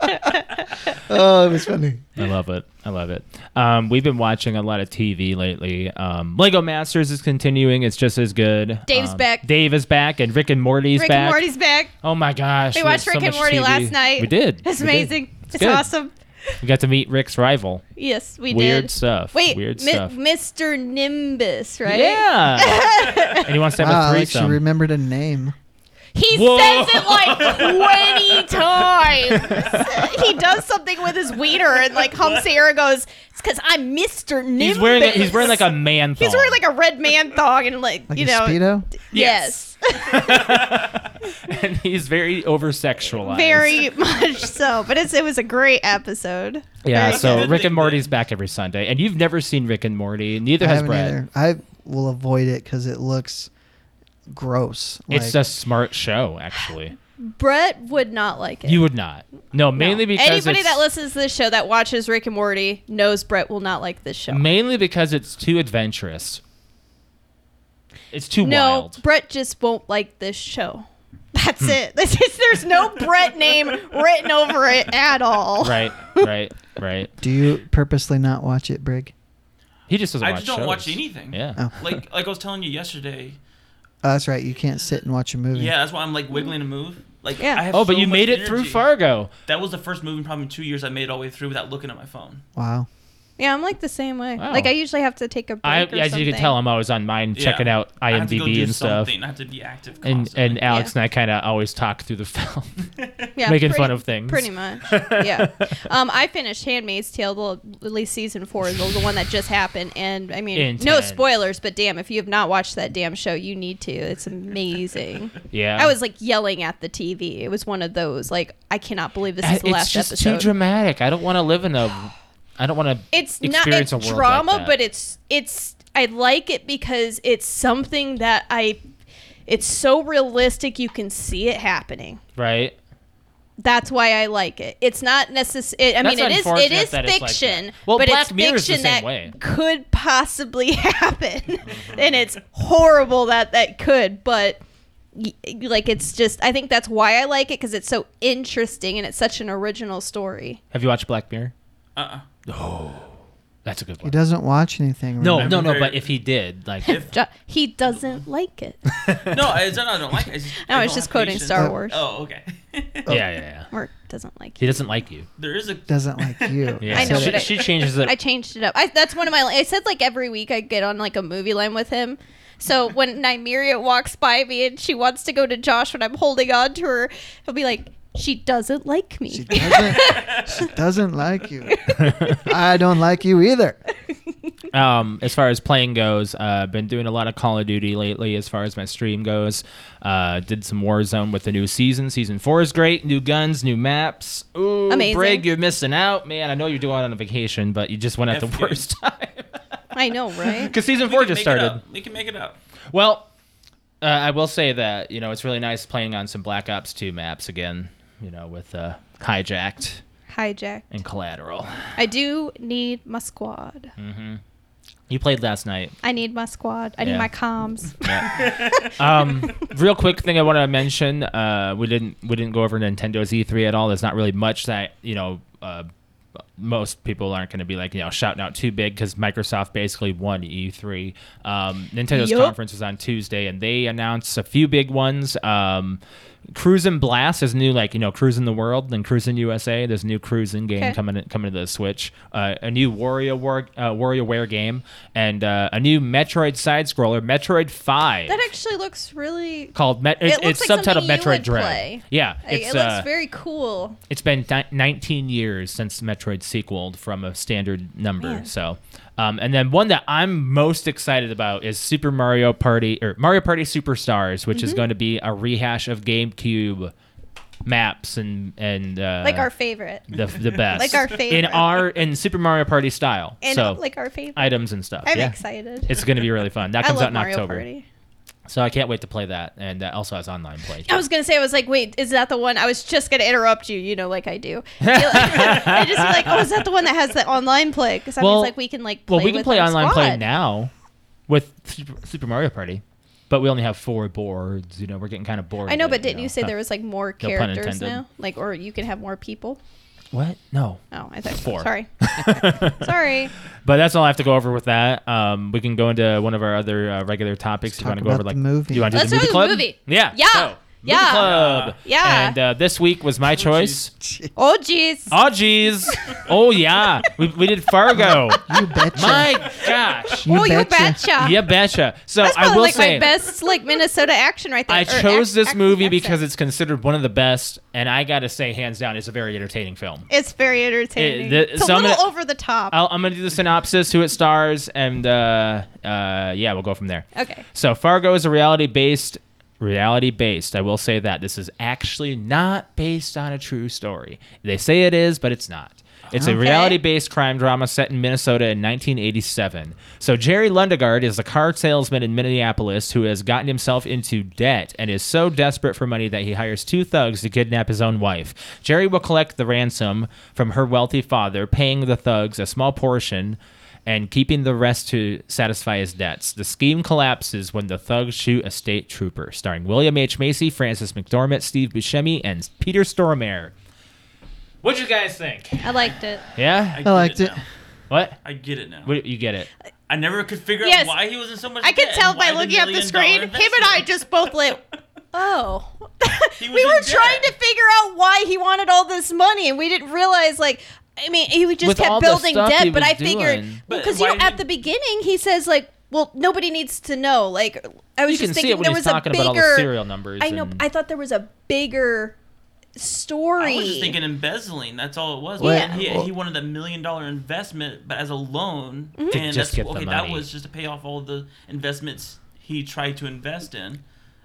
[SPEAKER 1] oh, it was funny.
[SPEAKER 2] I love it. I love it. Um, we've been watching a lot of TV lately. Um, Lego Masters is continuing. It's just as good.
[SPEAKER 3] Dave's
[SPEAKER 2] Um,
[SPEAKER 3] back.
[SPEAKER 2] Dave is back, and Rick and Morty's
[SPEAKER 3] Rick
[SPEAKER 2] back.
[SPEAKER 3] and Morty's back.
[SPEAKER 2] Oh my gosh!
[SPEAKER 3] We
[SPEAKER 2] there's
[SPEAKER 3] watched
[SPEAKER 2] so
[SPEAKER 3] Rick and
[SPEAKER 2] much
[SPEAKER 3] Morty
[SPEAKER 2] TV.
[SPEAKER 3] last night.
[SPEAKER 2] We did.
[SPEAKER 3] It's
[SPEAKER 2] We did.
[SPEAKER 3] amazing. It's,
[SPEAKER 2] good.
[SPEAKER 3] awesome.
[SPEAKER 2] We got to meet Rick's rival.
[SPEAKER 3] Yes, we
[SPEAKER 2] Weird
[SPEAKER 3] did.
[SPEAKER 2] stuff.
[SPEAKER 3] Wait,
[SPEAKER 2] Weird
[SPEAKER 3] Mi-
[SPEAKER 2] stuff.
[SPEAKER 3] Mr. Nimbus, right?
[SPEAKER 2] Yeah. and he wants to have
[SPEAKER 1] Wow,
[SPEAKER 2] a
[SPEAKER 1] I actually
[SPEAKER 2] threesome.
[SPEAKER 1] remembered a name.
[SPEAKER 3] He
[SPEAKER 2] Whoa.
[SPEAKER 3] says it like 20 times. he does something with his wiener and like humps the air and goes, It's because I'm Mr. Nimbus.
[SPEAKER 2] he's wearing. A, he's wearing like a man.
[SPEAKER 3] He's
[SPEAKER 2] thong.
[SPEAKER 3] wearing like a red man thong and like,
[SPEAKER 1] Like
[SPEAKER 3] you
[SPEAKER 1] a
[SPEAKER 3] know.
[SPEAKER 1] speedo.
[SPEAKER 3] Yes.
[SPEAKER 2] and he's very over sexualized.
[SPEAKER 3] Very much so. But it's, it was a great episode.
[SPEAKER 2] Yeah.
[SPEAKER 3] Very
[SPEAKER 2] So
[SPEAKER 4] good.
[SPEAKER 2] Rick and Morty's back every Sunday, and you've never seen Rick and Morty. Neither
[SPEAKER 1] I
[SPEAKER 2] has
[SPEAKER 1] haven't
[SPEAKER 2] Brad.
[SPEAKER 1] either. I will avoid it because it looks gross.
[SPEAKER 2] It's
[SPEAKER 1] Like,
[SPEAKER 2] a smart show, actually.
[SPEAKER 3] Brett would not like it.
[SPEAKER 2] You would not. No, mainly
[SPEAKER 3] No.
[SPEAKER 2] because
[SPEAKER 3] anybody
[SPEAKER 2] it's-
[SPEAKER 3] that listens to this show that watches Rick and Morty knows Brett will not like this show.
[SPEAKER 2] mainly because it's too adventurous. It's too
[SPEAKER 3] no,
[SPEAKER 2] wild. Hmm.
[SPEAKER 3] Brett just won't like this show. That's it. This is, there's no Brett name written over it at all.
[SPEAKER 2] Right, right, right.
[SPEAKER 1] Do you purposely not watch it, Brig?
[SPEAKER 2] He just doesn't
[SPEAKER 4] I
[SPEAKER 2] watch
[SPEAKER 4] just don't watch
[SPEAKER 2] shows.
[SPEAKER 4] anything.
[SPEAKER 2] Yeah.
[SPEAKER 1] Oh.
[SPEAKER 4] Like like I was telling you yesterday.
[SPEAKER 1] Oh, that's right. You can't sit and watch a movie.
[SPEAKER 4] Yeah, that's why I'm like wiggling to move. Like
[SPEAKER 3] Yeah.
[SPEAKER 4] I have
[SPEAKER 2] Oh, but
[SPEAKER 4] so
[SPEAKER 2] you
[SPEAKER 4] much
[SPEAKER 2] made it through
[SPEAKER 4] energy.
[SPEAKER 2] Fargo.
[SPEAKER 4] That was the first moving problem in two years I made all the way through without looking at my phone.
[SPEAKER 1] Wow.
[SPEAKER 3] Yeah, I'm like the same way.
[SPEAKER 2] Wow.
[SPEAKER 3] Like I usually have to take a break.
[SPEAKER 2] I,
[SPEAKER 3] or
[SPEAKER 2] as you
[SPEAKER 3] something.
[SPEAKER 2] can tell, I'm always on mine
[SPEAKER 4] Yeah.
[SPEAKER 2] checking out
[SPEAKER 4] I have to go
[SPEAKER 2] IMDb
[SPEAKER 4] do
[SPEAKER 2] and stuff.
[SPEAKER 4] something. I have to be active.
[SPEAKER 2] And and
[SPEAKER 4] Constantly.
[SPEAKER 2] Alex
[SPEAKER 3] Yeah.
[SPEAKER 2] and I kind of always talk through the film,
[SPEAKER 3] yeah,
[SPEAKER 2] making
[SPEAKER 3] pretty-
[SPEAKER 2] fun of things.
[SPEAKER 3] Pretty much. Yeah. um, I finished Handmaid's Tale, the, at least season four, the, the one that just happened. And I mean, no
[SPEAKER 2] Intense.
[SPEAKER 3] spoilers, but damn, if you have not watched that damn show, you need to. It's amazing.
[SPEAKER 2] Yeah.
[SPEAKER 3] I was like yelling at the TV. It was one of those, like, I cannot believe this is
[SPEAKER 2] Uh,
[SPEAKER 3] the
[SPEAKER 2] it's
[SPEAKER 3] last
[SPEAKER 2] just
[SPEAKER 3] episode.
[SPEAKER 2] too dramatic. I don't want to live in a. I don't want to.
[SPEAKER 3] it's not
[SPEAKER 2] experience
[SPEAKER 3] it's
[SPEAKER 2] a world
[SPEAKER 3] drama
[SPEAKER 2] like that.
[SPEAKER 3] but it's it's i like it because it's something that i it's so realistic you can see it happening
[SPEAKER 2] right.
[SPEAKER 3] that's why i like it it's not necessary i
[SPEAKER 2] That's
[SPEAKER 3] mean it is it
[SPEAKER 2] unfortunate
[SPEAKER 3] is
[SPEAKER 2] that it's like
[SPEAKER 3] fiction
[SPEAKER 2] that. Well,
[SPEAKER 3] but
[SPEAKER 2] Black
[SPEAKER 3] it's
[SPEAKER 2] Mirror is the
[SPEAKER 3] fiction
[SPEAKER 2] same
[SPEAKER 3] that
[SPEAKER 2] way. Mm-hmm.
[SPEAKER 3] could possibly happen and it's horrible that that could but y- like it's just i think that's why i like it because it's so interesting and it's such an original story
[SPEAKER 2] Have you watched Black Mirror?
[SPEAKER 4] uh-uh.
[SPEAKER 2] Oh, That's a good
[SPEAKER 1] He
[SPEAKER 2] one.
[SPEAKER 1] doesn't watch anything.
[SPEAKER 2] No,
[SPEAKER 1] remember?
[SPEAKER 2] no, no.
[SPEAKER 4] very-
[SPEAKER 2] But if he did, like,
[SPEAKER 3] Jo- he doesn't like it
[SPEAKER 4] no, it's not, I don't like it. It's just,
[SPEAKER 3] No,
[SPEAKER 4] I
[SPEAKER 3] it's
[SPEAKER 4] don't
[SPEAKER 3] just
[SPEAKER 4] have
[SPEAKER 3] quoting
[SPEAKER 4] patience.
[SPEAKER 3] Star
[SPEAKER 1] Uh,
[SPEAKER 3] Wars.
[SPEAKER 4] Oh, okay.
[SPEAKER 2] yeah, yeah, yeah.
[SPEAKER 3] Mark doesn't like
[SPEAKER 2] He
[SPEAKER 3] it.
[SPEAKER 2] doesn't like you.
[SPEAKER 4] there is a
[SPEAKER 1] Doesn't like you.
[SPEAKER 2] Yeah.
[SPEAKER 3] I know,
[SPEAKER 2] she,
[SPEAKER 3] but I-
[SPEAKER 2] she changes it.
[SPEAKER 3] I changed it up. I, that's one of my. I said like every week I get on like a movie line with him. So when Nymeria walks by me and she wants to go to Josh when I'm holding on to her, he'll be like, "She doesn't like me."
[SPEAKER 1] She doesn't. she doesn't like you. I don't like you either.
[SPEAKER 2] um, as far as playing goes, uh, been doing a lot of Call of Duty lately. As far as my stream goes, uh, did some Warzone with the new season. Season four is great. New guns, new maps. Ooh,
[SPEAKER 3] Amazing.
[SPEAKER 2] Brig, you're missing out, man. I know you're doing it on a vacation, but you just went at the
[SPEAKER 4] F you.
[SPEAKER 2] worst time
[SPEAKER 3] I know, right?
[SPEAKER 2] because season
[SPEAKER 4] we
[SPEAKER 2] four
[SPEAKER 4] can
[SPEAKER 2] just
[SPEAKER 4] make it up.
[SPEAKER 2] started.
[SPEAKER 4] We can make it up.
[SPEAKER 2] Well, uh, I will say that you know it's really nice playing on some Black Ops two maps again. You know, with uh, hijacked
[SPEAKER 3] Hijack.
[SPEAKER 2] and collateral. Mm-hmm.
[SPEAKER 3] I do need my squad.
[SPEAKER 2] Mm. You played last night.
[SPEAKER 3] I need my squad. I need
[SPEAKER 2] Yeah.
[SPEAKER 3] my comms.
[SPEAKER 2] um, real quick thing I want to mention. Uh, we didn't we didn't go over Nintendo's E3 at all. There's not really much that you know. Uh, most people aren't going to be like you know shouting out too big because Microsoft basically won E3. Um, Nintendo's
[SPEAKER 3] Yup.
[SPEAKER 2] conference was on Tuesday and they announced a few big ones. Um, Cruisin' Blast is new, like you know, Cruisin' the World and Cruisin' USA. There's a new cruising game
[SPEAKER 3] Okay.
[SPEAKER 2] coming coming to the Switch. Uh, a new Warrior War uh, WarioWare game and uh, a new Metroid side scroller, Metroid Five
[SPEAKER 3] that actually looks really.
[SPEAKER 2] called Met- it's,
[SPEAKER 3] looks
[SPEAKER 2] it's
[SPEAKER 3] like
[SPEAKER 2] subtitled
[SPEAKER 3] something you
[SPEAKER 2] Metroid
[SPEAKER 3] would
[SPEAKER 2] Dread.
[SPEAKER 3] play.
[SPEAKER 2] Yeah,
[SPEAKER 3] I-
[SPEAKER 2] it's
[SPEAKER 3] it looks
[SPEAKER 2] uh,
[SPEAKER 3] very cool.
[SPEAKER 2] it's been di- 19 years since Metroid sequeled from a standard number.
[SPEAKER 3] Man.
[SPEAKER 2] So, um, and then one that I'm most excited about is Super Mario Party or Mario Party Superstars, which
[SPEAKER 3] Mm-hmm.
[SPEAKER 2] is going to be a rehash of GameCube maps and and uh,
[SPEAKER 3] Like our favorite.
[SPEAKER 2] the, the best
[SPEAKER 3] like our
[SPEAKER 2] in
[SPEAKER 3] favorite.
[SPEAKER 2] our in Super Mario Party style.
[SPEAKER 3] And
[SPEAKER 2] so
[SPEAKER 3] like our favorite.
[SPEAKER 2] items and stuff.
[SPEAKER 3] I'm
[SPEAKER 2] yeah.
[SPEAKER 3] excited.
[SPEAKER 2] It's going to be really fun. That
[SPEAKER 3] I
[SPEAKER 2] comes
[SPEAKER 3] love
[SPEAKER 2] out in
[SPEAKER 3] Mario
[SPEAKER 2] October.
[SPEAKER 3] Party.
[SPEAKER 2] So I can't wait to play that and that also has online play.
[SPEAKER 3] I was gonna say, I was like, wait, is that the one? I was just gonna interrupt you, you know, like I do. I just be like, oh, is that the one that has the online play? Because I
[SPEAKER 2] Well-
[SPEAKER 3] was like, we can like play
[SPEAKER 2] Well, we can
[SPEAKER 3] with
[SPEAKER 2] play
[SPEAKER 3] our
[SPEAKER 2] online
[SPEAKER 3] squad.
[SPEAKER 2] play now with Super, Super Mario Party, but we only have four boards. You know, we're getting kind of bored.
[SPEAKER 3] I know,
[SPEAKER 2] of it,
[SPEAKER 3] but didn't you say
[SPEAKER 2] Huh.
[SPEAKER 3] there was like more
[SPEAKER 2] pun
[SPEAKER 3] characters
[SPEAKER 2] intended.
[SPEAKER 3] now? Like, or you can have more people?
[SPEAKER 2] what? No.
[SPEAKER 3] Oh, I thought
[SPEAKER 2] Four.
[SPEAKER 3] Sorry, sorry.
[SPEAKER 2] But that's all I have to go over with that. Um, we can go into one of our other uh, regular topics.
[SPEAKER 1] Let's
[SPEAKER 2] you want to
[SPEAKER 1] talk
[SPEAKER 2] go over
[SPEAKER 1] about
[SPEAKER 2] like
[SPEAKER 1] the movie.
[SPEAKER 2] You want to do
[SPEAKER 3] Let's
[SPEAKER 2] the movie
[SPEAKER 3] do the
[SPEAKER 2] club?
[SPEAKER 3] movie.
[SPEAKER 2] Yeah.
[SPEAKER 3] Yeah.
[SPEAKER 2] so, movie
[SPEAKER 3] Yeah.
[SPEAKER 2] club.
[SPEAKER 3] Yeah.
[SPEAKER 2] And uh, this week was my choice.
[SPEAKER 3] Oh, jeez.
[SPEAKER 2] Oh jeez. Oh yeah. We, we did Fargo.
[SPEAKER 1] You betcha.
[SPEAKER 2] my gosh.
[SPEAKER 3] oh, you betcha.
[SPEAKER 2] Yeah, betcha. So
[SPEAKER 3] That's
[SPEAKER 2] I
[SPEAKER 3] probably
[SPEAKER 2] will
[SPEAKER 3] like
[SPEAKER 2] say
[SPEAKER 3] my best like Minnesota action right there.
[SPEAKER 2] I
[SPEAKER 3] or
[SPEAKER 2] chose
[SPEAKER 3] ac-
[SPEAKER 2] this
[SPEAKER 3] ac-
[SPEAKER 2] movie
[SPEAKER 3] accent.
[SPEAKER 2] because it's considered one of the best, and I gotta say, hands down, it's a very entertaining film.
[SPEAKER 3] it's very entertaining.
[SPEAKER 2] It- the-
[SPEAKER 3] it's a
[SPEAKER 2] so I'm
[SPEAKER 3] little
[SPEAKER 2] gonna-
[SPEAKER 3] over the top.
[SPEAKER 2] I'll, I'm gonna do the synopsis, who it stars, and uh, uh, yeah, we'll go from there.
[SPEAKER 3] okay.
[SPEAKER 2] So Fargo is a reality based reality based. I will say that this is actually not based on a true story. They say it is, but it's not. It's a
[SPEAKER 1] Okay.
[SPEAKER 2] reality-based crime drama set in Minnesota in 1987. So Jerry Lundegaard is a car salesman in Minneapolis who has gotten himself into debt and is so desperate for money that he hires two thugs to kidnap his own wife. Jerry will collect the ransom from her wealthy father, paying the thugs a small portion and keeping the rest to satisfy his debts. The scheme collapses when the thugs shoot a state trooper, starring William H. Macy, Francis McDormand, Steve Buscemi, and Peter Stormare. What'd you guys think?
[SPEAKER 3] I liked it.
[SPEAKER 2] Yeah?
[SPEAKER 4] get
[SPEAKER 1] liked it.
[SPEAKER 4] now.
[SPEAKER 2] What?
[SPEAKER 4] I get it now.
[SPEAKER 2] What you get it?
[SPEAKER 4] I never could figure
[SPEAKER 3] Yes.
[SPEAKER 4] out why he was in so much.
[SPEAKER 3] I could
[SPEAKER 4] debt
[SPEAKER 3] tell
[SPEAKER 4] and
[SPEAKER 3] by
[SPEAKER 4] why
[SPEAKER 3] looking at the
[SPEAKER 4] million
[SPEAKER 3] screen.
[SPEAKER 4] dollar
[SPEAKER 3] Him and I
[SPEAKER 4] investment.
[SPEAKER 3] just both lit. Oh, we
[SPEAKER 4] was in
[SPEAKER 3] were trying to
[SPEAKER 4] debt.
[SPEAKER 3] figure out why he wanted all this money, and we didn't realize like. I mean, he just
[SPEAKER 2] With all
[SPEAKER 3] kept
[SPEAKER 2] the
[SPEAKER 3] building
[SPEAKER 2] stuff he
[SPEAKER 3] debt, but
[SPEAKER 2] was
[SPEAKER 3] I figured
[SPEAKER 2] doing.
[SPEAKER 4] But
[SPEAKER 3] because
[SPEAKER 4] why
[SPEAKER 3] you know, at
[SPEAKER 4] did-
[SPEAKER 3] the beginning he says like, "Well, nobody needs to know." Like, I was
[SPEAKER 2] You can
[SPEAKER 3] just thinking
[SPEAKER 2] see it when
[SPEAKER 3] there
[SPEAKER 2] he's
[SPEAKER 3] was a
[SPEAKER 2] talking
[SPEAKER 3] bigger.
[SPEAKER 2] about all the serial numbers.
[SPEAKER 3] I know.
[SPEAKER 2] and-
[SPEAKER 3] I thought there was a bigger story.
[SPEAKER 4] I was just thinking embezzling. That's all it was.
[SPEAKER 1] Well,
[SPEAKER 4] Like, he,
[SPEAKER 1] well-
[SPEAKER 4] he wanted that million dollar investment, but as a loan,
[SPEAKER 1] Mm-hmm.
[SPEAKER 2] To
[SPEAKER 4] and
[SPEAKER 2] just
[SPEAKER 4] that's,
[SPEAKER 2] get the
[SPEAKER 4] okay,
[SPEAKER 2] money.
[SPEAKER 4] that was just to pay off all the investments he tried to invest in,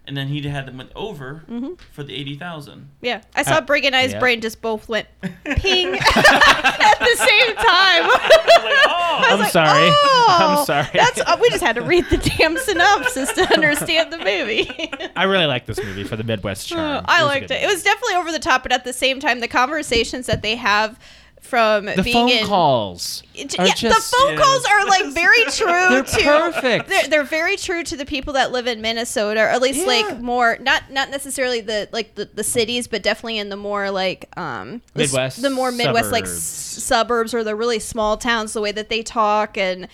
[SPEAKER 4] and then he had them went over
[SPEAKER 1] Mm-hmm.
[SPEAKER 4] for the eighty thousand.
[SPEAKER 3] Yeah, I saw
[SPEAKER 2] Uh,
[SPEAKER 3] Brig and I's
[SPEAKER 2] yeah.
[SPEAKER 3] brain just both went ping at the same time. I
[SPEAKER 2] I'm
[SPEAKER 3] was like,
[SPEAKER 2] sorry.
[SPEAKER 3] "Oh,
[SPEAKER 2] I'm sorry.
[SPEAKER 3] That's uh, we just had to read the damn synopsis to understand the movie.
[SPEAKER 2] I really like this movie for the Midwest charm.
[SPEAKER 3] Oh, I
[SPEAKER 2] was a
[SPEAKER 3] liked
[SPEAKER 2] good
[SPEAKER 3] it. It was definitely over the top, but at the same time, the conversations that they have from
[SPEAKER 2] movie. the
[SPEAKER 3] being
[SPEAKER 2] phone
[SPEAKER 3] in,
[SPEAKER 2] calls.
[SPEAKER 3] It-
[SPEAKER 2] are
[SPEAKER 3] yeah,
[SPEAKER 2] just-
[SPEAKER 3] the phone calls are like very true
[SPEAKER 2] They're
[SPEAKER 3] to
[SPEAKER 2] perfect.
[SPEAKER 3] They're, they're very true to the people that live in Minnesota, or at least
[SPEAKER 2] Yeah.
[SPEAKER 3] like more not not necessarily the like the, the cities, but definitely in the more like um the s-
[SPEAKER 2] Midwest
[SPEAKER 3] the more Midwest like s-
[SPEAKER 2] suburbs.
[SPEAKER 3] suburbs or the really small towns. The way that they talk and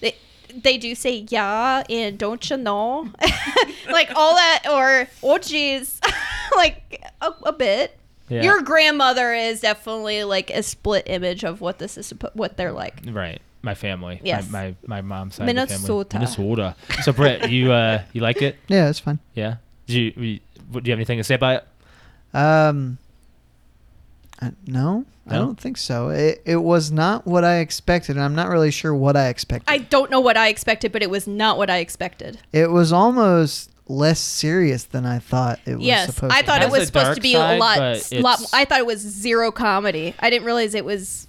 [SPEAKER 3] they they do say yeah and don't you know like all that or oh geez like a, a bit.
[SPEAKER 2] Yeah.
[SPEAKER 3] Your grandmother is definitely like a split image of what this is suppo- what they're like.
[SPEAKER 2] Right. My family.
[SPEAKER 3] Yes.
[SPEAKER 2] My my, my mom's side of
[SPEAKER 3] Minnesota.
[SPEAKER 2] the family. Minnesota. So Brett, you uh you like it?
[SPEAKER 1] Yeah, it's fine.
[SPEAKER 2] Yeah. Do you we- what- do you have anything to say about it?
[SPEAKER 1] Um, I, no, I
[SPEAKER 2] No?
[SPEAKER 1] don't think so. It it was not what I expected, and I'm not really sure what I expected.
[SPEAKER 3] I don't know what I expected, but it was not what I expected.
[SPEAKER 1] it was almost less serious than I thought it was
[SPEAKER 3] yes,
[SPEAKER 1] supposed
[SPEAKER 3] I
[SPEAKER 1] to
[SPEAKER 3] thought
[SPEAKER 2] It
[SPEAKER 1] be.
[SPEAKER 3] it
[SPEAKER 2] has a
[SPEAKER 3] was supposed
[SPEAKER 2] dark
[SPEAKER 3] to be
[SPEAKER 2] side,
[SPEAKER 3] a lot,
[SPEAKER 2] but
[SPEAKER 3] s- lot.
[SPEAKER 2] it's-
[SPEAKER 3] I thought it was zero comedy. I didn't realize it was.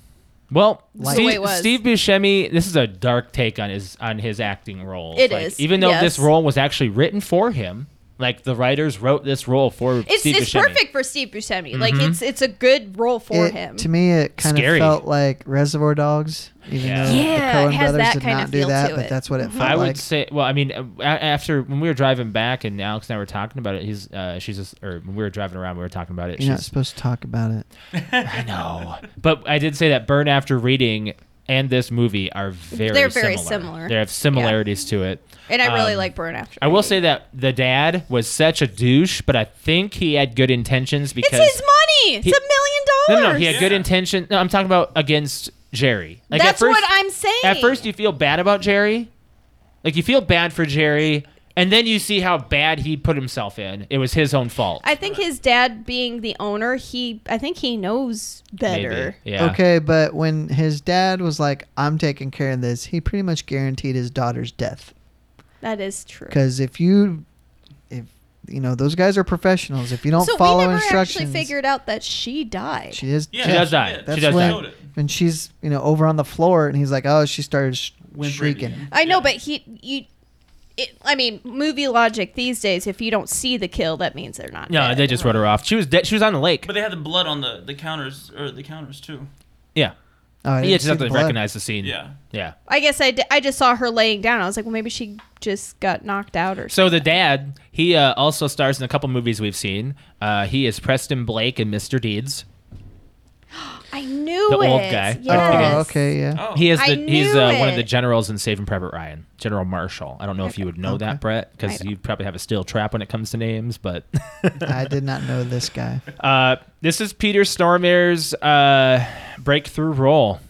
[SPEAKER 2] Well,
[SPEAKER 1] Like-
[SPEAKER 2] Steve,
[SPEAKER 3] The way it was.
[SPEAKER 2] Steve Buscemi, this is a dark take on his on his acting role. It
[SPEAKER 3] It
[SPEAKER 2] is
[SPEAKER 3] is,
[SPEAKER 2] Even though this
[SPEAKER 3] yes.
[SPEAKER 2] role was actually written for him, like the writers wrote this role for
[SPEAKER 3] It's
[SPEAKER 2] Steve
[SPEAKER 3] it's
[SPEAKER 2] Buscemi. Mm-hmm.
[SPEAKER 3] perfect for Steve Buscemi. Like it's it's a good role for
[SPEAKER 1] It-
[SPEAKER 3] him.
[SPEAKER 1] To me, it kind
[SPEAKER 2] Scary.
[SPEAKER 1] of felt like Reservoir Dogs, even
[SPEAKER 2] Yeah. Mm-hmm.
[SPEAKER 1] though
[SPEAKER 3] Yeah,
[SPEAKER 1] the
[SPEAKER 3] it
[SPEAKER 1] Coen
[SPEAKER 3] has
[SPEAKER 1] brothers
[SPEAKER 3] that
[SPEAKER 1] did
[SPEAKER 3] kind
[SPEAKER 1] not
[SPEAKER 3] of
[SPEAKER 1] do
[SPEAKER 3] feel
[SPEAKER 1] that,
[SPEAKER 3] to
[SPEAKER 1] but
[SPEAKER 3] it.
[SPEAKER 1] that's what it felt
[SPEAKER 2] I would
[SPEAKER 1] like.
[SPEAKER 2] say, well, I mean, uh, a- a- after when we were driving back and Alex and I were talking about it, he's, uh, she's just, or when we were driving around, we were talking about it.
[SPEAKER 1] You're not
[SPEAKER 2] she's-
[SPEAKER 1] supposed to talk about it.
[SPEAKER 2] I know, but I did say that Burn After Reading and this movie are very,
[SPEAKER 3] They're very similar.
[SPEAKER 2] They have similarities to it.
[SPEAKER 3] and I really
[SPEAKER 2] um,
[SPEAKER 3] like Burn After.
[SPEAKER 2] I will
[SPEAKER 3] Reading.
[SPEAKER 2] say that the dad was such a douche, but I think he had good intentions because
[SPEAKER 3] it's his money. It's
[SPEAKER 2] He-
[SPEAKER 3] a million
[SPEAKER 2] no,
[SPEAKER 3] dollars.
[SPEAKER 2] no, no, he had good
[SPEAKER 4] Yeah.
[SPEAKER 2] intention. No, I'm talking about against Jerry. Like
[SPEAKER 3] That's
[SPEAKER 2] at first,
[SPEAKER 3] what I'm saying.
[SPEAKER 2] At first, you feel bad about Jerry, like you feel bad for Jerry, and then you see how bad he put himself in. It was his own fault.
[SPEAKER 3] I think his dad being the owner, he I think he knows
[SPEAKER 2] maybe.
[SPEAKER 3] better.
[SPEAKER 2] Yeah.
[SPEAKER 1] Okay, but when his dad was like, "I'm taking care of this," he pretty much guaranteed his daughter's death.
[SPEAKER 3] That is true.
[SPEAKER 1] Because if you, if you know, those guys are professionals. If you don't
[SPEAKER 3] so
[SPEAKER 1] follow
[SPEAKER 3] we never
[SPEAKER 1] instructions,
[SPEAKER 3] actually figured out that she died.
[SPEAKER 1] she is.
[SPEAKER 4] Yeah,
[SPEAKER 2] She does die.
[SPEAKER 4] did.
[SPEAKER 2] She
[SPEAKER 1] That's
[SPEAKER 2] does
[SPEAKER 1] when,
[SPEAKER 2] die.
[SPEAKER 4] Showed it.
[SPEAKER 1] when she's you know over on the floor, and he's like, "Oh, she started sh-
[SPEAKER 4] Whimpering.
[SPEAKER 1] shrieking."
[SPEAKER 3] I know,
[SPEAKER 4] Yeah.
[SPEAKER 3] but he you. It, I mean, movie logic these days. If you don't see the kill, that means they're not.
[SPEAKER 2] No,
[SPEAKER 3] dead.
[SPEAKER 2] they just wrote her off. She was dead. She was on the lake.
[SPEAKER 4] But they had the blood on the, the counters or the counters too.
[SPEAKER 2] yeah.
[SPEAKER 1] Oh, I
[SPEAKER 2] You
[SPEAKER 1] didn't
[SPEAKER 2] just
[SPEAKER 1] see
[SPEAKER 2] have
[SPEAKER 1] the
[SPEAKER 2] to
[SPEAKER 1] blood.
[SPEAKER 2] recognize the scene.
[SPEAKER 4] Yeah.
[SPEAKER 2] Yeah.
[SPEAKER 3] I guess I, d- I just saw her laying down. I was like, well, maybe she just got knocked out or.
[SPEAKER 2] So the dad, he uh, also stars in a couple movies we've seen. Uh, he is Preston Blake in Mr. Deeds.
[SPEAKER 3] I knew
[SPEAKER 2] The
[SPEAKER 3] it.
[SPEAKER 2] old guy.
[SPEAKER 3] Yes.
[SPEAKER 1] Oh, okay, yeah.
[SPEAKER 4] Oh,
[SPEAKER 2] He is
[SPEAKER 3] I
[SPEAKER 2] the, he's
[SPEAKER 3] knew
[SPEAKER 2] uh, one of
[SPEAKER 3] it.
[SPEAKER 2] the generals in Saving Private Ryan, General Marshall. I don't know if you would know
[SPEAKER 1] Okay.
[SPEAKER 2] that, Brett,
[SPEAKER 3] I
[SPEAKER 2] because
[SPEAKER 3] don't.
[SPEAKER 2] you probably have a steel trap when it comes to names. But "Oh."
[SPEAKER 1] I did not know this guy.
[SPEAKER 2] uh, this is Peter Stormare's uh, breakthrough role.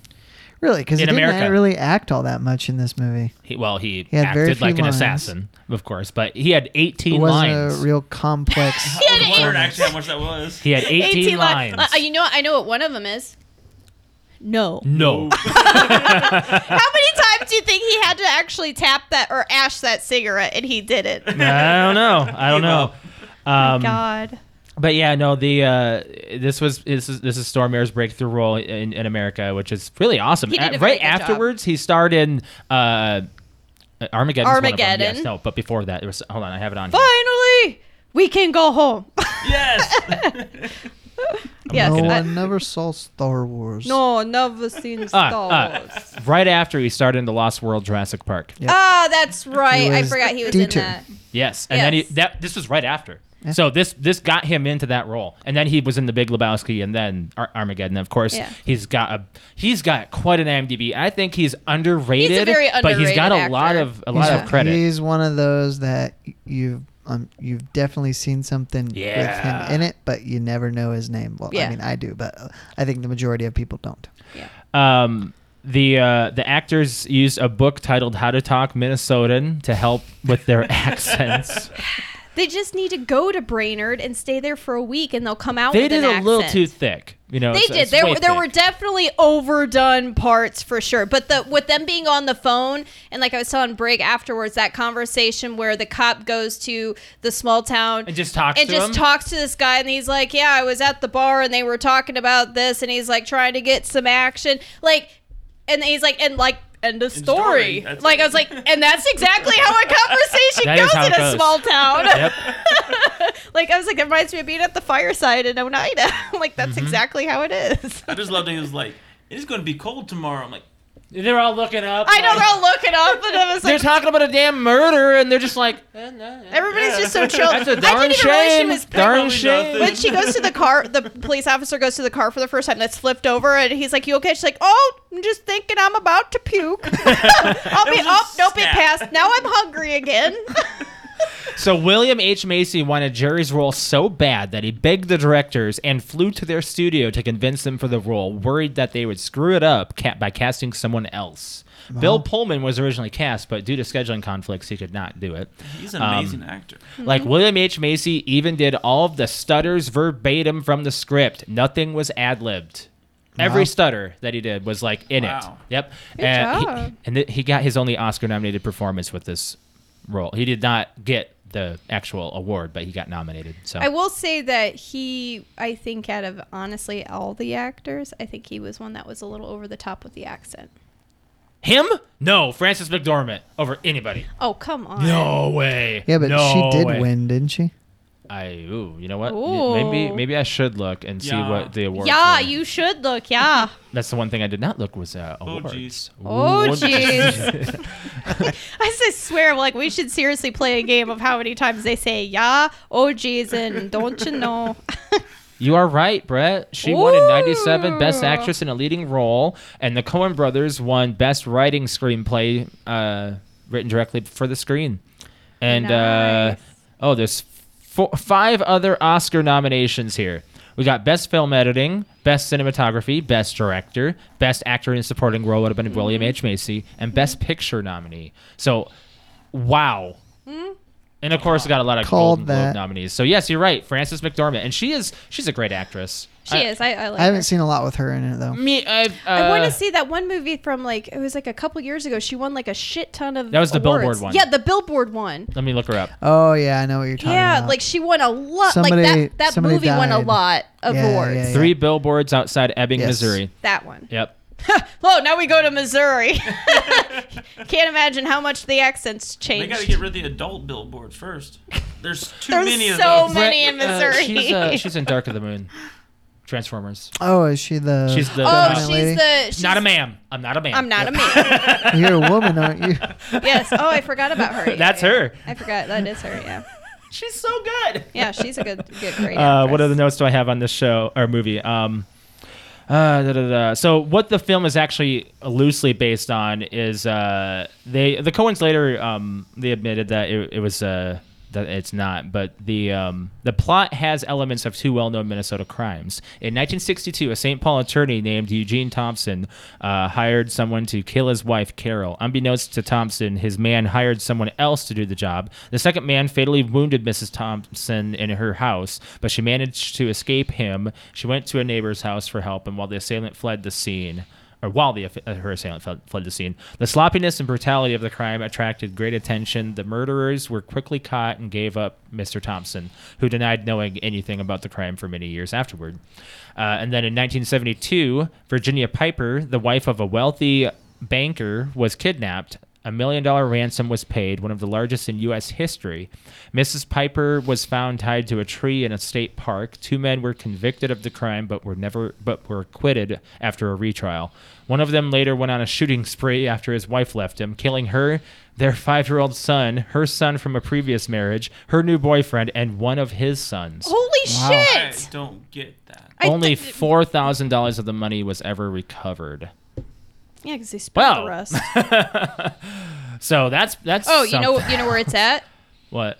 [SPEAKER 1] Really, because he
[SPEAKER 2] In
[SPEAKER 1] didn't
[SPEAKER 2] America.
[SPEAKER 1] really act all that much in this movie.
[SPEAKER 2] He, well, he,
[SPEAKER 1] He had very
[SPEAKER 2] acted
[SPEAKER 1] few
[SPEAKER 2] like an
[SPEAKER 1] lines.
[SPEAKER 2] assassin, of course, but he had
[SPEAKER 1] It
[SPEAKER 2] 18
[SPEAKER 1] wasn't
[SPEAKER 2] lines.
[SPEAKER 1] a real complex.
[SPEAKER 4] I was
[SPEAKER 3] Yeah,
[SPEAKER 4] wondering
[SPEAKER 3] it-
[SPEAKER 4] actually how much that was.
[SPEAKER 2] he had 18,
[SPEAKER 3] li-
[SPEAKER 2] lines.
[SPEAKER 3] Uh, you know, I know what one of them is. No.
[SPEAKER 2] no.
[SPEAKER 3] How many times do you think he had to actually tap that or ash that cigarette and he did it?
[SPEAKER 2] I don't know. I don't know. Um,
[SPEAKER 3] Oh God.
[SPEAKER 2] But yeah, no, the uh, this was this is this is Stormare's breakthrough role in, in America, which is really awesome.
[SPEAKER 3] He did a
[SPEAKER 2] A-
[SPEAKER 3] very
[SPEAKER 2] right
[SPEAKER 3] good job.
[SPEAKER 2] afterwards, he starred in uh, Armageddon.
[SPEAKER 3] Armageddon.
[SPEAKER 2] Yes, no, but before that, there was hold on, I have it on. here.
[SPEAKER 3] Finally, we can go home.
[SPEAKER 4] yes.
[SPEAKER 3] Yes,
[SPEAKER 1] no
[SPEAKER 3] I-
[SPEAKER 1] one never saw Star Wars.
[SPEAKER 3] No, never seen
[SPEAKER 2] Ah,
[SPEAKER 3] Star
[SPEAKER 2] ah.
[SPEAKER 3] Wars.
[SPEAKER 2] Right after he starred in the Lost World Jurassic Park.
[SPEAKER 1] Yeah.
[SPEAKER 3] Ah, that's right. I
[SPEAKER 1] was
[SPEAKER 3] forgot he was
[SPEAKER 1] Dieter.
[SPEAKER 3] in that.
[SPEAKER 2] Yes, and then he
[SPEAKER 3] Yes.
[SPEAKER 2] that this was right after.
[SPEAKER 1] Yeah.
[SPEAKER 2] So this this got him into that role, and then he was in the Big Lebowski, and then Ar- Armageddon. Of course,
[SPEAKER 3] Yeah.
[SPEAKER 2] he's got a he's got quite an IMDb. I think he's underrated,
[SPEAKER 3] very
[SPEAKER 2] but he's got a
[SPEAKER 3] underrated
[SPEAKER 2] lot
[SPEAKER 3] actor.
[SPEAKER 2] of a lot
[SPEAKER 1] Yeah.
[SPEAKER 2] of credit.
[SPEAKER 1] He's one of those that y- you've um, you've definitely seen something
[SPEAKER 2] Yeah.
[SPEAKER 1] with him in it, but you never know his name. Well,
[SPEAKER 3] Yeah.
[SPEAKER 1] I mean, I do, but uh, I think the majority of people don't.
[SPEAKER 3] Yeah.
[SPEAKER 2] Um, the uh, the actors used a book titled "How to Talk Minnesotan" to help with their accents.
[SPEAKER 3] They just need to go to Brainerd and stay there for a week, and they'll come out.
[SPEAKER 2] They
[SPEAKER 3] with
[SPEAKER 2] did
[SPEAKER 3] an
[SPEAKER 2] a little
[SPEAKER 3] accent.
[SPEAKER 2] too thick, you know.
[SPEAKER 3] They
[SPEAKER 2] it's-
[SPEAKER 3] did.
[SPEAKER 2] it's
[SPEAKER 3] There,
[SPEAKER 2] way
[SPEAKER 3] were, there were
[SPEAKER 2] thick.
[SPEAKER 3] definitely overdone parts for sure. But the with them being on the phone and like I was telling Brig afterwards, that conversation where the cop goes to the small town
[SPEAKER 2] and just talks
[SPEAKER 3] and
[SPEAKER 2] to
[SPEAKER 3] just
[SPEAKER 2] him.
[SPEAKER 3] talks to this guy and he's like yeah i was at the bar and they were talking about this and he's like trying to get some action like and he's like and like end of story,
[SPEAKER 4] story. That's
[SPEAKER 3] like
[SPEAKER 4] it.
[SPEAKER 3] i was like and that's exactly how a conversation
[SPEAKER 2] That is
[SPEAKER 3] goes
[SPEAKER 2] how
[SPEAKER 3] in
[SPEAKER 2] it
[SPEAKER 3] a
[SPEAKER 2] goes.
[SPEAKER 3] small town
[SPEAKER 2] Yep.
[SPEAKER 3] like i was like it reminds me of being at the fireside in oneida i'm like
[SPEAKER 2] Mm-hmm.
[SPEAKER 3] that's exactly how it is
[SPEAKER 4] I just loved it. He was like, "It's going to be cold tomorrow." I'm like,
[SPEAKER 2] They're all looking up.
[SPEAKER 3] i know
[SPEAKER 2] like-
[SPEAKER 3] they're all looking up and i was
[SPEAKER 2] They're
[SPEAKER 3] like
[SPEAKER 2] talking about a damn murder, and they're just like,
[SPEAKER 3] everybody's
[SPEAKER 4] Yeah.
[SPEAKER 3] just so chill
[SPEAKER 2] That's a
[SPEAKER 3] i
[SPEAKER 2] darn
[SPEAKER 3] didn't even realize she
[SPEAKER 2] shame.
[SPEAKER 3] was pregnant.
[SPEAKER 2] Darn
[SPEAKER 4] Probably
[SPEAKER 2] shame.
[SPEAKER 4] nothing.
[SPEAKER 3] when she goes to the car, the police officer goes to the car for the first time. That's flipped over, and he's like, "You okay?" She's like, "Oh, I'm just thinking I'm about to puke. I'll be
[SPEAKER 4] was a
[SPEAKER 3] up. Nope, it
[SPEAKER 4] snap.
[SPEAKER 3] passed. Now I'm hungry again."
[SPEAKER 2] So William H. Macy wanted Jerry's role so bad that he begged the directors and flew to their studio to convince them for the role, worried that they would screw it up ca- by casting someone else. Bill Pullman was originally cast, but due to scheduling conflicts, he could not do it.
[SPEAKER 4] "He's an
[SPEAKER 2] Um,
[SPEAKER 4] amazing actor."
[SPEAKER 2] Like
[SPEAKER 3] Mm-hmm.
[SPEAKER 2] William H. Macy even did all of the stutters verbatim from the script. Nothing was ad libbed. Every
[SPEAKER 1] Wow.
[SPEAKER 2] stutter that he did was like in
[SPEAKER 4] Wow.
[SPEAKER 2] it. Yep.
[SPEAKER 3] Good
[SPEAKER 2] and he-
[SPEAKER 3] job.
[SPEAKER 2] and th- he got his only Oscar nominated performance with this role. He did not get the actual award, but he got nominated. So
[SPEAKER 3] I will say that he, I think, out of honestly all the actors, I think he was one that was a little over the top with the accent.
[SPEAKER 2] him? No, Francis McDormand over anybody.
[SPEAKER 3] Oh, come on.
[SPEAKER 2] No way.
[SPEAKER 1] Yeah, but
[SPEAKER 2] No
[SPEAKER 1] she did
[SPEAKER 2] way.
[SPEAKER 1] win, didn't she?
[SPEAKER 2] I ooh, you know what? Maybe
[SPEAKER 3] Ooh.
[SPEAKER 2] maybe I should look and see
[SPEAKER 4] Yeah.
[SPEAKER 2] what the award.
[SPEAKER 3] Yeah, you should look. Yeah.
[SPEAKER 2] That's the one thing I did not look was uh,
[SPEAKER 4] Oh,
[SPEAKER 2] awards.
[SPEAKER 4] jeez.
[SPEAKER 3] Oh,
[SPEAKER 2] Ooh,
[SPEAKER 3] jeez. I just swear, I'm like, we should seriously play a game of how many times they say yeah, oh, geez, and don't you know.
[SPEAKER 2] You are right, Brett. She won in
[SPEAKER 3] Ooh.
[SPEAKER 2] '97 Best Actress in a Leading Role, and the Coen Brothers won Best Writing Screenplay, uh, written directly for the screen. And
[SPEAKER 3] Nice.
[SPEAKER 2] uh, oh, there's four, five other Oscar nominations here. We got Best Film Editing, Best Cinematography, Best Director, Best Actor in a Supporting Role would have been William H Macy, and Best Picture nominee. So, wow. And of course, we got a lot of
[SPEAKER 1] Called
[SPEAKER 2] Golden
[SPEAKER 1] that.
[SPEAKER 2] Globe nominees. So yes, you're right, Frances McDormand, and she is she's a great actress.
[SPEAKER 3] She is. I, I like
[SPEAKER 1] I
[SPEAKER 3] her.
[SPEAKER 1] haven't seen a lot with her in it though.
[SPEAKER 3] Mm.
[SPEAKER 2] Me, I've, uh,
[SPEAKER 3] I want to see that one movie from like it was like a couple years ago. She won like a shit ton of.
[SPEAKER 2] That was the
[SPEAKER 3] awards.
[SPEAKER 2] Billboard one.
[SPEAKER 3] Yeah, the Billboard one.
[SPEAKER 2] Let me look her up.
[SPEAKER 1] Oh yeah, I know what you're talking
[SPEAKER 3] Yeah,
[SPEAKER 1] about.
[SPEAKER 3] like she won a lot. Like
[SPEAKER 1] Somebody-
[SPEAKER 3] that that
[SPEAKER 1] somebody
[SPEAKER 3] movie won a
[SPEAKER 1] died.
[SPEAKER 3] lot of
[SPEAKER 1] Yeah,
[SPEAKER 3] awards.
[SPEAKER 1] yeah, yeah.
[SPEAKER 2] Three billboards outside Ebbing,
[SPEAKER 1] Yes.
[SPEAKER 2] Missouri.
[SPEAKER 3] That one.
[SPEAKER 2] Yep.
[SPEAKER 3] Oh, now we go to Missouri. Can't imagine how much the accents
[SPEAKER 4] They
[SPEAKER 3] changed.
[SPEAKER 4] got to get rid of the adult billboard first. There's too
[SPEAKER 3] There's
[SPEAKER 4] many of
[SPEAKER 3] so
[SPEAKER 4] those.
[SPEAKER 3] many. Many in Missouri.
[SPEAKER 2] she's, uh, she's in Dark of the Moon, Transformers.
[SPEAKER 1] oh, is she the?
[SPEAKER 2] She's the-
[SPEAKER 3] oh,
[SPEAKER 2] Dominant
[SPEAKER 3] she's
[SPEAKER 1] dominant lady?
[SPEAKER 3] the. She's,
[SPEAKER 2] not a ma'am. I'm not a ma'am.
[SPEAKER 3] I'm not a man.
[SPEAKER 1] You're a woman, aren't you?
[SPEAKER 3] yes. Oh, I forgot about her. Yeah,
[SPEAKER 2] That's
[SPEAKER 3] yeah.
[SPEAKER 2] her.
[SPEAKER 3] I forgot. That is her. Yeah.
[SPEAKER 2] She's so good.
[SPEAKER 3] Yeah, she's a good, good, great.
[SPEAKER 2] Uh, what
[SPEAKER 3] actress.
[SPEAKER 2] other notes do I have on this show or movie? Um, uh, da, da, da. So what the film is actually loosely based on is uh, they the Coens later um, they admitted that it, it was uh, that it's not, but the um, the plot has elements of two well known Minnesota crimes. In 1962, a St. Paul attorney named Eugene Thompson uh, hired someone to kill his wife Carol. Unbeknownst to Thompson, his man hired someone else to do the job. The second man fatally wounded Mrs. Thompson in her house, but she managed to escape him. She went to a neighbor's house for help, and while the assailant fled the scene, or while the aff- uh, her assailant fled, fled the scene, the sloppiness and brutality of the crime attracted great attention. The murderers were quickly caught and gave up Mr. Thompson, who denied knowing anything about the crime for many years afterward. Uh, and then in 1972, Virginia Piper, the wife of a wealthy banker, was kidnapped. A million dollar ransom was paid, one of the largest in U.S. history. Mrs. Piper was found tied to a tree in a state park. Two men were convicted of the crime, but were never but were acquitted after a retrial. One of them later went on a shooting spree after his wife left him, killing her, their five-year-old son, her son from a previous marriage, her new boyfriend, and one of his sons.
[SPEAKER 3] Holy
[SPEAKER 4] I
[SPEAKER 3] shit!
[SPEAKER 4] don't get that.
[SPEAKER 3] Oh, I
[SPEAKER 2] Only
[SPEAKER 3] thi-
[SPEAKER 2] four thousand dollars of the money was ever recovered.
[SPEAKER 3] Yeah, because they spilled
[SPEAKER 2] Wow.
[SPEAKER 3] the rest.
[SPEAKER 2] So that's that's.
[SPEAKER 3] Oh, you know,
[SPEAKER 2] something.
[SPEAKER 3] you know where it's at.
[SPEAKER 2] What?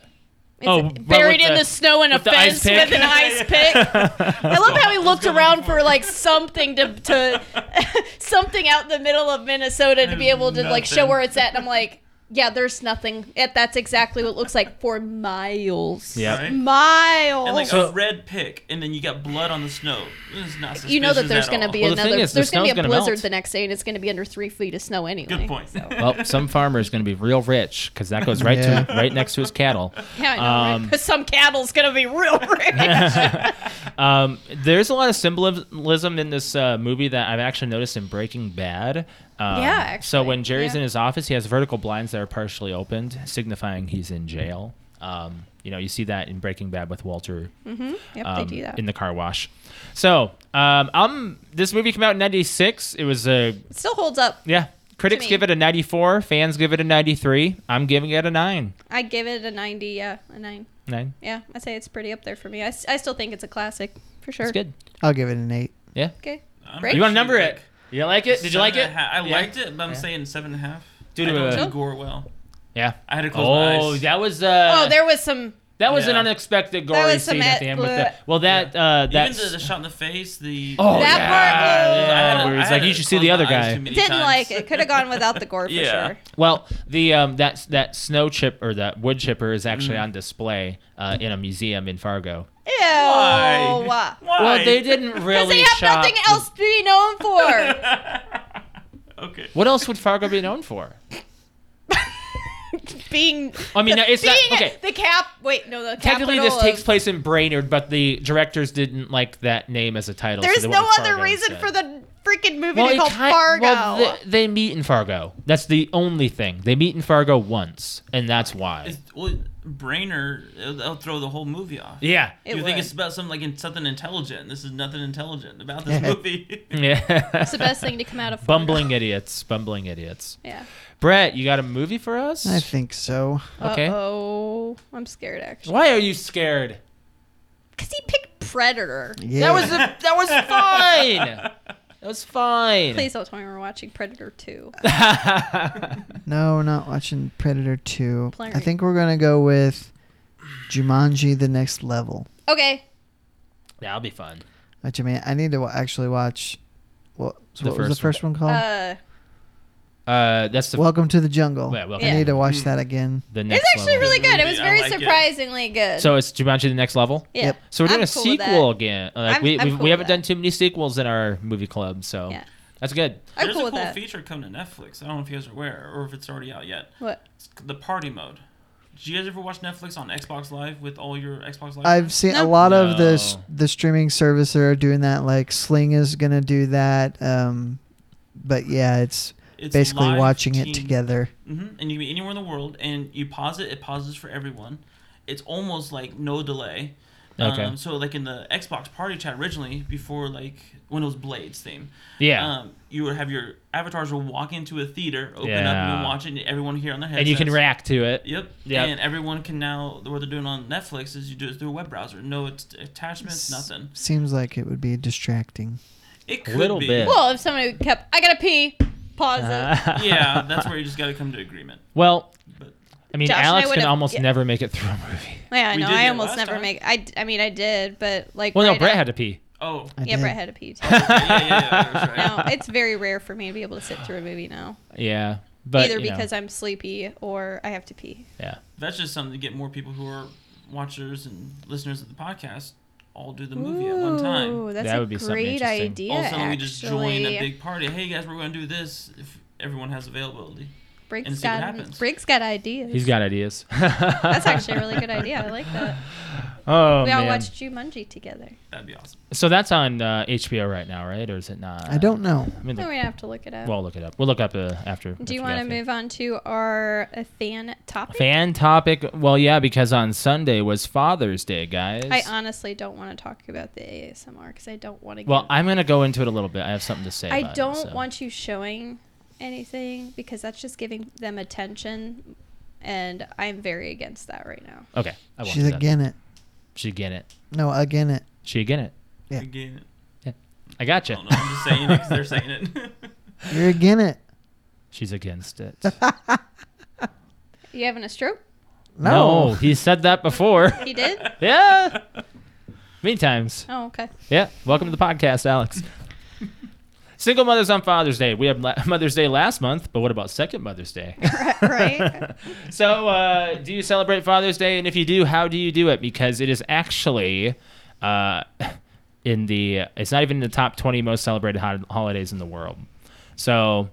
[SPEAKER 3] It's
[SPEAKER 2] Oh, but
[SPEAKER 3] buried
[SPEAKER 2] with
[SPEAKER 3] in
[SPEAKER 2] the-
[SPEAKER 3] the snow in a
[SPEAKER 2] with the ice
[SPEAKER 3] fence with
[SPEAKER 2] pick.
[SPEAKER 3] an ice pick. I love how he looked around for like something to, to something out in the middle of Minnesota to be
[SPEAKER 4] There's
[SPEAKER 3] able to like show
[SPEAKER 4] nothing.
[SPEAKER 3] where it's at. And I'm like, yeah, there's nothing. It, that's exactly what it looks like for miles.
[SPEAKER 2] Yeah.
[SPEAKER 4] Right?
[SPEAKER 3] Miles.
[SPEAKER 4] And like
[SPEAKER 2] So-
[SPEAKER 4] a red pick, and then you got blood on the snow. It's not
[SPEAKER 3] you know that
[SPEAKER 4] suspicious
[SPEAKER 3] there's
[SPEAKER 4] at
[SPEAKER 3] going to
[SPEAKER 4] all.
[SPEAKER 3] be
[SPEAKER 2] Well, the
[SPEAKER 3] another.
[SPEAKER 2] thing is, the
[SPEAKER 3] there's going to
[SPEAKER 2] snow's
[SPEAKER 3] be a
[SPEAKER 2] gonna
[SPEAKER 3] blizzard
[SPEAKER 2] melt.
[SPEAKER 3] the next day, and it's going to be under three feet of snow anyway.
[SPEAKER 4] Good point.
[SPEAKER 2] Well, some farmer is going to be real rich because that goes right to
[SPEAKER 1] Yeah.
[SPEAKER 2] right next to his cattle.
[SPEAKER 3] Yeah, I know, right?
[SPEAKER 2] Um,
[SPEAKER 3] 'Cause some cattle's going to be real rich.
[SPEAKER 2] Um, there's a lot of symbolism in this uh, movie that I've actually noticed in Breaking Bad. Um,
[SPEAKER 3] Yeah,
[SPEAKER 2] So
[SPEAKER 3] actually,
[SPEAKER 2] when Jerry's
[SPEAKER 3] yeah.
[SPEAKER 2] in his office, he has vertical blinds that are partially opened, signifying he's in jail. Um, you know, you see that in Breaking Bad with Walter
[SPEAKER 3] yep,
[SPEAKER 2] um,
[SPEAKER 3] Mm, they do that.
[SPEAKER 2] in the car wash. So um, um, this movie came out in '96. It was a
[SPEAKER 3] it still holds up.
[SPEAKER 2] yeah. Critics
[SPEAKER 3] me.
[SPEAKER 2] give it a 94. Fans give it a 93. I'm giving it a nine.
[SPEAKER 3] I give it a 90. Yeah, a nine.
[SPEAKER 2] Nine.
[SPEAKER 3] Yeah, I say it's pretty up there for me. I, s- I still think it's a classic for sure.
[SPEAKER 2] It's good.
[SPEAKER 1] I'll give it an eight.
[SPEAKER 2] Yeah.
[SPEAKER 3] Okay.
[SPEAKER 4] I'm
[SPEAKER 3] Break.
[SPEAKER 2] You want
[SPEAKER 4] actually
[SPEAKER 2] to number it?
[SPEAKER 4] like
[SPEAKER 2] You like it? Did you
[SPEAKER 4] seven
[SPEAKER 2] like
[SPEAKER 4] and a
[SPEAKER 2] it?
[SPEAKER 4] half- I
[SPEAKER 2] Yeah.
[SPEAKER 4] liked it, but I'm
[SPEAKER 2] Yeah.
[SPEAKER 4] saying seven and a half.
[SPEAKER 2] Due
[SPEAKER 4] I
[SPEAKER 2] to
[SPEAKER 4] don't
[SPEAKER 2] a-
[SPEAKER 4] do gore well.
[SPEAKER 2] Yeah.
[SPEAKER 4] I had to close my eyes.
[SPEAKER 2] Oh, that was uh,
[SPEAKER 3] oh, there was some.
[SPEAKER 2] that was an
[SPEAKER 4] Yeah.
[SPEAKER 2] unexpected gory
[SPEAKER 3] was some
[SPEAKER 2] scene at
[SPEAKER 3] at-
[SPEAKER 2] the end with
[SPEAKER 3] bleh.
[SPEAKER 2] the well that uh that's
[SPEAKER 4] Even the, the shot in the face, the
[SPEAKER 2] oh
[SPEAKER 3] That
[SPEAKER 2] yeah,
[SPEAKER 3] part was-
[SPEAKER 2] yeah,
[SPEAKER 4] I
[SPEAKER 2] where
[SPEAKER 4] had to- I
[SPEAKER 2] he's
[SPEAKER 4] had
[SPEAKER 2] like
[SPEAKER 4] to
[SPEAKER 2] you should see
[SPEAKER 4] close
[SPEAKER 2] the
[SPEAKER 4] my
[SPEAKER 2] other
[SPEAKER 4] eyes
[SPEAKER 2] guy.
[SPEAKER 4] too many
[SPEAKER 3] Didn't
[SPEAKER 4] times.
[SPEAKER 3] like it. Could have gone without the gore for
[SPEAKER 4] Yeah.
[SPEAKER 3] sure.
[SPEAKER 2] Well, the um, that that snow chip or that wood chipper is
[SPEAKER 4] Mm.
[SPEAKER 2] actually on display uh, in a museum in Fargo.
[SPEAKER 3] Ew.
[SPEAKER 4] Why? Why?
[SPEAKER 2] Well, they didn't
[SPEAKER 3] Because
[SPEAKER 2] really
[SPEAKER 3] they have
[SPEAKER 2] shop.
[SPEAKER 3] nothing else to be known for.
[SPEAKER 4] okay.
[SPEAKER 2] What else would Fargo be known for?
[SPEAKER 3] being.
[SPEAKER 2] I mean,
[SPEAKER 3] the,
[SPEAKER 2] no, it's not-
[SPEAKER 3] being
[SPEAKER 2] okay.
[SPEAKER 3] The cap. Wait, no, the
[SPEAKER 2] Technically,
[SPEAKER 3] capital
[SPEAKER 2] this takes
[SPEAKER 3] of-
[SPEAKER 2] place in Brainerd, but the directors didn't like that name as a title. so
[SPEAKER 3] There's
[SPEAKER 2] they went
[SPEAKER 3] no
[SPEAKER 2] with
[SPEAKER 3] other
[SPEAKER 2] Fargo
[SPEAKER 3] reason
[SPEAKER 2] instead.
[SPEAKER 3] for the freaking movie
[SPEAKER 2] Well,
[SPEAKER 3] to
[SPEAKER 2] it
[SPEAKER 3] call
[SPEAKER 2] ki-
[SPEAKER 3] Fargo.
[SPEAKER 2] well, they, they meet in Fargo. That's the only thing. They meet in Fargo once, and that's why.
[SPEAKER 4] It's, well, Brainer, they'll throw the whole movie off.
[SPEAKER 2] yeah.
[SPEAKER 3] It
[SPEAKER 4] you think
[SPEAKER 3] would.
[SPEAKER 4] it's about something like in- something intelligent? This is nothing intelligent about this movie.
[SPEAKER 2] Yeah.
[SPEAKER 3] it's the best thing to come out of Fargo.
[SPEAKER 2] bumbling idiots. Bumbling idiots.
[SPEAKER 3] Yeah.
[SPEAKER 2] Brett, you got a movie for us?
[SPEAKER 1] I think so.
[SPEAKER 2] Okay.
[SPEAKER 3] Oh, I'm scared actually.
[SPEAKER 2] Why are you scared?
[SPEAKER 3] Because he picked Predator.
[SPEAKER 1] Yeah.
[SPEAKER 2] That was a, that was fine. That was fine.
[SPEAKER 3] Please don't tell me we're watching Predator 2.
[SPEAKER 1] no, we're not watching Predator Two.
[SPEAKER 3] Planet.
[SPEAKER 1] I think we're gonna go with Jumanji: The Next Level.
[SPEAKER 3] Okay.
[SPEAKER 2] That'll be fun.
[SPEAKER 1] Which I mean, I need to wa- actually watch. What, so
[SPEAKER 2] The
[SPEAKER 1] what was the
[SPEAKER 2] first one.
[SPEAKER 1] first one called?
[SPEAKER 3] Uh,
[SPEAKER 2] Uh, that's the
[SPEAKER 1] Welcome to the Jungle.
[SPEAKER 2] yeah, welcome
[SPEAKER 3] Yeah.
[SPEAKER 2] to
[SPEAKER 1] I need to watch
[SPEAKER 4] Mm.
[SPEAKER 1] that again.
[SPEAKER 2] the next.
[SPEAKER 3] it's actually
[SPEAKER 2] level.
[SPEAKER 3] really good. It was
[SPEAKER 4] I
[SPEAKER 3] very
[SPEAKER 4] like it.
[SPEAKER 3] surprisingly good.
[SPEAKER 2] So it's Jumanji the next level.
[SPEAKER 3] yeah.
[SPEAKER 1] Yep.
[SPEAKER 2] So we're doing
[SPEAKER 3] I'm
[SPEAKER 2] a
[SPEAKER 3] cool with
[SPEAKER 2] sequel
[SPEAKER 3] that.
[SPEAKER 2] again. Like
[SPEAKER 3] I'm-
[SPEAKER 2] we
[SPEAKER 3] I'm
[SPEAKER 2] we,
[SPEAKER 3] cool
[SPEAKER 2] we
[SPEAKER 3] with
[SPEAKER 2] haven't
[SPEAKER 3] that.
[SPEAKER 2] done too many sequels in our movie club, so
[SPEAKER 3] Yeah.
[SPEAKER 2] that's good.
[SPEAKER 3] I'm
[SPEAKER 4] There's
[SPEAKER 3] cool
[SPEAKER 4] a
[SPEAKER 3] with
[SPEAKER 4] cool
[SPEAKER 3] that.
[SPEAKER 4] feature coming to Netflix. I don't know if you guys are aware or if it's already out yet.
[SPEAKER 3] What?
[SPEAKER 4] It's the party mode. Did you guys ever watch Netflix on Xbox Live with all your Xbox Live?
[SPEAKER 1] I've seen
[SPEAKER 3] No.
[SPEAKER 1] a lot of the s-
[SPEAKER 2] No.
[SPEAKER 1] the streaming service that are doing that. Like Sling is gonna do that. Um, but yeah, it's,
[SPEAKER 4] It's
[SPEAKER 1] basically
[SPEAKER 4] live
[SPEAKER 1] watching
[SPEAKER 4] team-
[SPEAKER 1] it together.
[SPEAKER 4] hmm And you can be anywhere in the world, and you pause it. It pauses for everyone. It's almost like no delay.
[SPEAKER 2] Okay.
[SPEAKER 4] Um, so like in the Xbox party chat originally, before like Windows Blades theme,
[SPEAKER 2] Yeah.
[SPEAKER 4] um, you would have your avatars will walk into a theater, open up, and
[SPEAKER 2] Yeah.
[SPEAKER 4] you watch it, and everyone here on their
[SPEAKER 2] and
[SPEAKER 4] headsets.
[SPEAKER 2] you can react to it.
[SPEAKER 4] Yep.
[SPEAKER 2] Yep.
[SPEAKER 4] And everyone can now what they're doing on Netflix is you do it through a web browser. No it's attachments, nothing.
[SPEAKER 1] Seems like it would be distracting.
[SPEAKER 4] It
[SPEAKER 2] A
[SPEAKER 4] could
[SPEAKER 2] little
[SPEAKER 4] be.
[SPEAKER 2] bit.
[SPEAKER 3] Well, if somebody kept, I gotta pee. Pause
[SPEAKER 2] Uh,
[SPEAKER 3] it.
[SPEAKER 4] Yeah, that's where you just got to come to agreement.
[SPEAKER 2] Well,
[SPEAKER 4] But
[SPEAKER 2] I mean,
[SPEAKER 3] Josh and I
[SPEAKER 2] Alex can
[SPEAKER 3] would've-
[SPEAKER 2] almost
[SPEAKER 3] yeah.
[SPEAKER 2] never make it through a movie.
[SPEAKER 3] Yeah, I
[SPEAKER 4] We
[SPEAKER 3] know.
[SPEAKER 4] did
[SPEAKER 3] I
[SPEAKER 4] it
[SPEAKER 3] almost
[SPEAKER 4] last
[SPEAKER 3] never
[SPEAKER 4] time.
[SPEAKER 3] make. I, d- I mean, I did, but like.
[SPEAKER 2] Well, no,
[SPEAKER 3] right
[SPEAKER 2] Brett
[SPEAKER 3] up-
[SPEAKER 2] had to pee.
[SPEAKER 4] oh,
[SPEAKER 1] I
[SPEAKER 3] Yeah,
[SPEAKER 1] did.
[SPEAKER 3] Brett had to pee too.
[SPEAKER 4] yeah, yeah, yeah, that's right.
[SPEAKER 3] no, it's very rare for me to be able to sit through a movie now,
[SPEAKER 2] Yeah, but
[SPEAKER 3] either
[SPEAKER 2] you know,
[SPEAKER 3] because I'm sleepy or I have to pee.
[SPEAKER 2] yeah,
[SPEAKER 4] That's just something to get more people who are watchers and listeners of the podcast all do the movie at one time.
[SPEAKER 3] Ooh, that's
[SPEAKER 2] That
[SPEAKER 3] a
[SPEAKER 2] would be something
[SPEAKER 3] great
[SPEAKER 2] interesting.
[SPEAKER 3] idea.
[SPEAKER 4] all of a sudden, we just join
[SPEAKER 3] actually.
[SPEAKER 4] a big party. Hey guys, we're going to do this if everyone has availability. and
[SPEAKER 3] Briggs
[SPEAKER 4] see what
[SPEAKER 3] got
[SPEAKER 4] happens.
[SPEAKER 3] Briggs got ideas.
[SPEAKER 2] he's got ideas.
[SPEAKER 3] That's actually a really good idea. I like that.
[SPEAKER 2] Oh
[SPEAKER 3] we all
[SPEAKER 2] man.
[SPEAKER 3] watched Jumanji together.
[SPEAKER 4] That'd be awesome.
[SPEAKER 2] so that's on uh, HBO right now, right? Or is it not?
[SPEAKER 1] I don't know.
[SPEAKER 2] I mean,
[SPEAKER 3] No,
[SPEAKER 2] the,
[SPEAKER 3] we have to look it up.
[SPEAKER 2] we'll look it up. We'll look up uh, after.
[SPEAKER 3] Oh, Do you
[SPEAKER 2] after
[SPEAKER 3] want to
[SPEAKER 2] Matthew.
[SPEAKER 3] move on to our uh, fan topic?
[SPEAKER 2] Fan topic. Well, yeah, because on Sunday was Father's Day, guys.
[SPEAKER 3] I honestly don't want to talk about the ASMR because I don't want to.
[SPEAKER 2] well, I'm gonna go into it a little bit. I have something to say.
[SPEAKER 3] I
[SPEAKER 2] about it,
[SPEAKER 3] don't
[SPEAKER 2] so.
[SPEAKER 3] want you showing anything because that's just giving them attention, and I'm very against that right now.
[SPEAKER 2] Okay. I won't
[SPEAKER 1] She's
[SPEAKER 2] do that.
[SPEAKER 1] again it.
[SPEAKER 2] She again it.
[SPEAKER 1] No, again it.
[SPEAKER 2] She again it.
[SPEAKER 1] Yeah.
[SPEAKER 4] Again,
[SPEAKER 2] I
[SPEAKER 4] I
[SPEAKER 2] gotcha.
[SPEAKER 4] don't know. I'm just saying it 'cause they're saying it.
[SPEAKER 1] You're again it.
[SPEAKER 2] She's against it.
[SPEAKER 3] You having a stroke?
[SPEAKER 1] No.
[SPEAKER 2] he said that before.
[SPEAKER 3] He did.
[SPEAKER 2] yeah. Many times.
[SPEAKER 3] Oh, okay.
[SPEAKER 2] Yeah. Welcome to the podcast, Alex. Single mothers on Father's Day. We had la- Mother's Day last month, but what about Second Mother's Day?
[SPEAKER 3] Right. right.
[SPEAKER 2] so, uh, do you celebrate Father's Day? And if you do, how do you do it? Because it is actually uh, in the it's not even in the top twenty most celebrated ho- holidays in the world. So,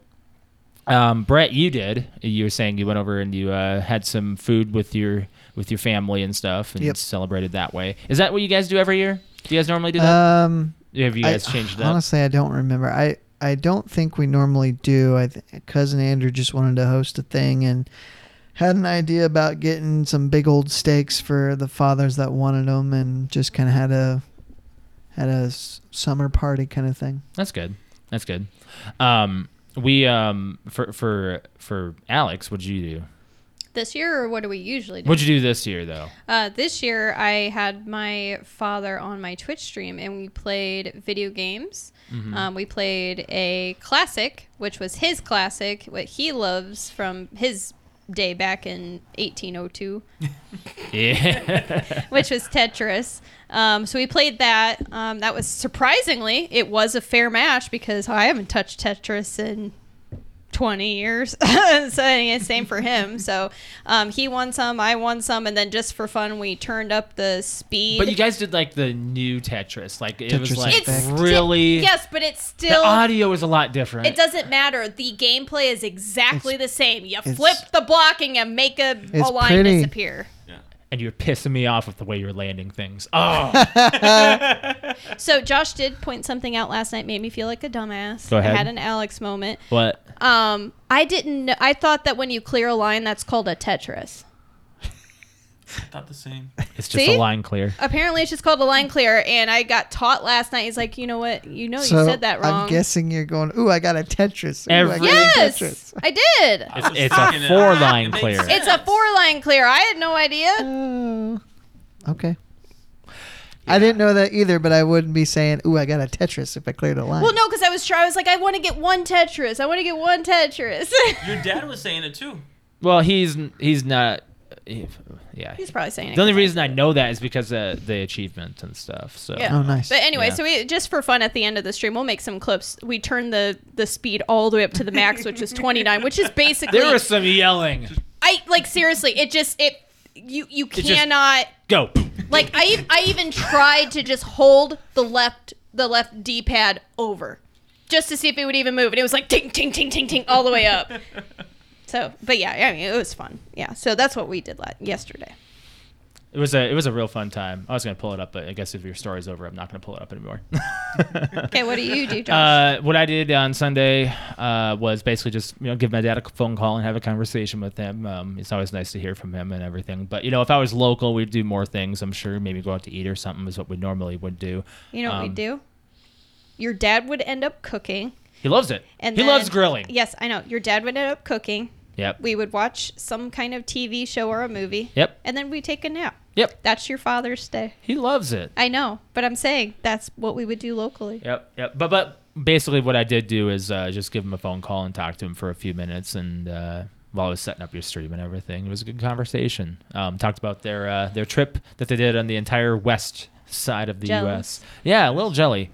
[SPEAKER 2] um, Brett, you did. You were saying you went over and you uh, had some food with your with your family and stuff, and
[SPEAKER 1] Yep.
[SPEAKER 2] celebrated that way. Is that what you guys do every year? Do you guys normally do that?
[SPEAKER 1] Um,
[SPEAKER 2] Have you guys
[SPEAKER 1] I,
[SPEAKER 2] changed that?
[SPEAKER 1] honestly, I don't remember. I I don't think we normally do. I th- cousin Andrew just wanted to host a thing and had an idea about getting some big old steaks for the fathers that wanted them, and just kind of had a had a s- summer party kind of thing.
[SPEAKER 2] That's good. That's good. Um, we um, for for for Alex, what'd you do?
[SPEAKER 3] This year, or what do we usually do?
[SPEAKER 2] What'd you do this year though?
[SPEAKER 3] Uh, this year, I had my father on my Twitch stream, and we played video games. Um, we played a classic, which was his classic, what he loves from his day back in 1802,
[SPEAKER 2] Yeah.
[SPEAKER 3] which was Tetris. Um, so we played that. Um, that was surprisingly, it was a fair match because oh, I haven't touched Tetris in 20 years. so and it's same for him. So um, he won some, I won some, and then just for fun, we turned up the speed.
[SPEAKER 2] but you guys did like the new Tetris. Like it was
[SPEAKER 1] Tetris
[SPEAKER 2] like
[SPEAKER 1] Effect. It's
[SPEAKER 2] really
[SPEAKER 3] yes, but it's
[SPEAKER 2] the
[SPEAKER 3] still.
[SPEAKER 2] audio is a lot different.
[SPEAKER 3] It doesn't matter. The gameplay is exactly the same. You
[SPEAKER 1] it's-
[SPEAKER 3] flip the block and you make a, a
[SPEAKER 1] It's
[SPEAKER 3] line
[SPEAKER 1] pretty.
[SPEAKER 3] disappear.
[SPEAKER 4] Yeah.
[SPEAKER 2] and you're pissing me off with the way you're landing things. Oh
[SPEAKER 3] So Josh did point something out last night, made me feel like a dumbass.
[SPEAKER 2] Go ahead.
[SPEAKER 3] I had an Alex moment.
[SPEAKER 2] what?
[SPEAKER 3] Um, I didn't. Know, I thought that when you clear a line, that's called a Tetris.
[SPEAKER 4] I thought the same.
[SPEAKER 2] It's just
[SPEAKER 3] See?
[SPEAKER 2] a line clear.
[SPEAKER 3] Apparently, it's just called a line clear. And I got taught last night. He's like, you know what? You know, you said that wrong.
[SPEAKER 1] I'm guessing you're going. Ooh, I got a Tetris. Ooh, I
[SPEAKER 2] Every-
[SPEAKER 1] got
[SPEAKER 3] yes,
[SPEAKER 1] a Tetris.
[SPEAKER 3] I did.
[SPEAKER 4] I was
[SPEAKER 2] it's a
[SPEAKER 4] thinking it-
[SPEAKER 2] four-line
[SPEAKER 4] it makes
[SPEAKER 2] clear.
[SPEAKER 4] sense.
[SPEAKER 3] It's a four line clear. I had no idea.
[SPEAKER 1] Oh, okay. I didn't know that either, but I wouldn't be saying, "Ooh, I got a Tetris" if I cleared a line.
[SPEAKER 3] Well, no, because I was trying. I was like, I want to get one Tetris. I want to get one Tetris.
[SPEAKER 4] Your dad was saying it too.
[SPEAKER 2] Well, he's he's not. yeah.
[SPEAKER 3] He's probably saying it.
[SPEAKER 2] The only reason I know that is because of the achievement and stuff. So
[SPEAKER 3] Yeah.
[SPEAKER 1] Oh, nice.
[SPEAKER 3] But anyway,
[SPEAKER 2] Yeah.
[SPEAKER 3] so we just for fun at the end of the stream, we'll make some clips. We turn the the speed all the way up to the max, which is 29, which is basically
[SPEAKER 2] there was some yelling.
[SPEAKER 3] I like seriously, it just it you you
[SPEAKER 2] just-
[SPEAKER 3] cannot
[SPEAKER 2] Go.
[SPEAKER 3] like I ev- I even tried to just hold the left the left D pad over just to see if it would even move, and it was like ting ting ting ting ting all the way up. So, but yeah, I mean it was fun. Yeah, so that's what we did la- yesterday.
[SPEAKER 2] It was a it was a real fun time. I was gonna pull it up, but I guess if your story's over, I'm not gonna pull it up anymore.
[SPEAKER 3] Okay, what do you do, Josh?
[SPEAKER 2] Uh, what I did on Sunday uh, was basically just you know give my dad a phone call and have a conversation with him. Um, it's always nice to hear from him and everything. But you know, if I was local, we'd do more things. I'm sure maybe go out to eat or something is what we normally would do.
[SPEAKER 3] you know what we
[SPEAKER 2] um,
[SPEAKER 3] do? Your dad would end up cooking.
[SPEAKER 2] He loves it.
[SPEAKER 3] And
[SPEAKER 2] he
[SPEAKER 3] then-
[SPEAKER 2] loves grilling.
[SPEAKER 3] Yes, I know. Your dad would end up cooking.
[SPEAKER 2] Yep.
[SPEAKER 3] We would watch some kind of TV show or a movie.
[SPEAKER 2] Yep.
[SPEAKER 3] And then we take a nap.
[SPEAKER 2] Yep.
[SPEAKER 3] That's your father's day.
[SPEAKER 2] He loves it.
[SPEAKER 3] I know, but I'm saying that's what we would do locally.
[SPEAKER 2] Yep, yep. But but basically, what I did do is uh, just give him a phone call and talk to him for a few minutes, and uh, while I was setting up your stream and everything, it was a good conversation. Um, talked about their uh, their trip that they did on the entire west side of the U.S.
[SPEAKER 3] Jealous.
[SPEAKER 2] Yeah, a little jelly.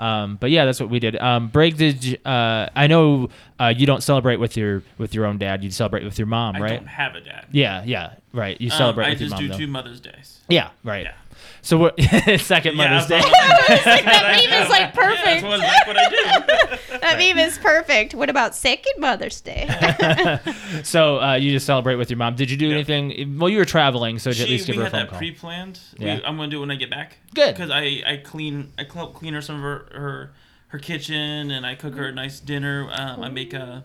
[SPEAKER 2] Um, but yeah, that's what we did. Um, Break did. you- Uh, I know uh, you don't celebrate with your with your own dad. You celebrate with your mom,
[SPEAKER 4] I
[SPEAKER 2] right?
[SPEAKER 4] don't have a dad.
[SPEAKER 2] Yeah, yeah, right. You
[SPEAKER 4] Um,
[SPEAKER 2] celebrate
[SPEAKER 4] I
[SPEAKER 2] with your
[SPEAKER 4] just
[SPEAKER 2] mom.
[SPEAKER 4] do
[SPEAKER 2] though.
[SPEAKER 4] two Mother's Days.
[SPEAKER 2] Yeah, right.
[SPEAKER 4] Yeah.
[SPEAKER 2] So what? second
[SPEAKER 4] Yeah,
[SPEAKER 2] Mother's Day.
[SPEAKER 4] I was like,
[SPEAKER 3] that meme is like
[SPEAKER 4] That's
[SPEAKER 3] perfect.
[SPEAKER 4] what, that's what I do.
[SPEAKER 3] That meme is perfect. What about second Mother's Day? Oh
[SPEAKER 2] so uh, you just celebrate with your mom. Did you do
[SPEAKER 4] Yeah.
[SPEAKER 2] anything? Well, you were traveling, so did you at
[SPEAKER 4] She-
[SPEAKER 2] least give her
[SPEAKER 4] we
[SPEAKER 2] a
[SPEAKER 4] had
[SPEAKER 2] phone
[SPEAKER 4] that
[SPEAKER 2] call.
[SPEAKER 4] pre-planned.
[SPEAKER 2] Yeah.
[SPEAKER 4] We, I'm gonna do it when I get back.
[SPEAKER 2] Good.
[SPEAKER 4] Because I, I clean I help clean her some of her her, her kitchen and I cook her a nice dinner. Um, I make a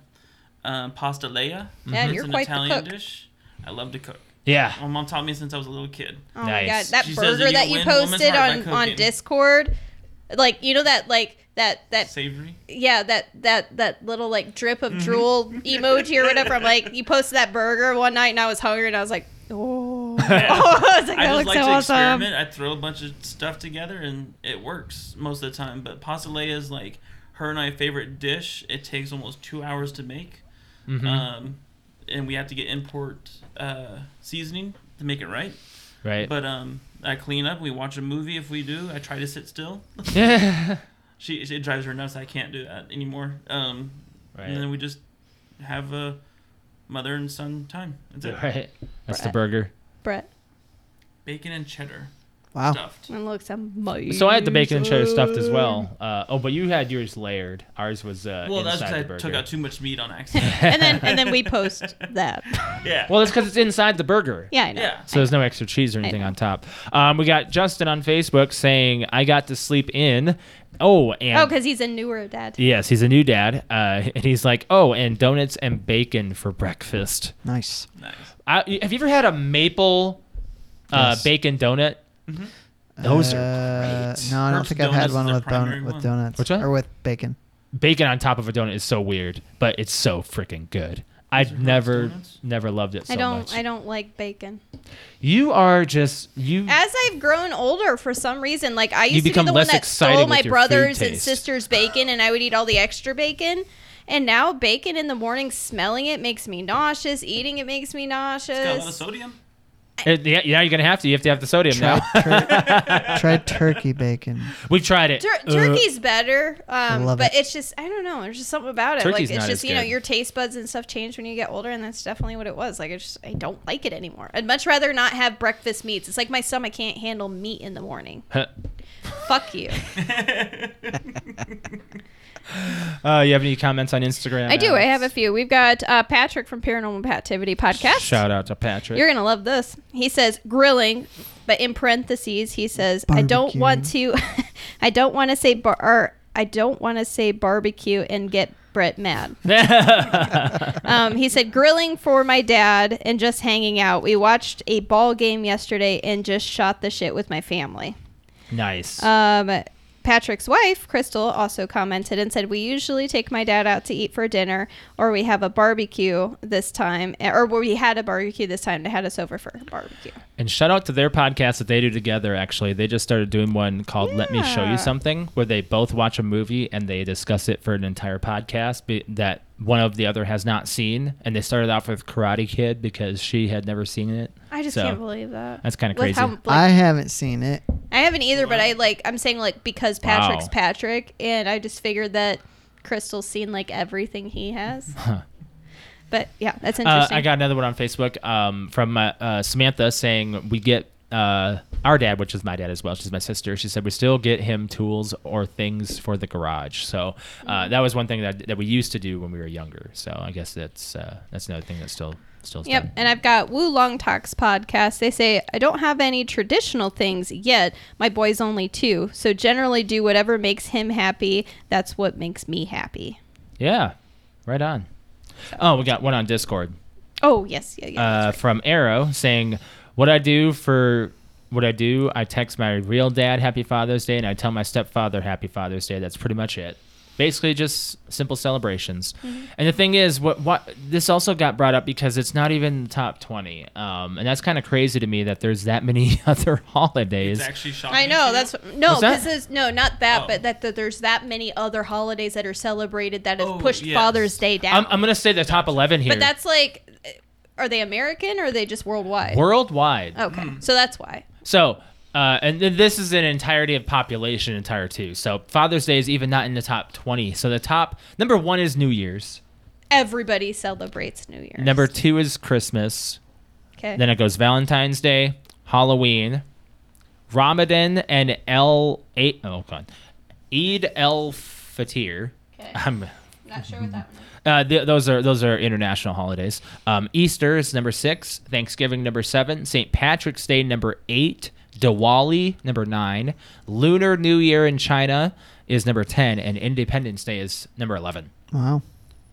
[SPEAKER 4] um, pasta leia. Mm-hmm.
[SPEAKER 3] Yeah,
[SPEAKER 4] It's
[SPEAKER 3] you're
[SPEAKER 4] an
[SPEAKER 3] quite the
[SPEAKER 4] Italian
[SPEAKER 3] cook.
[SPEAKER 4] dish. I love to cook.
[SPEAKER 2] yeah.
[SPEAKER 4] My mom taught me since I was a little kid.
[SPEAKER 3] Oh my god,
[SPEAKER 2] Nice.
[SPEAKER 3] that
[SPEAKER 4] She says
[SPEAKER 3] burger
[SPEAKER 4] that you
[SPEAKER 3] that you
[SPEAKER 4] win woman's
[SPEAKER 3] posted
[SPEAKER 4] heart by
[SPEAKER 3] on on
[SPEAKER 4] cooking.
[SPEAKER 3] Discord, like you know that like that that
[SPEAKER 4] Savory.
[SPEAKER 3] yeah that that that little like drip of drool
[SPEAKER 4] Mm-hmm.
[SPEAKER 3] emoji or whatever. I'm like, you posted that burger one night and I was hungry and I was like, oh, I was like, that
[SPEAKER 4] I just
[SPEAKER 3] looks
[SPEAKER 4] like
[SPEAKER 3] so
[SPEAKER 4] to
[SPEAKER 3] awesome.
[SPEAKER 4] experiment. I throw a bunch of stuff together and it works most of the time. But pasta leia is like her and I favorite dish. It takes almost two hours to make.
[SPEAKER 2] Mhm.
[SPEAKER 4] Um, and we have to get import uh, seasoning to make it right.
[SPEAKER 2] right.
[SPEAKER 4] But um, I clean up. We watch a movie if we do. I try to sit still.
[SPEAKER 2] Yeah.
[SPEAKER 4] She it drives her nuts. I can't do that anymore. Um,
[SPEAKER 2] Right.
[SPEAKER 4] and then we just have a mother and son time. That's it.
[SPEAKER 2] Right. That's the
[SPEAKER 3] Brett.
[SPEAKER 2] burger.
[SPEAKER 3] Brett,
[SPEAKER 4] Bacon and cheddar
[SPEAKER 1] Wow.
[SPEAKER 4] stuffed.
[SPEAKER 2] Uh,
[SPEAKER 3] it looks amazing.
[SPEAKER 2] So I had the bacon and cheddar stuffed as well. Uh, oh, but you had yours layered. Ours was uh,
[SPEAKER 4] Well, that's
[SPEAKER 2] inside the
[SPEAKER 4] because I
[SPEAKER 2] burger.
[SPEAKER 4] took out too much meat on accident.
[SPEAKER 3] and then and then we post that.
[SPEAKER 4] yeah.
[SPEAKER 2] well, that's because it's inside the burger.
[SPEAKER 3] Yeah, I know.
[SPEAKER 4] yeah.
[SPEAKER 2] So there's no extra cheese or anything on top. Um, we got Justin on Facebook saying, "I got to sleep in." Oh, and
[SPEAKER 3] Oh, because he's a newer dad.
[SPEAKER 2] yes, he's a new dad, uh, and he's like, "Oh, and donuts and bacon for breakfast."
[SPEAKER 1] Nice.
[SPEAKER 4] Nice.
[SPEAKER 2] I, have you ever had a maple uh,
[SPEAKER 1] Yes.
[SPEAKER 2] bacon donut?
[SPEAKER 4] Mm-hmm.
[SPEAKER 2] Those are
[SPEAKER 1] Uh,
[SPEAKER 2] great.
[SPEAKER 1] No, I don't
[SPEAKER 4] Perhaps
[SPEAKER 1] think I've had
[SPEAKER 4] donuts
[SPEAKER 1] one
[SPEAKER 4] is the
[SPEAKER 1] with
[SPEAKER 4] primary
[SPEAKER 1] donut with
[SPEAKER 4] one.
[SPEAKER 1] donuts.
[SPEAKER 2] What's that?
[SPEAKER 1] Or with bacon.
[SPEAKER 2] Bacon on top of a donut is so weird, but it's so freaking good. I've never,
[SPEAKER 4] donuts?
[SPEAKER 2] never loved it so
[SPEAKER 3] I don't
[SPEAKER 2] much.
[SPEAKER 3] I don't like bacon.
[SPEAKER 2] You are just you.
[SPEAKER 3] As I've grown older, for some reason, like I
[SPEAKER 2] You
[SPEAKER 3] used to be
[SPEAKER 2] become
[SPEAKER 3] the
[SPEAKER 2] less
[SPEAKER 3] one that
[SPEAKER 2] exciting
[SPEAKER 3] stole
[SPEAKER 2] with
[SPEAKER 3] my
[SPEAKER 2] your food
[SPEAKER 3] brothers and
[SPEAKER 2] taste.
[SPEAKER 3] sisters' bacon, and I would eat all the extra bacon. And now bacon in the morning, smelling it makes me nauseous. Eating it makes me
[SPEAKER 4] Got a lot of
[SPEAKER 3] nauseous.
[SPEAKER 4] sodium.
[SPEAKER 2] it- uh, yeah, now you're gonna have to. You have to have the sodium
[SPEAKER 1] Try,
[SPEAKER 2] now.
[SPEAKER 1] tur- try turkey bacon.
[SPEAKER 2] We've tried it.
[SPEAKER 3] Tur-
[SPEAKER 2] Uh,
[SPEAKER 3] turkey's better, um,
[SPEAKER 1] love
[SPEAKER 3] but
[SPEAKER 1] it.
[SPEAKER 3] it's just I don't know. There's just something about it.
[SPEAKER 2] Turkey's
[SPEAKER 3] like
[SPEAKER 2] not
[SPEAKER 3] it's
[SPEAKER 2] as
[SPEAKER 3] just you know
[SPEAKER 2] good.
[SPEAKER 3] your taste buds and stuff change when you get older, and that's definitely what it was. Like I just I don't like it anymore. I'd much rather not have breakfast meats. It's like my stomach can't handle meat in the morning.
[SPEAKER 2] Uh, Huh.
[SPEAKER 3] Fuck you.
[SPEAKER 2] Uh, you have any comments on Instagram?
[SPEAKER 3] I do. I
[SPEAKER 2] Alex?
[SPEAKER 3] have a few. We've got uh, Patrick from Paranormal Activity podcast.
[SPEAKER 2] Shout out to Patrick.
[SPEAKER 3] You're gonna love this. He says grilling, but in parentheses he says I don't
[SPEAKER 1] Barbecue.
[SPEAKER 3] want to, I don't want to say bar, or I don't want to say barbecue and get Brett mad. Um, he said grilling for my dad and just hanging out. We watched a ball game yesterday and just shot the shit with my family.
[SPEAKER 2] nice.
[SPEAKER 3] Um, Patrick's wife, Crystal, also commented and said, We usually take my dad out to eat for dinner, or we have a barbecue this time, eh, or we had a barbecue this time. They had us over for a barbecue.
[SPEAKER 2] and shout out to their podcast that they do together. Actually, they just started doing one called "Let Me Show
[SPEAKER 3] Yeah.
[SPEAKER 2] You Something," where they both watch a movie and they discuss it for an entire podcast be- that one of the other has not seen. And they started off with Karate Kid because she had never seen it.
[SPEAKER 3] I just
[SPEAKER 2] So,
[SPEAKER 3] can't believe that.
[SPEAKER 2] that's kinda
[SPEAKER 3] With
[SPEAKER 2] crazy.
[SPEAKER 3] how- like,
[SPEAKER 1] I
[SPEAKER 3] I,
[SPEAKER 1] haven't seen it.
[SPEAKER 3] haven't either, but I like, I'm saying like because
[SPEAKER 2] Wow.
[SPEAKER 3] Patrick's Patrick, and I just figured that Crystal's seen like everything he has. But yeah, that's
[SPEAKER 2] Uh,
[SPEAKER 3] interesting.
[SPEAKER 2] I got another one on Facebook um, from uh, uh, Samantha saying we get uh, our dad, which is my dad as well. She's my sister. She said we still get him tools or things for the garage. So
[SPEAKER 3] Mm-hmm.
[SPEAKER 2] uh, that was one thing that, that we used to do when we were younger. So I guess that's uh, that's another thing that's still still. is
[SPEAKER 3] Yep,
[SPEAKER 2] done.
[SPEAKER 3] and I've got Woo Long Talks podcast. They say I don't have any traditional things yet. My boy's only two, so generally do whatever makes him happy. That's what makes me happy.
[SPEAKER 2] Yeah, right on. Oh, we got one on Discord.
[SPEAKER 3] Oh yes, yeah, yeah.
[SPEAKER 2] uh, from Arrow saying, "What I do for what I do, I text my real dad Happy Father's Day, and I tell my stepfather Happy Father's Day. That's pretty much it. Basically, just simple celebrations.
[SPEAKER 3] Mm-hmm.
[SPEAKER 2] And the thing is, what what this also got brought up because it's not even the top twenty, um, and that's kind of crazy to me that there's that many other holidays.
[SPEAKER 4] It's actually shocking.
[SPEAKER 3] I know
[SPEAKER 4] to you.
[SPEAKER 3] that's no,
[SPEAKER 2] What's that?
[SPEAKER 3] because no, not that,
[SPEAKER 4] Oh.
[SPEAKER 3] but that, that there's that many other holidays that are celebrated that have
[SPEAKER 4] Oh,
[SPEAKER 3] pushed
[SPEAKER 4] yes.
[SPEAKER 3] Father's Day down.
[SPEAKER 2] I'm, I'm gonna say the top eleven here,
[SPEAKER 3] but that's like, are they American or are they just worldwide?
[SPEAKER 2] worldwide.
[SPEAKER 3] okay, so that's why.
[SPEAKER 2] So, uh, and th- this is an entirety of population entire too. So Father's Day is even not in the top twenty. So the top number one is New Year's.
[SPEAKER 3] Everybody celebrates New Year's.
[SPEAKER 2] Number two is Christmas.
[SPEAKER 3] okay.
[SPEAKER 2] Then it goes Valentine's Day, Halloween, Ramadan and El eight oh god, Eid El Fatir.
[SPEAKER 3] Okay.
[SPEAKER 2] Um,
[SPEAKER 3] Not sure what that one is.
[SPEAKER 2] uh, th- those are those are international holidays. Um, Easter is number six, Thanksgiving number seven, St. Patrick's Day number eight, Diwali number nine, Lunar New Year in China is number ten, and Independence Day is number eleven.
[SPEAKER 1] Wow.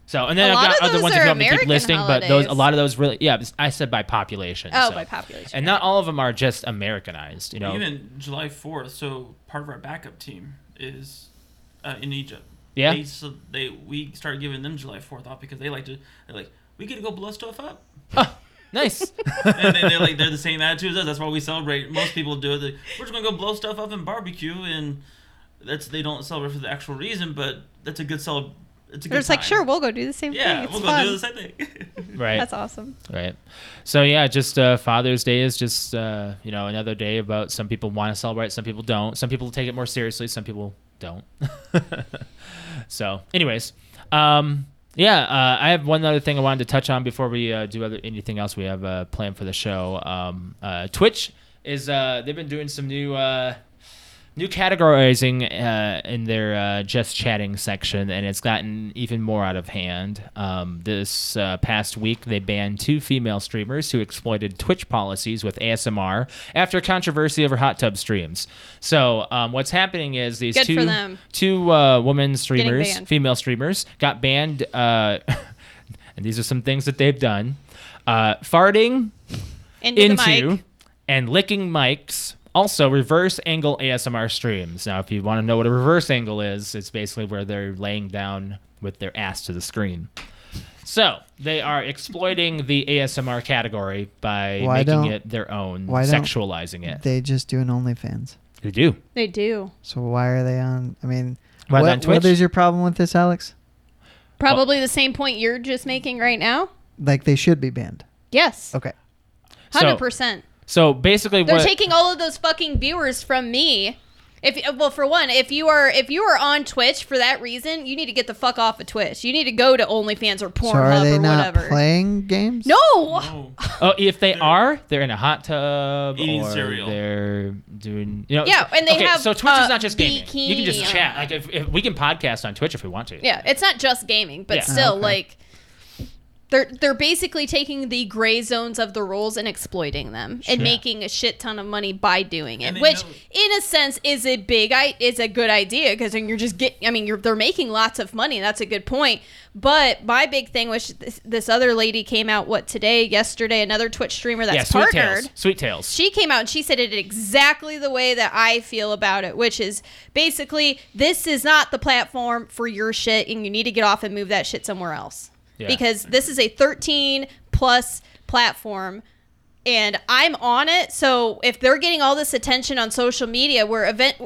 [SPEAKER 2] So and then I've
[SPEAKER 3] A lot
[SPEAKER 2] got
[SPEAKER 3] of
[SPEAKER 2] other
[SPEAKER 3] those
[SPEAKER 2] ones
[SPEAKER 3] are
[SPEAKER 2] if you want me to keep
[SPEAKER 3] American
[SPEAKER 2] listing, but those a
[SPEAKER 3] holidays.
[SPEAKER 2] lot of those really yeah I said by population.
[SPEAKER 3] Oh,
[SPEAKER 2] so.
[SPEAKER 3] by population.
[SPEAKER 2] and not all of them are just Americanized, you know.
[SPEAKER 4] Even July 4th, so part of our backup team is uh, in Egypt.
[SPEAKER 2] Yeah.
[SPEAKER 4] They, so they we started giving them July 4th off because they like to, they're like, we get to go blow stuff up.
[SPEAKER 2] nice.
[SPEAKER 4] and they, they're like they're the same attitude as us. That's why we celebrate. Most people do it. They, We're just gonna go blow stuff up and barbecue, and that's they don't celebrate for the actual reason, but that's a good celeb. It's a good.
[SPEAKER 3] They're just like,
[SPEAKER 4] time.
[SPEAKER 3] sure, we'll go do the same
[SPEAKER 4] Yeah,
[SPEAKER 3] thing. It's
[SPEAKER 4] we'll
[SPEAKER 3] fun.
[SPEAKER 4] go do the same thing.
[SPEAKER 2] right.
[SPEAKER 3] That's awesome.
[SPEAKER 2] Right. So yeah, just uh, Father's Day is just uh, you know another day about some people want to celebrate, some people don't. Some people take it more seriously, some people don't. so, anyways, um, yeah, uh, I have one other thing I wanted to touch on before we uh, do other anything else we have uh, planned for the show. Um, uh, Twitch is uh, they've been doing some new. Uh, new categorizing uh, in their uh, just chatting section, and it's gotten even more out of hand. Um, this uh, past week, they banned two female streamers who exploited Twitch policies with ASMR after controversy over hot tub streams. So, um, what's happening is these
[SPEAKER 3] Good for
[SPEAKER 2] two
[SPEAKER 3] them.
[SPEAKER 2] two uh, women streamers,
[SPEAKER 3] banned.
[SPEAKER 2] female streamers, got banned. Uh, and these are some things that they've done: uh, farting
[SPEAKER 3] Into, the
[SPEAKER 2] into
[SPEAKER 3] mic.
[SPEAKER 2] and licking mics. Also, reverse angle ASMR streams. Now, if you want to know what a reverse angle is, it's basically where they're laying down with their ass to the screen. So they are exploiting the ASMR category by
[SPEAKER 1] Why
[SPEAKER 2] making
[SPEAKER 1] don't-
[SPEAKER 2] it their own,
[SPEAKER 1] why don't
[SPEAKER 2] sexualizing it.
[SPEAKER 1] They just do an OnlyFans.
[SPEAKER 2] They do.
[SPEAKER 3] They do.
[SPEAKER 1] So why are they on? I mean,
[SPEAKER 2] Why
[SPEAKER 1] what,
[SPEAKER 2] on Twitch?
[SPEAKER 1] what is your problem with this, Alex?
[SPEAKER 3] Probably the same point you're just making right now.
[SPEAKER 1] Like they should be banned.
[SPEAKER 3] Yes.
[SPEAKER 1] Okay.
[SPEAKER 2] So,
[SPEAKER 3] 100%.
[SPEAKER 2] so basically,
[SPEAKER 3] They're
[SPEAKER 2] what
[SPEAKER 3] taking all of those fucking viewers from me. If uh, well, for one, if you are if you are on Twitch for that reason, you need to get the fuck off of Twitch. You need to go to OnlyFans or Pornhub
[SPEAKER 1] so are they
[SPEAKER 3] or
[SPEAKER 1] not
[SPEAKER 3] whatever.
[SPEAKER 1] playing games?
[SPEAKER 3] no,
[SPEAKER 4] Oh,
[SPEAKER 2] oh, if they are, they're in a hot tub
[SPEAKER 4] Eating
[SPEAKER 2] or
[SPEAKER 4] cereal.
[SPEAKER 2] they're doing you know.
[SPEAKER 3] Yeah, and they
[SPEAKER 2] okay,
[SPEAKER 3] have,
[SPEAKER 2] so Twitch
[SPEAKER 3] uh,
[SPEAKER 2] is not just gaming. You can just
[SPEAKER 3] bikini
[SPEAKER 2] chat.
[SPEAKER 3] on.
[SPEAKER 2] Like if, if we can podcast on Twitch if we want to.
[SPEAKER 3] yeah, it's not just gaming, but
[SPEAKER 2] Yeah.
[SPEAKER 3] still,
[SPEAKER 1] Okay.
[SPEAKER 3] like they're they're basically taking the gray zones of the rules and exploiting them and
[SPEAKER 2] Sure.
[SPEAKER 3] making a shit ton of money by doing it,
[SPEAKER 4] And they
[SPEAKER 3] which
[SPEAKER 4] know-
[SPEAKER 3] in a sense is a big i is a good idea because then you're just get I mean you're they're making lots of money. That's a good point. But my big thing, which this, this other lady came out what today, yesterday, another Twitch streamer that's
[SPEAKER 2] yeah, sweet
[SPEAKER 3] partnered
[SPEAKER 2] tails. Sweet tails.
[SPEAKER 3] she came out and she said it exactly the way that I feel about it, which is basically this is not the platform for your shit, and you need to get off and move that shit somewhere else
[SPEAKER 2] Yeah.
[SPEAKER 3] because this is a 13 plus platform. And I'm on it, so if they're getting all this attention on social media, where event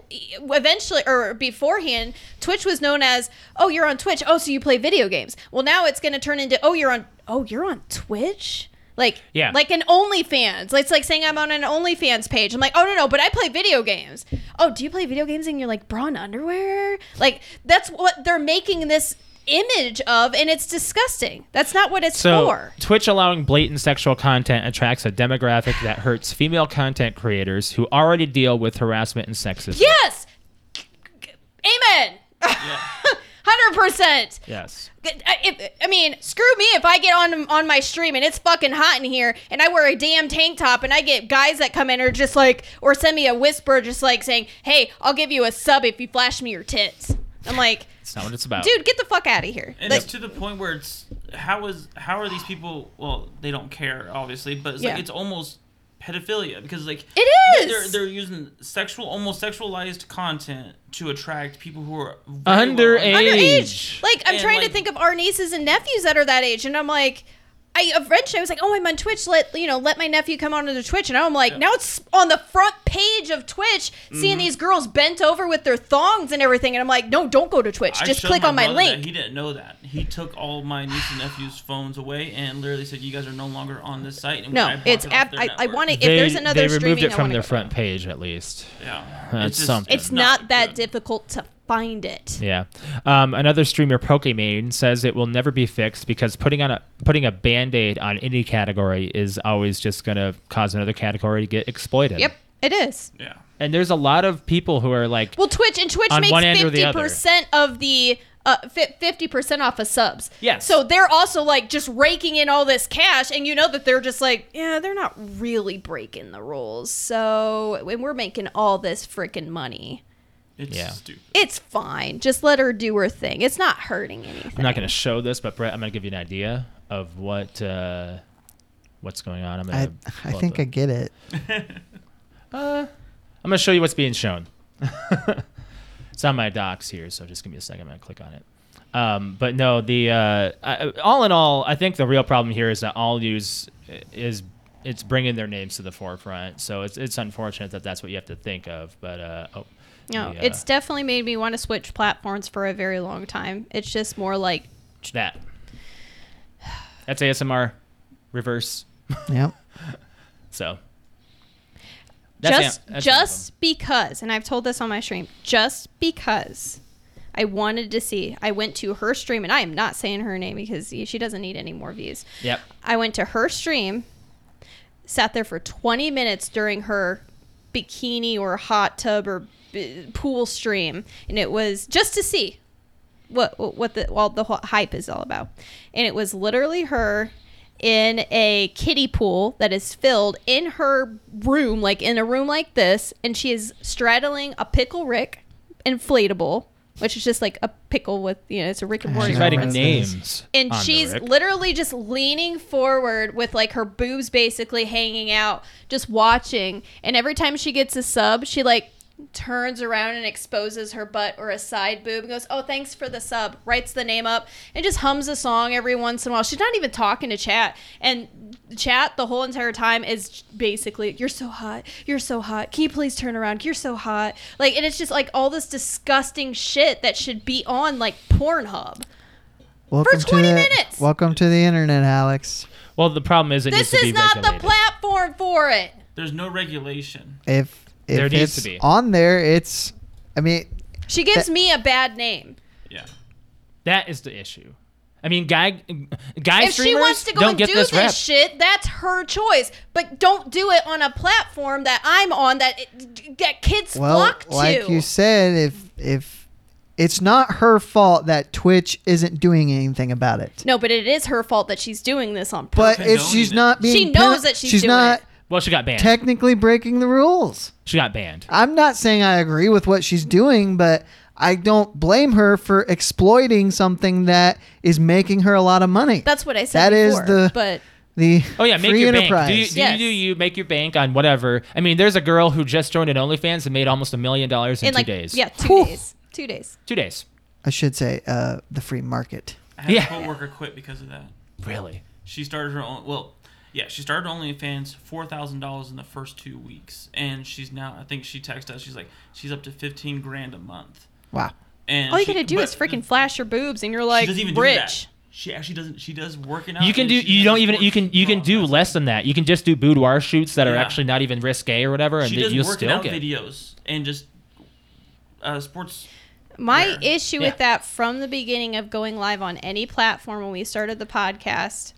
[SPEAKER 3] eventually or beforehand, Twitch was known as, "Oh, you're on Twitch. Oh, so you play video games." Well, now it's going to turn into, "Oh, you're on. Oh, you're on Twitch." Like,
[SPEAKER 2] Yeah.
[SPEAKER 3] like an OnlyFans. It's like saying I'm on an OnlyFans page. I'm like, oh no no, but I play video games. Oh, do you play video games? And you're like bra and underwear. Like that's what they're making this image of, and it's disgusting. That's not what it's
[SPEAKER 2] So
[SPEAKER 3] for.
[SPEAKER 2] Twitch allowing blatant sexual content attracts a demographic that hurts female content creators who already deal with harassment and sexism.
[SPEAKER 3] Yes. Amen. Hundred percent.
[SPEAKER 2] Yes.
[SPEAKER 3] I, if, I mean, screw me if I get on on my stream and it's fucking hot in here, and I wear a damn tank top, and I get guys that come in or just like, or send me a whisper, just like saying, "Hey, I'll give you a sub if you flash me your tits." I'm like,
[SPEAKER 2] That's not what it's about.
[SPEAKER 3] dude, get the fuck out of here.
[SPEAKER 4] and
[SPEAKER 3] Like,
[SPEAKER 4] it's to the point where it's how is how are these people? Well, they don't care obviously, but it's
[SPEAKER 3] Yeah.
[SPEAKER 4] like it's almost pedophilia because like
[SPEAKER 3] It is!
[SPEAKER 4] they're, they're using sexual almost sexualized content to attract people who are very well
[SPEAKER 2] Underage.
[SPEAKER 3] underage. Like I'm
[SPEAKER 4] And,
[SPEAKER 3] trying to
[SPEAKER 4] like-
[SPEAKER 3] think of our nieces and nephews that are that age, and I'm like, I eventually I was like, oh, I'm on Twitch. Let you know, let my nephew come onto the Twitch, and I'm like, now it's on the front page of Twitch,
[SPEAKER 4] Mm-hmm.
[SPEAKER 3] seeing these girls bent over with their thongs and everything, and I'm like, no, don't go to Twitch.
[SPEAKER 4] I
[SPEAKER 3] Just
[SPEAKER 4] showed
[SPEAKER 3] click on my
[SPEAKER 4] brother that.
[SPEAKER 3] link.
[SPEAKER 4] He didn't know that. He took all my niece and nephew's phones away and literally said, "You guys are no longer on this site." And I
[SPEAKER 3] no,
[SPEAKER 4] blocked
[SPEAKER 3] it's
[SPEAKER 4] it off
[SPEAKER 3] ab-
[SPEAKER 4] their
[SPEAKER 3] I, I
[SPEAKER 4] network.
[SPEAKER 3] want to. If
[SPEAKER 2] they,
[SPEAKER 3] there's another
[SPEAKER 2] they
[SPEAKER 3] streaming,
[SPEAKER 2] removed it
[SPEAKER 3] I
[SPEAKER 2] from
[SPEAKER 3] wanna
[SPEAKER 2] their
[SPEAKER 3] go.
[SPEAKER 2] front page at least.
[SPEAKER 4] Yeah,
[SPEAKER 2] That's
[SPEAKER 4] just-
[SPEAKER 2] something.
[SPEAKER 3] It's not that
[SPEAKER 4] good.
[SPEAKER 3] difficult to find it.
[SPEAKER 2] Yeah. Um, another streamer, Pokimane, says it will never be fixed because putting on a putting a band aid on any category is always just gonna cause another category to get exploited.
[SPEAKER 3] Yep. It is.
[SPEAKER 4] Yeah.
[SPEAKER 2] And there's a lot of people who are like,
[SPEAKER 3] Well, Twitch and Twitch
[SPEAKER 2] On one
[SPEAKER 3] makes
[SPEAKER 2] end or the
[SPEAKER 3] fifty
[SPEAKER 2] other.
[SPEAKER 3] percent of the uh, fifty percent off of subs.
[SPEAKER 2] Yes.
[SPEAKER 3] So they're also like just raking in all this cash, and you know that they're just like, yeah, they're not really breaking the rules. So and we're making all this freaking money.
[SPEAKER 4] It's
[SPEAKER 2] Yeah.
[SPEAKER 4] stupid.
[SPEAKER 3] It's fine. Just let her do her thing. It's not hurting anything.
[SPEAKER 2] I'm not going to show this, but Brett, I'm going to give you an idea of what uh, what's going on. I'm
[SPEAKER 1] I
[SPEAKER 2] going
[SPEAKER 1] I think I get it.
[SPEAKER 2] Uh, I'm gonna show you what's being shown. it's on my docs here, so just give me a second. I'm gonna click on it. Um, but no, the uh, I, all in all, I think the real problem here is that all news i- is it's bringing their names to the forefront. So it's it's unfortunate that that's what you have to think of. But uh, oh,
[SPEAKER 3] No,
[SPEAKER 2] the, uh,
[SPEAKER 3] it's definitely made me want to switch platforms for a very long time. It's just more like
[SPEAKER 2] that. That's ASMR reverse.
[SPEAKER 1] Yep.
[SPEAKER 2] So that's
[SPEAKER 3] just
[SPEAKER 2] am- that's the
[SPEAKER 3] just because, and I've told this on my stream, just because I wanted to see, I went to her stream, and I am not saying her name because she doesn't need any more views.
[SPEAKER 2] problem. yep.
[SPEAKER 3] I went to her stream, sat there for 20 minutes during her bikini or hot tub or b- pool stream, and it was just to see what what the well the whole hype is all about. And it was literally her in a kiddie pool that is filled in her room, like in a room like this, and she is straddling a pickle Rick inflatable, which is just like a pickle with you know it's a Rick and
[SPEAKER 1] I
[SPEAKER 3] Morty
[SPEAKER 2] She's
[SPEAKER 1] know
[SPEAKER 2] writing
[SPEAKER 1] what it is.
[SPEAKER 2] names,
[SPEAKER 3] and
[SPEAKER 2] on the
[SPEAKER 3] she's
[SPEAKER 2] Rick.
[SPEAKER 3] literally just leaning forward with like her boobs basically hanging out just watching and every time she gets a sub she like turns around and exposes her butt or a side boob and goes oh thanks for the sub writes the name up and just hums a song every once in a while she's not even talking to chat and chat the whole entire time is basically you're so hot you're so hot can you please turn around you're so hot like and it's just like all this disgusting shit that should be on like pornhub 20
[SPEAKER 1] Welcome to the,
[SPEAKER 3] minutes.
[SPEAKER 1] Welcome to the internet, Alex.
[SPEAKER 2] well, the problem is it needs
[SPEAKER 3] This
[SPEAKER 2] to be
[SPEAKER 3] is not
[SPEAKER 2] regulated.
[SPEAKER 3] the platform for it.
[SPEAKER 4] There's no regulation.
[SPEAKER 1] If if
[SPEAKER 2] There needs
[SPEAKER 1] it's
[SPEAKER 2] to be.
[SPEAKER 1] on there, it's. I mean,
[SPEAKER 3] She gives
[SPEAKER 1] That-
[SPEAKER 3] me a bad name.
[SPEAKER 4] Yeah.
[SPEAKER 2] That is the issue. I mean, guy, guy
[SPEAKER 3] If
[SPEAKER 2] streamers
[SPEAKER 3] she wants to go
[SPEAKER 2] don't
[SPEAKER 3] and do
[SPEAKER 2] get
[SPEAKER 3] this,
[SPEAKER 2] this rep.
[SPEAKER 3] shit, that's her choice. But don't do it on a platform that I'm on that it, that kids
[SPEAKER 1] well,
[SPEAKER 3] flock
[SPEAKER 1] like
[SPEAKER 3] to.
[SPEAKER 1] you said, if if it's not her fault that Twitch isn't doing anything about it,
[SPEAKER 3] no, but it is her fault that she's doing this on purpose.
[SPEAKER 1] but
[SPEAKER 4] Condoning
[SPEAKER 1] if she's
[SPEAKER 4] it.
[SPEAKER 1] not being,
[SPEAKER 3] She knows that she's doing
[SPEAKER 1] not
[SPEAKER 3] it.
[SPEAKER 2] Well, she got banned.
[SPEAKER 1] technically breaking the rules.
[SPEAKER 2] she got banned.
[SPEAKER 1] I'm not saying I agree with what she's doing, but I don't blame her for exploiting something that is making her a lot of money.
[SPEAKER 3] that's what I said.
[SPEAKER 1] That is
[SPEAKER 3] before,
[SPEAKER 1] the-
[SPEAKER 3] But
[SPEAKER 1] the
[SPEAKER 2] Oh yeah, make
[SPEAKER 1] free
[SPEAKER 2] your bank.
[SPEAKER 1] enterprise.
[SPEAKER 2] Do you do,
[SPEAKER 3] Yes.
[SPEAKER 2] you do you make your bank on whatever? I mean, there's a girl who just joined an OnlyFans and made almost a million dollars in,
[SPEAKER 3] in
[SPEAKER 2] two
[SPEAKER 3] like
[SPEAKER 2] days.
[SPEAKER 3] yeah, two
[SPEAKER 1] Whew.
[SPEAKER 3] days, two days.
[SPEAKER 2] two days.
[SPEAKER 1] I should say uh, the free market.
[SPEAKER 4] I had
[SPEAKER 2] Yeah.
[SPEAKER 4] a coworker quit because of that.
[SPEAKER 2] Really?
[SPEAKER 4] She started her own. Well, yeah, she started OnlyFans four thousand dollars in the first two weeks, and she's now. I think she texted us. She's like, she's up to fifteen grand a month.
[SPEAKER 1] Wow.
[SPEAKER 4] And
[SPEAKER 3] All you
[SPEAKER 4] she-
[SPEAKER 3] gotta do
[SPEAKER 4] but
[SPEAKER 3] is freaking flash your boobs, and you're like
[SPEAKER 4] she doesn't even do that.
[SPEAKER 3] rich.
[SPEAKER 4] She actually doesn't. She does working out.
[SPEAKER 2] You can
[SPEAKER 4] and
[SPEAKER 2] do.
[SPEAKER 4] she
[SPEAKER 2] You
[SPEAKER 4] does
[SPEAKER 2] don't even.
[SPEAKER 4] work
[SPEAKER 2] You can. You can
[SPEAKER 4] bra.
[SPEAKER 2] do less than that. You can just do boudoir shoots that are
[SPEAKER 4] Yeah.
[SPEAKER 2] actually not even risque or whatever, and
[SPEAKER 4] She
[SPEAKER 2] that
[SPEAKER 4] does
[SPEAKER 2] you'll
[SPEAKER 4] working
[SPEAKER 2] still
[SPEAKER 4] out
[SPEAKER 2] get.
[SPEAKER 4] videos and just uh, sports.
[SPEAKER 3] My
[SPEAKER 4] Where?
[SPEAKER 3] issue
[SPEAKER 2] Yeah.
[SPEAKER 3] with that from the beginning of going live on any platform when we started the podcast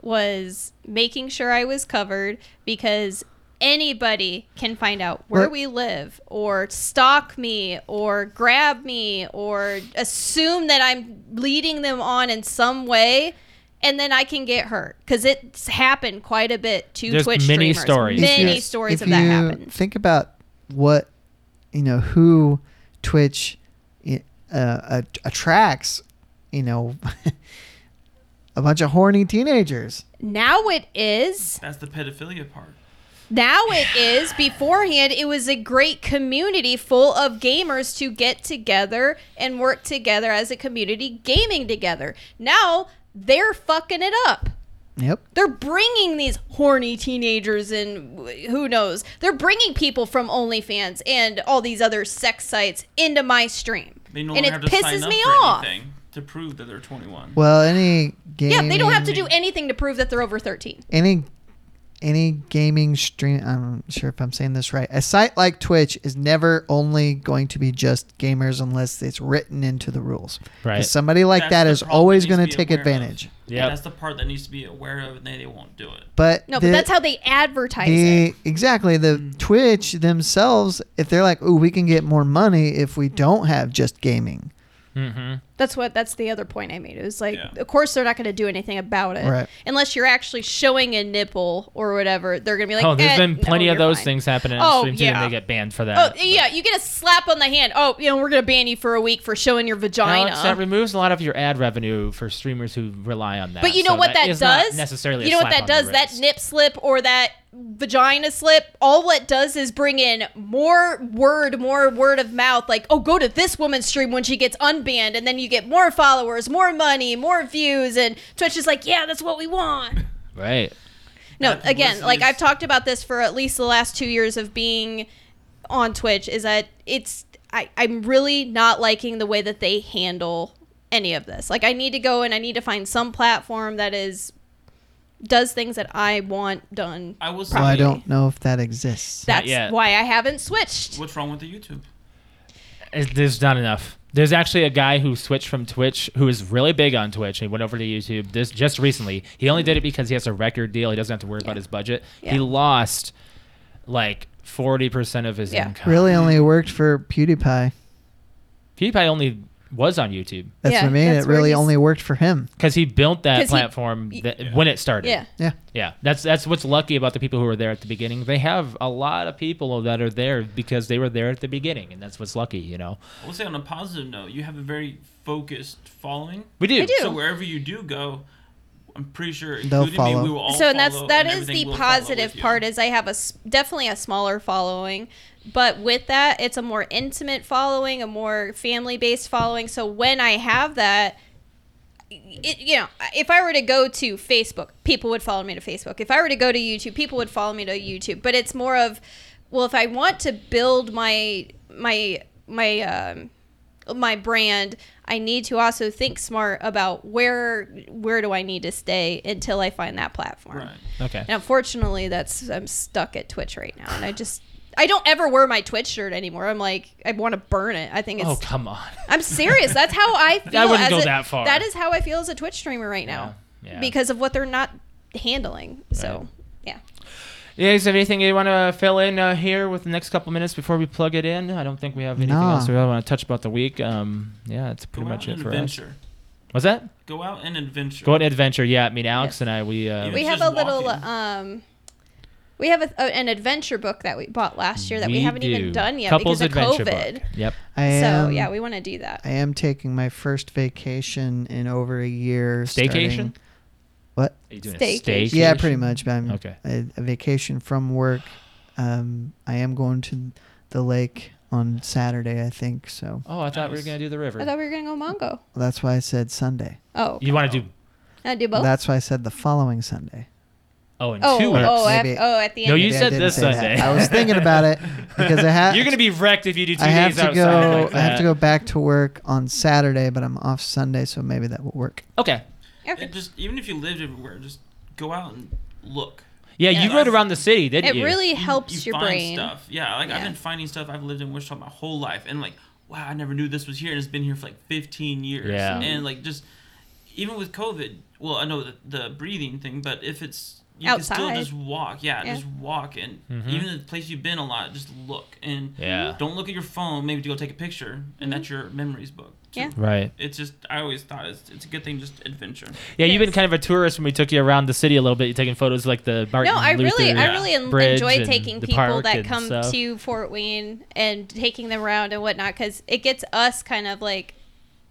[SPEAKER 3] was making sure I was covered because anybody can find out where
[SPEAKER 1] Right.
[SPEAKER 3] we live or stalk me or grab me or assume that I'm leading them on in some way. And then I can get hurt because it's happened quite a bit to
[SPEAKER 2] There's
[SPEAKER 3] Twitch
[SPEAKER 2] many
[SPEAKER 3] streamers.
[SPEAKER 2] stories.
[SPEAKER 3] Many
[SPEAKER 1] Yes.
[SPEAKER 3] stories
[SPEAKER 1] If
[SPEAKER 3] of that
[SPEAKER 1] you
[SPEAKER 3] happen.
[SPEAKER 1] Think about what you know who Twitch i- uh, uh, attracts. You know, a bunch of horny teenagers.
[SPEAKER 3] now it is.
[SPEAKER 4] That's the pedophilia part.
[SPEAKER 3] Now it is. Beforehand, it was a great community full of gamers to get together and work together as a community gaming together. Now they're fucking it up.
[SPEAKER 1] Yep.
[SPEAKER 3] They're bringing these horny teenagers and wh- who knows. They're bringing people from OnlyFans and all these other sex sites into my stream.
[SPEAKER 4] They no
[SPEAKER 3] and
[SPEAKER 4] longer
[SPEAKER 3] it
[SPEAKER 4] have to sign
[SPEAKER 3] pisses
[SPEAKER 4] up
[SPEAKER 3] me
[SPEAKER 4] for
[SPEAKER 3] off.
[SPEAKER 4] anything to prove that they're 21.
[SPEAKER 1] Well, any game.
[SPEAKER 3] Yeah, they don't have to do anything to prove that they're over 13.
[SPEAKER 1] any any gaming stream. I'm not sure if I'm saying this right. A site like Twitch is never only going to be just gamers unless it's written into the rules. 'Cause
[SPEAKER 2] Right.
[SPEAKER 1] Somebody like
[SPEAKER 4] That's
[SPEAKER 1] that
[SPEAKER 4] the
[SPEAKER 1] is
[SPEAKER 4] problem
[SPEAKER 1] always
[SPEAKER 4] that needs
[SPEAKER 1] going
[SPEAKER 4] be
[SPEAKER 1] to take
[SPEAKER 4] aware of.
[SPEAKER 1] advantage.
[SPEAKER 4] And
[SPEAKER 2] Yep.
[SPEAKER 4] that's the part that needs to be aware of, and they, they won't do it.
[SPEAKER 1] But
[SPEAKER 3] No, but
[SPEAKER 1] the-
[SPEAKER 3] that's how they advertise it.
[SPEAKER 1] the exactly the
[SPEAKER 2] Hmm.
[SPEAKER 1] Twitch themselves, if they're like, "Oh, we can get more money if we don't have just gaming,"
[SPEAKER 2] Mm-hmm.
[SPEAKER 3] That's what. That's the other point I made. It was like,
[SPEAKER 4] Yeah.
[SPEAKER 3] of course they're not going to do anything about it,
[SPEAKER 1] Right.
[SPEAKER 3] unless you're actually showing a nipple or whatever. They're going to be like,
[SPEAKER 2] oh, there's
[SPEAKER 3] eh,
[SPEAKER 2] been
[SPEAKER 3] no,
[SPEAKER 2] plenty of
[SPEAKER 3] you're
[SPEAKER 2] those
[SPEAKER 3] fine."
[SPEAKER 2] things happening on
[SPEAKER 3] Oh,
[SPEAKER 2] stream too,
[SPEAKER 3] yeah.
[SPEAKER 2] and they get banned for
[SPEAKER 3] Oh
[SPEAKER 2] that.
[SPEAKER 3] yeah, you get a slap on the hand. Oh, you know we're going to ban you for a week for showing your vagina.
[SPEAKER 2] Alex, that removes a lot of your ad revenue for streamers who rely on that.
[SPEAKER 3] But you know
[SPEAKER 2] So
[SPEAKER 3] what that,
[SPEAKER 2] is not
[SPEAKER 3] does?
[SPEAKER 2] necessarily. a
[SPEAKER 3] you know what
[SPEAKER 2] slap
[SPEAKER 3] that
[SPEAKER 2] on
[SPEAKER 3] does?
[SPEAKER 2] the
[SPEAKER 3] That
[SPEAKER 2] wrist.
[SPEAKER 3] nip slip or that vagina slip, all it does is bring in more word, more word of mouth. Like, oh, go to this woman's stream when she gets unbanned, and then you get more followers, more money, more views, and Twitch is like, yeah, that's what we want.
[SPEAKER 2] right.
[SPEAKER 3] No,
[SPEAKER 4] That
[SPEAKER 3] again,
[SPEAKER 4] publicity
[SPEAKER 3] like
[SPEAKER 4] is-
[SPEAKER 3] I've talked about this for at least the last two years of being on Twitch, is that it's I, I'm really not liking the way that they handle any of this. Like I need to go and I need to find some platform that is does things that I want done.
[SPEAKER 4] I will say,
[SPEAKER 1] so I don't know if that exists.
[SPEAKER 2] Not
[SPEAKER 3] That's
[SPEAKER 2] yet.
[SPEAKER 3] why I haven't switched.
[SPEAKER 4] what's wrong with the YouTube?
[SPEAKER 2] It- There's not enough. There's actually a guy who switched from Twitch who is really big on Twitch. He went over to YouTube this just recently. He only did it because he has a record deal. He doesn't have to worry about his budget.
[SPEAKER 3] Yeah.
[SPEAKER 2] He lost like 40% of his
[SPEAKER 3] Yeah.
[SPEAKER 2] income.
[SPEAKER 1] really only worked for PewDiePie.
[SPEAKER 2] PewDiePie only was on YouTube
[SPEAKER 1] That's
[SPEAKER 3] Yeah,
[SPEAKER 1] what I mean.
[SPEAKER 3] that's
[SPEAKER 1] It
[SPEAKER 3] where
[SPEAKER 1] really
[SPEAKER 3] he's-
[SPEAKER 1] only worked for him.
[SPEAKER 2] because he built that
[SPEAKER 3] 'Cause he-
[SPEAKER 2] platform
[SPEAKER 3] y-
[SPEAKER 2] that,
[SPEAKER 4] Yeah.
[SPEAKER 2] when it started.
[SPEAKER 3] Yeah.
[SPEAKER 1] Yeah.
[SPEAKER 2] Yeah, that's that's what's lucky about the people who were there at the beginning. They have a lot of people that are there because they were there at the beginning, and that's what's lucky, you know.
[SPEAKER 4] I will say on a positive note, you have a very focused following.
[SPEAKER 2] We do.
[SPEAKER 3] I do.
[SPEAKER 4] So wherever you do go, I'm pretty sure,
[SPEAKER 1] They'll
[SPEAKER 4] including me,
[SPEAKER 1] follow.
[SPEAKER 4] we will all
[SPEAKER 3] so and that's
[SPEAKER 4] follow
[SPEAKER 3] that
[SPEAKER 4] and
[SPEAKER 3] is
[SPEAKER 4] everything
[SPEAKER 3] the
[SPEAKER 4] will follow
[SPEAKER 3] positive
[SPEAKER 4] with you.
[SPEAKER 3] part is i have a s- definitely a smaller following but with that it's a more intimate following a more family based following so when i have that it, you know if i were to go to facebook people would follow me to facebook if i were to go to youtube people would follow me to youtube but it's more of well if i want to build my my my um my brand i need to also think smart about where where do i need to stay until i find that platform
[SPEAKER 4] Right.
[SPEAKER 2] Okay.
[SPEAKER 3] and unfortunately, that's I'm stuck at Twitch right now, and I just I don't ever wear my Twitch shirt anymore. I'm like I want to burn it. I think it's
[SPEAKER 2] Oh come on.
[SPEAKER 3] I'm serious. That's how I feel.
[SPEAKER 2] wouldn't
[SPEAKER 3] as
[SPEAKER 2] go
[SPEAKER 3] a-
[SPEAKER 2] that far.
[SPEAKER 3] That is how I feel as a Twitch streamer right now
[SPEAKER 2] Yeah.
[SPEAKER 3] because of what they're not handling. So yeah,
[SPEAKER 2] You guys have anything you want to fill in uh, here with the next couple minutes before we plug it in? I don't think we have anything
[SPEAKER 1] Nah.
[SPEAKER 2] else we really want to touch about the week. Um, yeah, that's
[SPEAKER 4] Go
[SPEAKER 2] pretty
[SPEAKER 4] out
[SPEAKER 2] much it
[SPEAKER 4] and
[SPEAKER 2] for us.
[SPEAKER 4] adventure.
[SPEAKER 2] What's that?
[SPEAKER 4] Go out and adventure.
[SPEAKER 2] Go on adventure. Yeah, I mean Alex
[SPEAKER 3] Yes.
[SPEAKER 2] and I we uh,
[SPEAKER 4] It
[SPEAKER 3] we
[SPEAKER 4] was
[SPEAKER 3] have a
[SPEAKER 4] just
[SPEAKER 3] little
[SPEAKER 4] walking.
[SPEAKER 3] um. We have a, a- an adventure book that we bought last year that we, haven't
[SPEAKER 2] do.
[SPEAKER 3] even done yet
[SPEAKER 2] Couples
[SPEAKER 3] because
[SPEAKER 2] adventure
[SPEAKER 3] of COVID.
[SPEAKER 2] Book. Yep.
[SPEAKER 1] I
[SPEAKER 3] So
[SPEAKER 1] am,
[SPEAKER 3] yeah, we want to do that.
[SPEAKER 1] I am taking my first vacation in over a year.
[SPEAKER 2] Staycation?
[SPEAKER 1] starting- What?
[SPEAKER 2] Are you doing a
[SPEAKER 3] Staycation.
[SPEAKER 2] staycation?
[SPEAKER 1] Yeah, pretty much. But I'm
[SPEAKER 2] Okay.
[SPEAKER 1] a, a vacation from work. Um, I am going to the lake on Saturday, I think. So
[SPEAKER 2] Oh, I thought we were
[SPEAKER 4] Nice.
[SPEAKER 2] gonna do the river.
[SPEAKER 3] I thought we were gonna go Mongo.
[SPEAKER 1] that's why I said Sunday.
[SPEAKER 3] Oh,
[SPEAKER 2] you want to do?
[SPEAKER 3] I do both.
[SPEAKER 1] That's why I said the following Sunday.
[SPEAKER 2] Oh, in
[SPEAKER 3] oh,
[SPEAKER 2] two weeks.
[SPEAKER 3] oh, at,
[SPEAKER 1] Maybe-
[SPEAKER 3] oh, at the end.
[SPEAKER 2] No,
[SPEAKER 3] of
[SPEAKER 2] you
[SPEAKER 1] Maybe I
[SPEAKER 2] said
[SPEAKER 1] didn't
[SPEAKER 2] this
[SPEAKER 1] say that.
[SPEAKER 2] Sunday.
[SPEAKER 1] I was thinking about it because I have.
[SPEAKER 2] You're gonna be wrecked if you do two
[SPEAKER 1] I have
[SPEAKER 2] days
[SPEAKER 1] to
[SPEAKER 2] outside
[SPEAKER 1] go.
[SPEAKER 2] like
[SPEAKER 1] I have
[SPEAKER 2] that.
[SPEAKER 1] to go back to work on Saturday, but I'm off Sunday, so maybe that will work.
[SPEAKER 2] Okay.
[SPEAKER 3] Okay.
[SPEAKER 4] And just even if you lived everywhere, just go out and look.
[SPEAKER 2] Yeah,
[SPEAKER 3] Yeah.
[SPEAKER 2] you rode around the city, didn't
[SPEAKER 3] It
[SPEAKER 2] you?
[SPEAKER 3] really
[SPEAKER 4] You-
[SPEAKER 3] helps
[SPEAKER 4] you
[SPEAKER 3] your
[SPEAKER 4] find
[SPEAKER 3] brain.
[SPEAKER 4] Stuff. Yeah, like I've
[SPEAKER 3] Yeah.
[SPEAKER 4] been finding stuff. I've lived in Wichita my whole life, and like, wow, I never knew this was here, and it's been here for like 15 years.
[SPEAKER 2] Yeah.
[SPEAKER 3] Mm-hmm.
[SPEAKER 2] Mhm.
[SPEAKER 4] And like, just even with COVID, well, I know the, the breathing thing, but if it's you can
[SPEAKER 3] Outside.
[SPEAKER 4] still just walk. Yeah,
[SPEAKER 3] Yeah.
[SPEAKER 4] just walk, and
[SPEAKER 1] Mm-hmm.
[SPEAKER 4] even the place you've been a lot, just look and
[SPEAKER 2] Yeah.
[SPEAKER 4] don't look at your phone. Maybe to go take a picture, and that's your memories book. too.
[SPEAKER 3] Mm-hmm. Yeah.
[SPEAKER 2] Right.
[SPEAKER 4] It's just I always thought it's, it's a good thing just adventure.
[SPEAKER 2] Yeah, you've been
[SPEAKER 3] Yes.
[SPEAKER 2] kind of a tourist when we took you around the city a little bit. You're taking photos of, like the Martin
[SPEAKER 3] no, I
[SPEAKER 2] Luther
[SPEAKER 3] really, I
[SPEAKER 4] yeah.
[SPEAKER 3] really en-
[SPEAKER 2] Bridge
[SPEAKER 3] enjoy
[SPEAKER 2] and
[SPEAKER 3] taking
[SPEAKER 2] the
[SPEAKER 3] people
[SPEAKER 2] park
[SPEAKER 3] that
[SPEAKER 2] and
[SPEAKER 3] come
[SPEAKER 2] stuff.
[SPEAKER 3] to Fort Wayne and taking them around and whatnot because it gets us kind of like,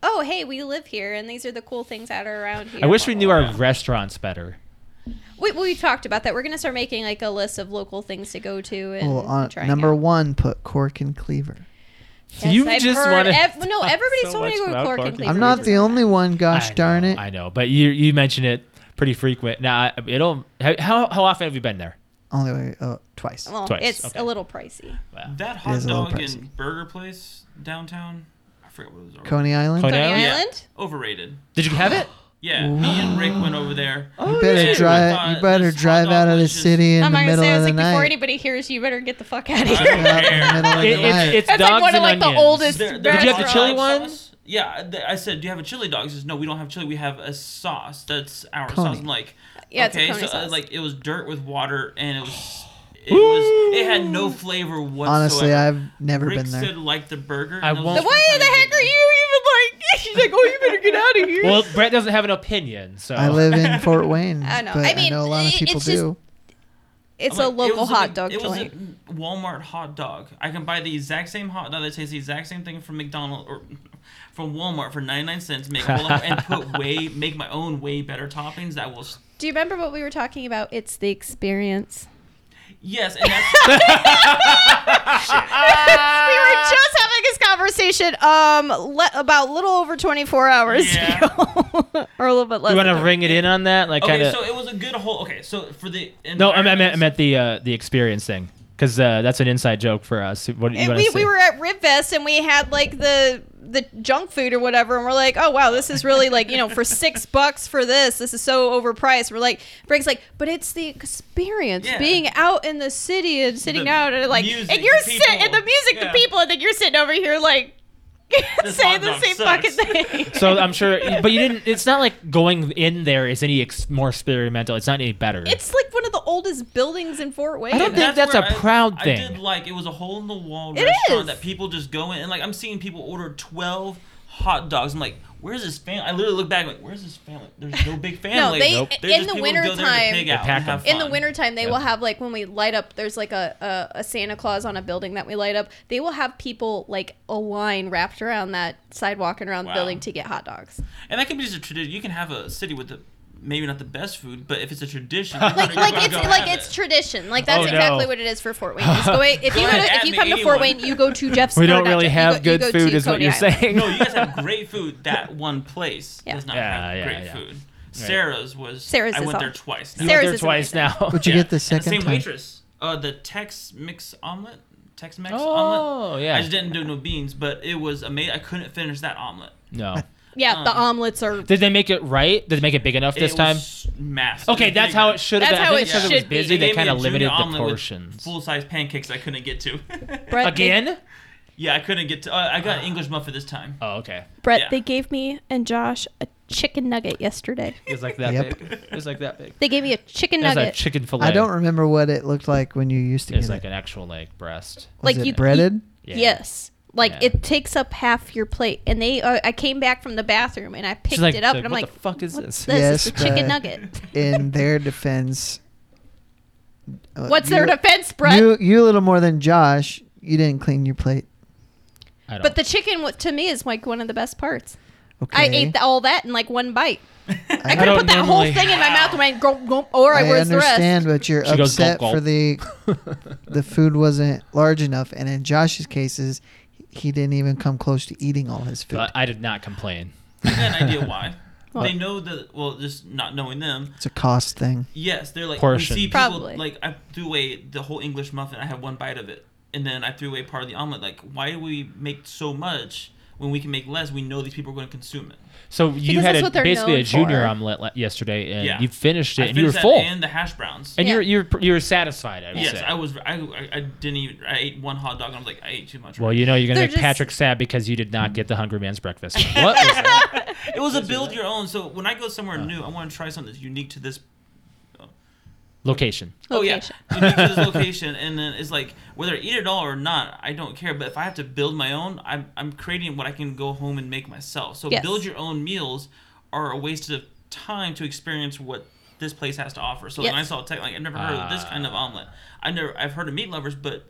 [SPEAKER 3] oh, hey, we live here and these are the cool things that are around here.
[SPEAKER 2] I wish we
[SPEAKER 3] blah,
[SPEAKER 2] knew
[SPEAKER 3] blah,
[SPEAKER 2] our
[SPEAKER 4] Yeah.
[SPEAKER 2] restaurants better.
[SPEAKER 3] blah. We, we talked about that. We're gonna start making like a list of local things to go to and
[SPEAKER 1] Well, on,
[SPEAKER 3] try
[SPEAKER 1] number
[SPEAKER 3] out.
[SPEAKER 1] one, put Cork and Cleaver.
[SPEAKER 3] Yes,
[SPEAKER 2] you
[SPEAKER 3] I've
[SPEAKER 2] just
[SPEAKER 3] heard
[SPEAKER 2] wanna
[SPEAKER 3] ev- no,
[SPEAKER 2] talk
[SPEAKER 3] everybody's
[SPEAKER 2] so
[SPEAKER 3] told me to
[SPEAKER 2] much
[SPEAKER 3] go to
[SPEAKER 2] about
[SPEAKER 3] Cork and
[SPEAKER 2] Cork and
[SPEAKER 3] Cleveland.
[SPEAKER 1] I'm not the only one.
[SPEAKER 2] I
[SPEAKER 1] Gosh
[SPEAKER 2] know,
[SPEAKER 1] darn it!
[SPEAKER 2] I know, but you you mention it pretty frequent. Now, I- it'll how how how often have you been there?
[SPEAKER 1] Only way, oh, twice.
[SPEAKER 3] Well,
[SPEAKER 2] Twice,
[SPEAKER 3] it's
[SPEAKER 2] okay. Oh,
[SPEAKER 3] a little pricey.
[SPEAKER 2] Wow.
[SPEAKER 4] That
[SPEAKER 1] It
[SPEAKER 4] hot
[SPEAKER 1] is a little
[SPEAKER 4] dog
[SPEAKER 1] pricey.
[SPEAKER 4] and burger place downtown. I forget what it was. already-
[SPEAKER 1] Coney Island.
[SPEAKER 2] Coney-
[SPEAKER 3] Coney
[SPEAKER 2] Island?
[SPEAKER 4] Yeah,
[SPEAKER 3] Island.
[SPEAKER 4] Overrated.
[SPEAKER 2] Did you have it?
[SPEAKER 4] Yeah, me and Rick went over there.
[SPEAKER 1] You
[SPEAKER 4] yeah.
[SPEAKER 1] better
[SPEAKER 4] I
[SPEAKER 1] drive.
[SPEAKER 4] thought
[SPEAKER 1] You better
[SPEAKER 4] this hot
[SPEAKER 1] drive
[SPEAKER 4] dog
[SPEAKER 1] out of the
[SPEAKER 4] was just-
[SPEAKER 1] city in
[SPEAKER 3] I'm
[SPEAKER 1] the
[SPEAKER 3] not gonna
[SPEAKER 1] middle
[SPEAKER 3] say I
[SPEAKER 1] of
[SPEAKER 3] was
[SPEAKER 1] the
[SPEAKER 3] like before
[SPEAKER 1] night.
[SPEAKER 3] anybody hears you, better get the fuck out of
[SPEAKER 4] I
[SPEAKER 3] here.
[SPEAKER 4] don't
[SPEAKER 1] Out in the
[SPEAKER 4] care.
[SPEAKER 1] middle of
[SPEAKER 2] It-
[SPEAKER 1] the night.
[SPEAKER 2] it's, it's
[SPEAKER 3] That's
[SPEAKER 2] dogs
[SPEAKER 3] like one of
[SPEAKER 2] and
[SPEAKER 3] like the
[SPEAKER 2] onions.
[SPEAKER 3] oldest.
[SPEAKER 4] There-
[SPEAKER 2] Did
[SPEAKER 4] there's
[SPEAKER 2] you have the
[SPEAKER 4] hot
[SPEAKER 2] chili
[SPEAKER 4] dog
[SPEAKER 2] one?
[SPEAKER 4] sauce. Yeah, th- I said, "Do you have a chili dog?" He says, "No, we don't have chili. We have a sauce that's our
[SPEAKER 1] Coney.
[SPEAKER 4] sauce." I'm like,
[SPEAKER 3] Yeah, it's a
[SPEAKER 4] okay,
[SPEAKER 3] Coney
[SPEAKER 4] so uh,
[SPEAKER 3] sauce.
[SPEAKER 4] like it was dirt with water, and it was it was it had no flavor whatsoever.
[SPEAKER 1] Honestly, I've never
[SPEAKER 4] Rick
[SPEAKER 1] been there.
[SPEAKER 4] said like the burger.
[SPEAKER 2] I
[SPEAKER 4] and it was
[SPEAKER 2] won't-
[SPEAKER 3] Then
[SPEAKER 2] Then
[SPEAKER 3] why
[SPEAKER 4] first
[SPEAKER 3] the
[SPEAKER 4] time I
[SPEAKER 3] heck
[SPEAKER 4] did
[SPEAKER 3] are
[SPEAKER 4] that.
[SPEAKER 3] you even like? She's like, oh, you better get out of here.
[SPEAKER 2] Well, Brett doesn't have an opinion, so
[SPEAKER 1] I live in Fort Wayne,
[SPEAKER 3] I know.
[SPEAKER 1] but
[SPEAKER 3] I
[SPEAKER 1] I,
[SPEAKER 3] mean,
[SPEAKER 1] know a lot of
[SPEAKER 3] it-
[SPEAKER 1] people
[SPEAKER 3] it's just-
[SPEAKER 1] do.
[SPEAKER 3] it's
[SPEAKER 4] I'm
[SPEAKER 3] a
[SPEAKER 4] like, it
[SPEAKER 3] local
[SPEAKER 4] was
[SPEAKER 3] hot
[SPEAKER 4] big-
[SPEAKER 3] dog
[SPEAKER 4] it was a
[SPEAKER 3] joint.
[SPEAKER 4] Walmart hot dog. I can buy the exact same hot dog that tastes the exact same thing from McDonald's or from Walmart for 99 cents. Make all of- and put way make my own way better toppings. That will s-
[SPEAKER 3] Do you remember what we were talking about? It's the experience.
[SPEAKER 4] yes, and that's
[SPEAKER 3] we were just having this conversation um le- about a little over 24 hours
[SPEAKER 4] Yeah.
[SPEAKER 3] ago, or a little bit less.
[SPEAKER 2] You want
[SPEAKER 3] than
[SPEAKER 2] to ring it in on that, like
[SPEAKER 4] okay.
[SPEAKER 2] kind of.
[SPEAKER 4] So it was a good whole. Okay, so for the
[SPEAKER 2] no, I meant, I meant, I
[SPEAKER 4] environments-
[SPEAKER 2] meant the uh, the experience thing, because uh, that's an inside joke for us. What do you
[SPEAKER 3] And
[SPEAKER 2] want
[SPEAKER 3] we,
[SPEAKER 2] to
[SPEAKER 3] we
[SPEAKER 2] say?
[SPEAKER 3] were at Ribfest and we had like the the junk food or whatever and we're like oh wow this is really like you know for six bucks for this this is so overpriced we're like Frank's like but it's the experience
[SPEAKER 4] Yeah.
[SPEAKER 3] being out in the city and sitting
[SPEAKER 4] The
[SPEAKER 3] out and like
[SPEAKER 4] music,
[SPEAKER 3] and you're
[SPEAKER 4] the
[SPEAKER 3] sitting and the
[SPEAKER 4] people.
[SPEAKER 3] music
[SPEAKER 4] Yeah.
[SPEAKER 3] the people and then you're sitting over here like
[SPEAKER 4] This
[SPEAKER 3] saying
[SPEAKER 4] hot
[SPEAKER 3] the
[SPEAKER 4] dog
[SPEAKER 3] same
[SPEAKER 4] sucks.
[SPEAKER 3] fucking thing
[SPEAKER 2] So I'm sure, but you didn't. It's not like going in there is any ex- more experimental. It's not any better.
[SPEAKER 3] it's like one of the oldest buildings in Fort Wayne
[SPEAKER 2] I don't think that's
[SPEAKER 4] where
[SPEAKER 2] a proud
[SPEAKER 4] I, I
[SPEAKER 2] thing.
[SPEAKER 4] did like it was a hole in the wall
[SPEAKER 3] It
[SPEAKER 4] restaurant
[SPEAKER 3] is.
[SPEAKER 4] that people just go in and like I'm seeing people order twelve hot dogs. I'm like, where's this family? I literally look back like, where's this family? There's no big family.
[SPEAKER 3] they-
[SPEAKER 2] Nope.
[SPEAKER 4] They're
[SPEAKER 3] in
[SPEAKER 4] just
[SPEAKER 3] the
[SPEAKER 4] people who go there to
[SPEAKER 3] wintertime-
[SPEAKER 4] pig
[SPEAKER 2] They
[SPEAKER 4] out and
[SPEAKER 2] pack 'em.
[SPEAKER 4] have
[SPEAKER 3] in the
[SPEAKER 4] fun.
[SPEAKER 3] wintertime they
[SPEAKER 2] Yeah.
[SPEAKER 3] will have like when we light up there's like a, a a santa claus on a building that we light up they will have people like a line wrapped around that sidewalk and around the
[SPEAKER 4] Wow.
[SPEAKER 3] building to get hot dogs
[SPEAKER 4] And that can be just a tradition. You can have a city with the maybe not the best food, but if it's a tradition,
[SPEAKER 3] like like it's like it's tradition like that's
[SPEAKER 2] Oh, no.
[SPEAKER 3] exactly what it is for fort wayne You just go, if you go
[SPEAKER 4] ahead,
[SPEAKER 3] to, if
[SPEAKER 4] at
[SPEAKER 3] you
[SPEAKER 4] me,
[SPEAKER 3] come to fort
[SPEAKER 4] anyone.
[SPEAKER 3] wayne you go to jeff's
[SPEAKER 2] we
[SPEAKER 3] no,
[SPEAKER 2] don't
[SPEAKER 3] not
[SPEAKER 2] really
[SPEAKER 3] Jeff- you
[SPEAKER 2] have
[SPEAKER 3] go- you
[SPEAKER 2] good
[SPEAKER 3] go
[SPEAKER 2] food,
[SPEAKER 3] to
[SPEAKER 2] is what
[SPEAKER 3] Coney
[SPEAKER 2] you're
[SPEAKER 3] Island.
[SPEAKER 2] saying.
[SPEAKER 4] no, you guys have great food. That one place
[SPEAKER 3] Yeah.
[SPEAKER 4] does not
[SPEAKER 2] Yeah,
[SPEAKER 4] have
[SPEAKER 2] yeah,
[SPEAKER 4] great
[SPEAKER 2] yeah.
[SPEAKER 4] food. Sarah's was.
[SPEAKER 3] Sarah's
[SPEAKER 4] I
[SPEAKER 3] is
[SPEAKER 4] went there
[SPEAKER 3] awesome.
[SPEAKER 4] twice.
[SPEAKER 2] you
[SPEAKER 4] Now.
[SPEAKER 2] went
[SPEAKER 3] Sarah's
[SPEAKER 2] there
[SPEAKER 3] is
[SPEAKER 2] twice
[SPEAKER 3] amazing.
[SPEAKER 2] now.
[SPEAKER 1] Would you
[SPEAKER 4] Yeah,
[SPEAKER 1] get the
[SPEAKER 4] and
[SPEAKER 1] second
[SPEAKER 4] same
[SPEAKER 1] time?
[SPEAKER 4] waitress. Uh, the Tex Mix omelet. Tex Mex omelet.
[SPEAKER 2] oh yeah.
[SPEAKER 4] I just didn't do no beans, but it was amazing. I couldn't finish that omelet.
[SPEAKER 2] no.
[SPEAKER 3] yeah the
[SPEAKER 4] Um,
[SPEAKER 3] omelets are
[SPEAKER 2] Did they make it right? Did they make it big enough this
[SPEAKER 4] it
[SPEAKER 2] time?
[SPEAKER 4] was massive.
[SPEAKER 2] Okay, that's how it should have
[SPEAKER 3] That's
[SPEAKER 2] been.
[SPEAKER 3] how
[SPEAKER 2] I think
[SPEAKER 3] it
[SPEAKER 2] it's 'cause it was
[SPEAKER 3] should be.
[SPEAKER 2] busy, they kind of limited the portions.
[SPEAKER 4] Full size pancakes I couldn't get to.
[SPEAKER 3] Brett,
[SPEAKER 2] Again?
[SPEAKER 4] yeah, I couldn't get to. Uh, I got an English muffin this time.
[SPEAKER 2] Oh, okay.
[SPEAKER 3] They, brett
[SPEAKER 4] Yeah.
[SPEAKER 3] they gave me and josh a chicken nugget yesterday
[SPEAKER 2] It was like that
[SPEAKER 1] Yep.
[SPEAKER 2] big. It was like that big.
[SPEAKER 3] they gave me a chicken
[SPEAKER 2] It was a
[SPEAKER 3] nugget
[SPEAKER 2] chicken fillet.
[SPEAKER 1] I don't remember what it looked like when you used to
[SPEAKER 2] It
[SPEAKER 1] get
[SPEAKER 2] was
[SPEAKER 1] it.
[SPEAKER 2] like an actual like breast.
[SPEAKER 3] like
[SPEAKER 1] Was it
[SPEAKER 3] you-
[SPEAKER 1] breaded?
[SPEAKER 2] Yeah.
[SPEAKER 3] Yes. Like
[SPEAKER 2] Yeah.
[SPEAKER 3] it takes up half your plate, and they. Uh, I came back from the bathroom and I
[SPEAKER 2] She's
[SPEAKER 3] picked
[SPEAKER 2] like,
[SPEAKER 3] it up,
[SPEAKER 2] she's
[SPEAKER 3] and I'm
[SPEAKER 2] what
[SPEAKER 3] like,
[SPEAKER 2] the fuck is
[SPEAKER 3] "What-
[SPEAKER 2] this?
[SPEAKER 3] This
[SPEAKER 1] Yes,
[SPEAKER 3] is a chicken
[SPEAKER 1] but-
[SPEAKER 3] nugget.
[SPEAKER 1] In their defense, uh,
[SPEAKER 3] What's
[SPEAKER 1] you-
[SPEAKER 3] their defense, Brett?
[SPEAKER 1] You, you a little more than Josh. You didn't clean your plate.
[SPEAKER 2] I don't.
[SPEAKER 3] but the chicken w- to me is like one of the best parts.
[SPEAKER 1] Okay.
[SPEAKER 3] I ate the, all that in like one bite. I,
[SPEAKER 1] I
[SPEAKER 3] could have
[SPEAKER 2] don't
[SPEAKER 3] put that
[SPEAKER 2] normally-
[SPEAKER 3] whole thing in my mouth and went gulp gulp, or I,
[SPEAKER 1] I
[SPEAKER 3] was the
[SPEAKER 1] understand,
[SPEAKER 3] rest.
[SPEAKER 1] but you're
[SPEAKER 2] She goes,
[SPEAKER 1] upset
[SPEAKER 2] "Gulp,
[SPEAKER 1] for the the food wasn't large enough, and in Josh's cases, he didn't even come close to eating all his food.
[SPEAKER 2] But I did not complain.
[SPEAKER 4] I got an idea why. They know that. Well, just not knowing them.
[SPEAKER 1] it's a cost thing.
[SPEAKER 4] Yes, they're like
[SPEAKER 2] Portion.
[SPEAKER 4] we see people
[SPEAKER 3] Probably.
[SPEAKER 4] like I threw away the whole English muffin. I had one bite of it, and then I threw away part of the omelet. Like, why do we make so much when we can make less? We know these people are going to consume it.
[SPEAKER 2] So you
[SPEAKER 3] Because
[SPEAKER 2] had
[SPEAKER 3] that's
[SPEAKER 2] a,
[SPEAKER 3] what they're
[SPEAKER 2] basically a
[SPEAKER 3] known
[SPEAKER 2] junior
[SPEAKER 3] for.
[SPEAKER 2] omelet le- yesterday, and
[SPEAKER 4] Yeah.
[SPEAKER 2] you finished it,
[SPEAKER 4] I
[SPEAKER 2] and you were
[SPEAKER 4] finished that
[SPEAKER 2] full, and,
[SPEAKER 4] And the hash browns.
[SPEAKER 3] Yeah.
[SPEAKER 2] you're you're you're satisfied. I would
[SPEAKER 4] yes,
[SPEAKER 2] say.
[SPEAKER 4] I was. I, I, I didn't even. I ate one hot dog, and I was like, I ate too much.
[SPEAKER 2] well, you know you're gonna
[SPEAKER 3] They're
[SPEAKER 2] make
[SPEAKER 3] just-
[SPEAKER 2] Patrick sad because you did not get the Hungry Man's breakfast. what was that?
[SPEAKER 4] it was a build your own. So when I go somewhere new, I want to try something that's unique to this
[SPEAKER 2] Location.
[SPEAKER 3] Location.
[SPEAKER 4] Oh yeah, you get to this location, and then it's like whether I eat it all or not, I don't care. But if I have to build my own, I'm I'm creating what I can go home and make myself. So
[SPEAKER 3] Yes.
[SPEAKER 4] build your own meals are a waste of time to experience what this place has to offer. So when I
[SPEAKER 3] Yes.
[SPEAKER 4] saw tech, like I never heard of this kind of omelet. I never I've heard of meat lovers, but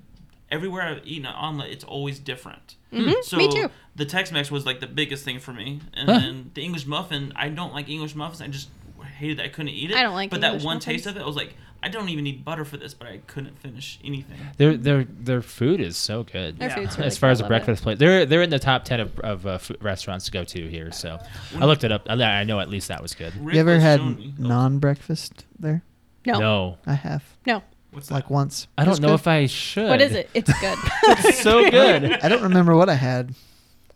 [SPEAKER 4] everywhere I've eaten an omelet, it's always different. So
[SPEAKER 3] Mm-hmm. me too.
[SPEAKER 4] the Tex-Mex was like the biggest thing for me, and
[SPEAKER 2] Huh.
[SPEAKER 4] then the English muffin. I don't like English muffins. I just hated that I couldn't eat it.
[SPEAKER 3] I don't like
[SPEAKER 4] But
[SPEAKER 3] English
[SPEAKER 4] that one
[SPEAKER 3] muffins.
[SPEAKER 4] taste of it, I was like, I don't even need butter for this, but I couldn't finish anything.
[SPEAKER 2] Their their their food is so good.
[SPEAKER 3] Their
[SPEAKER 4] Yeah.
[SPEAKER 3] food's really
[SPEAKER 2] as far
[SPEAKER 3] good.
[SPEAKER 2] as the
[SPEAKER 3] I love it.
[SPEAKER 2] breakfast plate, they're they're in the top ten of, of uh, food restaurants to go to here. So I looked it up. I, I know at least that was good.
[SPEAKER 4] Rick
[SPEAKER 1] You ever
[SPEAKER 4] was
[SPEAKER 1] had
[SPEAKER 4] showing me- oh,
[SPEAKER 1] non-breakfast there?
[SPEAKER 3] No,
[SPEAKER 2] No,
[SPEAKER 1] I have,
[SPEAKER 4] What's that?
[SPEAKER 1] like once.
[SPEAKER 2] I don't
[SPEAKER 1] It's
[SPEAKER 2] know
[SPEAKER 1] good.
[SPEAKER 2] if I should.
[SPEAKER 3] what is it? It's good.
[SPEAKER 2] It's so good,
[SPEAKER 1] I don't remember what I had.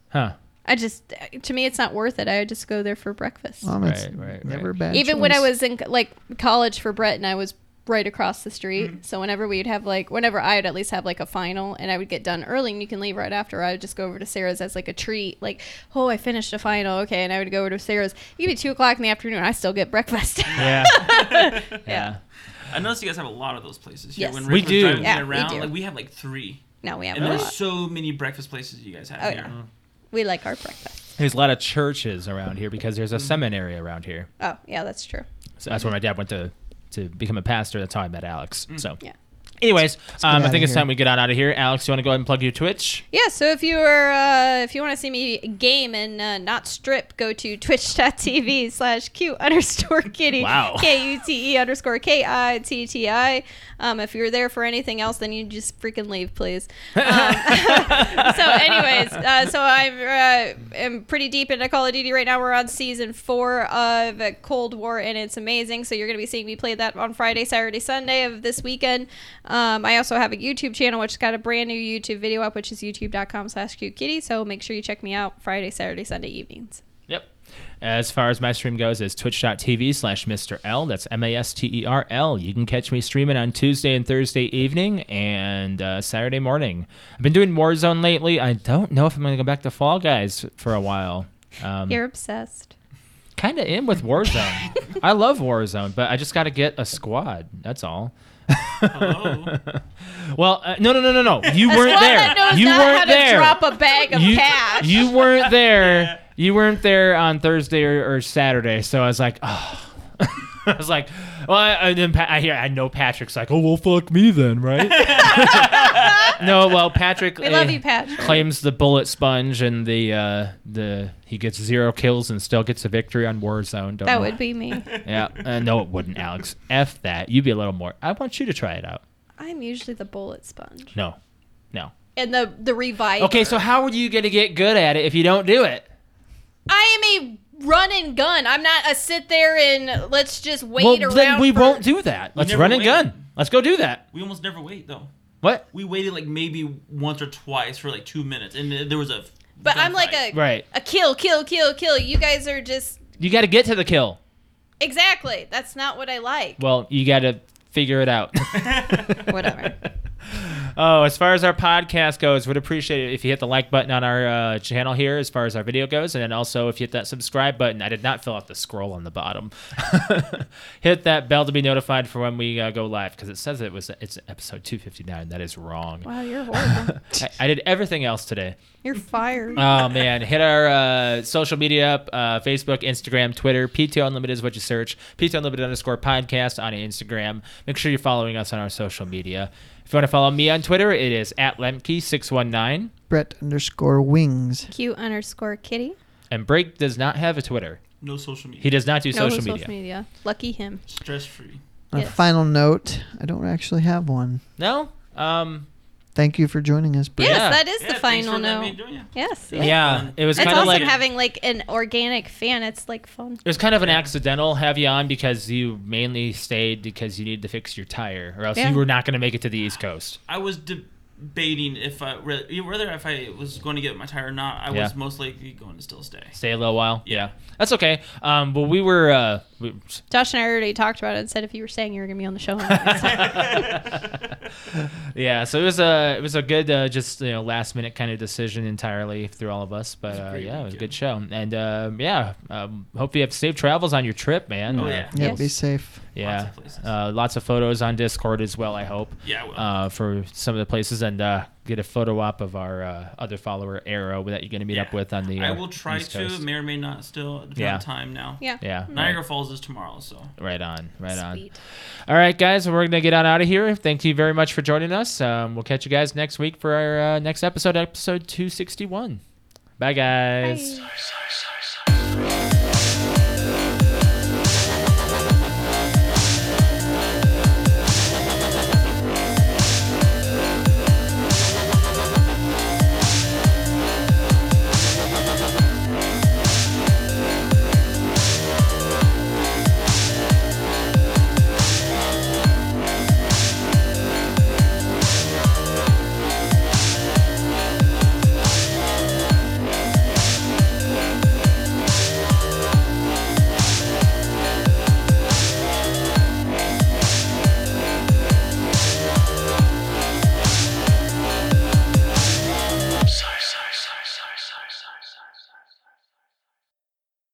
[SPEAKER 2] huh?
[SPEAKER 3] I just to me it's not worth it. I would just go there for breakfast.
[SPEAKER 1] Um, it's
[SPEAKER 2] Right, right,
[SPEAKER 1] never
[SPEAKER 2] right.
[SPEAKER 1] a bad.
[SPEAKER 3] Even when I
[SPEAKER 1] choice.
[SPEAKER 3] was in like college for Breton, I was right across the street.
[SPEAKER 4] Mm-hmm.
[SPEAKER 3] So whenever we'd have like whenever I would at least have like a final and I would get done early and you can leave right after, I would just go over to Sarah's as like a treat. Like, oh, I finished a final, okay, and I would go over to Sarah's. It could be two o'clock in the afternoon, I still get breakfast.
[SPEAKER 2] Yeah. yeah.
[SPEAKER 4] I noticed you guys have a lot of those places here.
[SPEAKER 3] Yes.
[SPEAKER 2] We
[SPEAKER 4] Rick was
[SPEAKER 2] do.
[SPEAKER 4] driving
[SPEAKER 3] Yeah, we
[SPEAKER 4] around,
[SPEAKER 3] do.
[SPEAKER 4] Like, we have like three.
[SPEAKER 3] no, we have
[SPEAKER 4] And
[SPEAKER 3] a
[SPEAKER 4] there's
[SPEAKER 3] lot.
[SPEAKER 4] so many breakfast places you guys have
[SPEAKER 3] Oh,
[SPEAKER 4] here.
[SPEAKER 3] yeah. We like our breakfast.
[SPEAKER 2] There's a lot of churches around here because there's a seminary around here.
[SPEAKER 3] Oh, yeah, that's true.
[SPEAKER 2] So that's where my dad went to to become a pastor. That's how I met Alex. So,
[SPEAKER 3] Yeah.
[SPEAKER 2] anyways, um, I
[SPEAKER 1] outta
[SPEAKER 2] think it's
[SPEAKER 1] here.
[SPEAKER 2] time we get on out of here. Alex, you want to go ahead and plug your Twitch?
[SPEAKER 3] Yeah, so if you are uh, if you want to see me game and uh, not strip, go to twitch.tv slash q underscore kitty
[SPEAKER 2] Wow.
[SPEAKER 3] k u t e underscore k i t t i. Um, if you're there for anything else, then you just freaking leave, please. Um, so, anyways, uh, so I'm uh, am pretty deep into Call of Duty right now. We're on season four of Cold War, and it's amazing. So you're gonna be seeing me play that on Friday, Saturday, Sunday of this weekend. Um, I also have a YouTube channel, which has got a brand new YouTube video up, which is youtube.com/qkitty. So make sure you check me out Friday, Saturday, Sunday evenings.
[SPEAKER 2] Yep. As far as my stream goes, it's twitch.tv slash Mr. L. That's M A S T E R L. You can catch me streaming on Tuesday and Thursday evening and uh, Saturday morning. I've been doing Warzone lately. I don't know if I'm going to go back to Fall Guys for a while. Um,
[SPEAKER 3] You're obsessed.
[SPEAKER 2] kind of in with Warzone. I love Warzone, but I just got to get a squad. That's all.
[SPEAKER 4] Hello.
[SPEAKER 2] Well, uh, no, no, no, no, no. You
[SPEAKER 3] A
[SPEAKER 2] weren't
[SPEAKER 3] squad
[SPEAKER 2] there.
[SPEAKER 3] that knows
[SPEAKER 2] you
[SPEAKER 3] not
[SPEAKER 2] weren't
[SPEAKER 3] how to
[SPEAKER 2] there.
[SPEAKER 3] drop a bag of
[SPEAKER 2] you,
[SPEAKER 3] cash.
[SPEAKER 2] you weren't there. You weren't there on Thursday or, or Saturday. So I was like, oh. I was like, well, I, I, didn't pa- I hear, I know Patrick's like, oh, well, fuck me then, right? no, well, Patrick.
[SPEAKER 3] we love
[SPEAKER 2] eh,
[SPEAKER 3] you, Patrick.
[SPEAKER 2] Claims the bullet sponge and the uh, the he gets zero kills and still gets a victory on Warzone. Don't
[SPEAKER 3] that
[SPEAKER 2] know.
[SPEAKER 3] would be me.
[SPEAKER 2] yeah. Uh, no, it wouldn't, Alex. F that. You'd be a little more. I want you to try it out.
[SPEAKER 3] I'm usually the bullet sponge
[SPEAKER 2] No, no.
[SPEAKER 3] and the the revive.
[SPEAKER 2] Okay, so how are you gonna get good at it if you don't do it?
[SPEAKER 3] I am a run and gun. I'm not a sit there and let's just wait
[SPEAKER 2] well,
[SPEAKER 3] around.
[SPEAKER 2] then we
[SPEAKER 3] for-
[SPEAKER 2] won't do that. Let's
[SPEAKER 4] never
[SPEAKER 2] run and
[SPEAKER 4] win.
[SPEAKER 2] gun. Let's go do that.
[SPEAKER 4] we almost never wait though.
[SPEAKER 2] What?
[SPEAKER 4] We waited like maybe once or twice for like two minutes, and th- there was a.
[SPEAKER 3] But I'm like a
[SPEAKER 2] Right.
[SPEAKER 3] a kill, kill, kill, kill. You guys are just
[SPEAKER 2] You got to get to the kill.
[SPEAKER 3] exactly. That's not what I like.
[SPEAKER 2] Well, you got to figure it out.
[SPEAKER 3] Whatever.
[SPEAKER 2] Oh, as far as our podcast goes, would appreciate it if you hit the like button on our uh, channel here, as far as our video goes, and then also if you hit that subscribe button. I did not fill out the scroll on the bottom. hit that bell to be notified for when we uh, go live because it says it was it's episode two fifty nine. That is wrong.
[SPEAKER 3] Wow, you're horrible.
[SPEAKER 2] I, I did everything else today.
[SPEAKER 3] You're fired.
[SPEAKER 2] Oh man, hit our uh, social media up: uh, Facebook, Instagram, Twitter. PTO Unlimited is what you search. PTO Unlimited underscore podcast on Instagram. Make sure you're following us on our social media. If you want to follow me on Twitter, it is at lemke six one nine.
[SPEAKER 1] Brett underscore wings.
[SPEAKER 3] Q underscore kitty.
[SPEAKER 2] And Break does not have a Twitter.
[SPEAKER 4] No social media.
[SPEAKER 2] He does not do social media.
[SPEAKER 3] Lucky him.
[SPEAKER 4] Stress free.
[SPEAKER 1] On
[SPEAKER 3] Yes.
[SPEAKER 1] A final note. I don't actually have one.
[SPEAKER 2] No. Um.
[SPEAKER 1] Thank you for joining us, Brett.
[SPEAKER 3] Yes,
[SPEAKER 2] Yeah.
[SPEAKER 3] that is the final
[SPEAKER 4] Me
[SPEAKER 3] note.
[SPEAKER 4] do ya.
[SPEAKER 3] Yes.
[SPEAKER 2] Yeah.
[SPEAKER 4] fun.
[SPEAKER 2] it was
[SPEAKER 3] It's
[SPEAKER 2] kind of like
[SPEAKER 3] awesome having like an organic fan. It's like fun.
[SPEAKER 2] it was kind of an accidental have you on because you mainly stayed because you needed to fix your tire, or else
[SPEAKER 3] Yeah.
[SPEAKER 2] you were not going to make it to the East Coast.
[SPEAKER 4] I was debating if I re- whether if I was going to get my tire or not. I
[SPEAKER 2] Yeah.
[SPEAKER 4] was most likely going to still stay.
[SPEAKER 2] Stay a little while. Yeah, that's okay. Um. But we were. Uh, we,
[SPEAKER 3] Josh and I already talked about it and said if you were saying you were gonna be on the show. I
[SPEAKER 2] yeah, so it was a it was a good uh, just you know last minute kind of decision entirely through all of us, but
[SPEAKER 4] It was a
[SPEAKER 2] uh,
[SPEAKER 4] great
[SPEAKER 2] yeah, it was a good
[SPEAKER 4] weekend.
[SPEAKER 2] show, and um, yeah, um, hope you have safe travels on your trip, man.
[SPEAKER 4] Oh,
[SPEAKER 2] Uh,
[SPEAKER 4] yeah.
[SPEAKER 1] Yeah,
[SPEAKER 3] Yes.
[SPEAKER 1] be safe.
[SPEAKER 2] yeah,
[SPEAKER 4] Lots of places.
[SPEAKER 2] Uh, lots of photos on Discord as well. I hope
[SPEAKER 4] Yeah, I will.
[SPEAKER 2] uh, for some of the places, and uh, get a photo op of our uh, other follower Arrow that you're going to meet up
[SPEAKER 4] Yeah.
[SPEAKER 2] with on the.
[SPEAKER 4] I
[SPEAKER 2] uh,
[SPEAKER 4] will try
[SPEAKER 2] East
[SPEAKER 4] to,
[SPEAKER 2] Coast.
[SPEAKER 4] may or may not still, depending
[SPEAKER 2] Yeah.
[SPEAKER 4] on time now.
[SPEAKER 3] yeah.
[SPEAKER 2] Yeah,
[SPEAKER 4] Niagara
[SPEAKER 2] right,
[SPEAKER 4] Falls is tomorrow, so.
[SPEAKER 2] right on, right on.
[SPEAKER 3] Sweet.
[SPEAKER 2] All right, guys, we're gonna get on out of here. Thank you very much for joining us. Um, we'll catch you guys next week for our uh, next episode, episode two sixty one. Bye, guys.
[SPEAKER 3] Bye.
[SPEAKER 5] Sorry, sorry, sorry.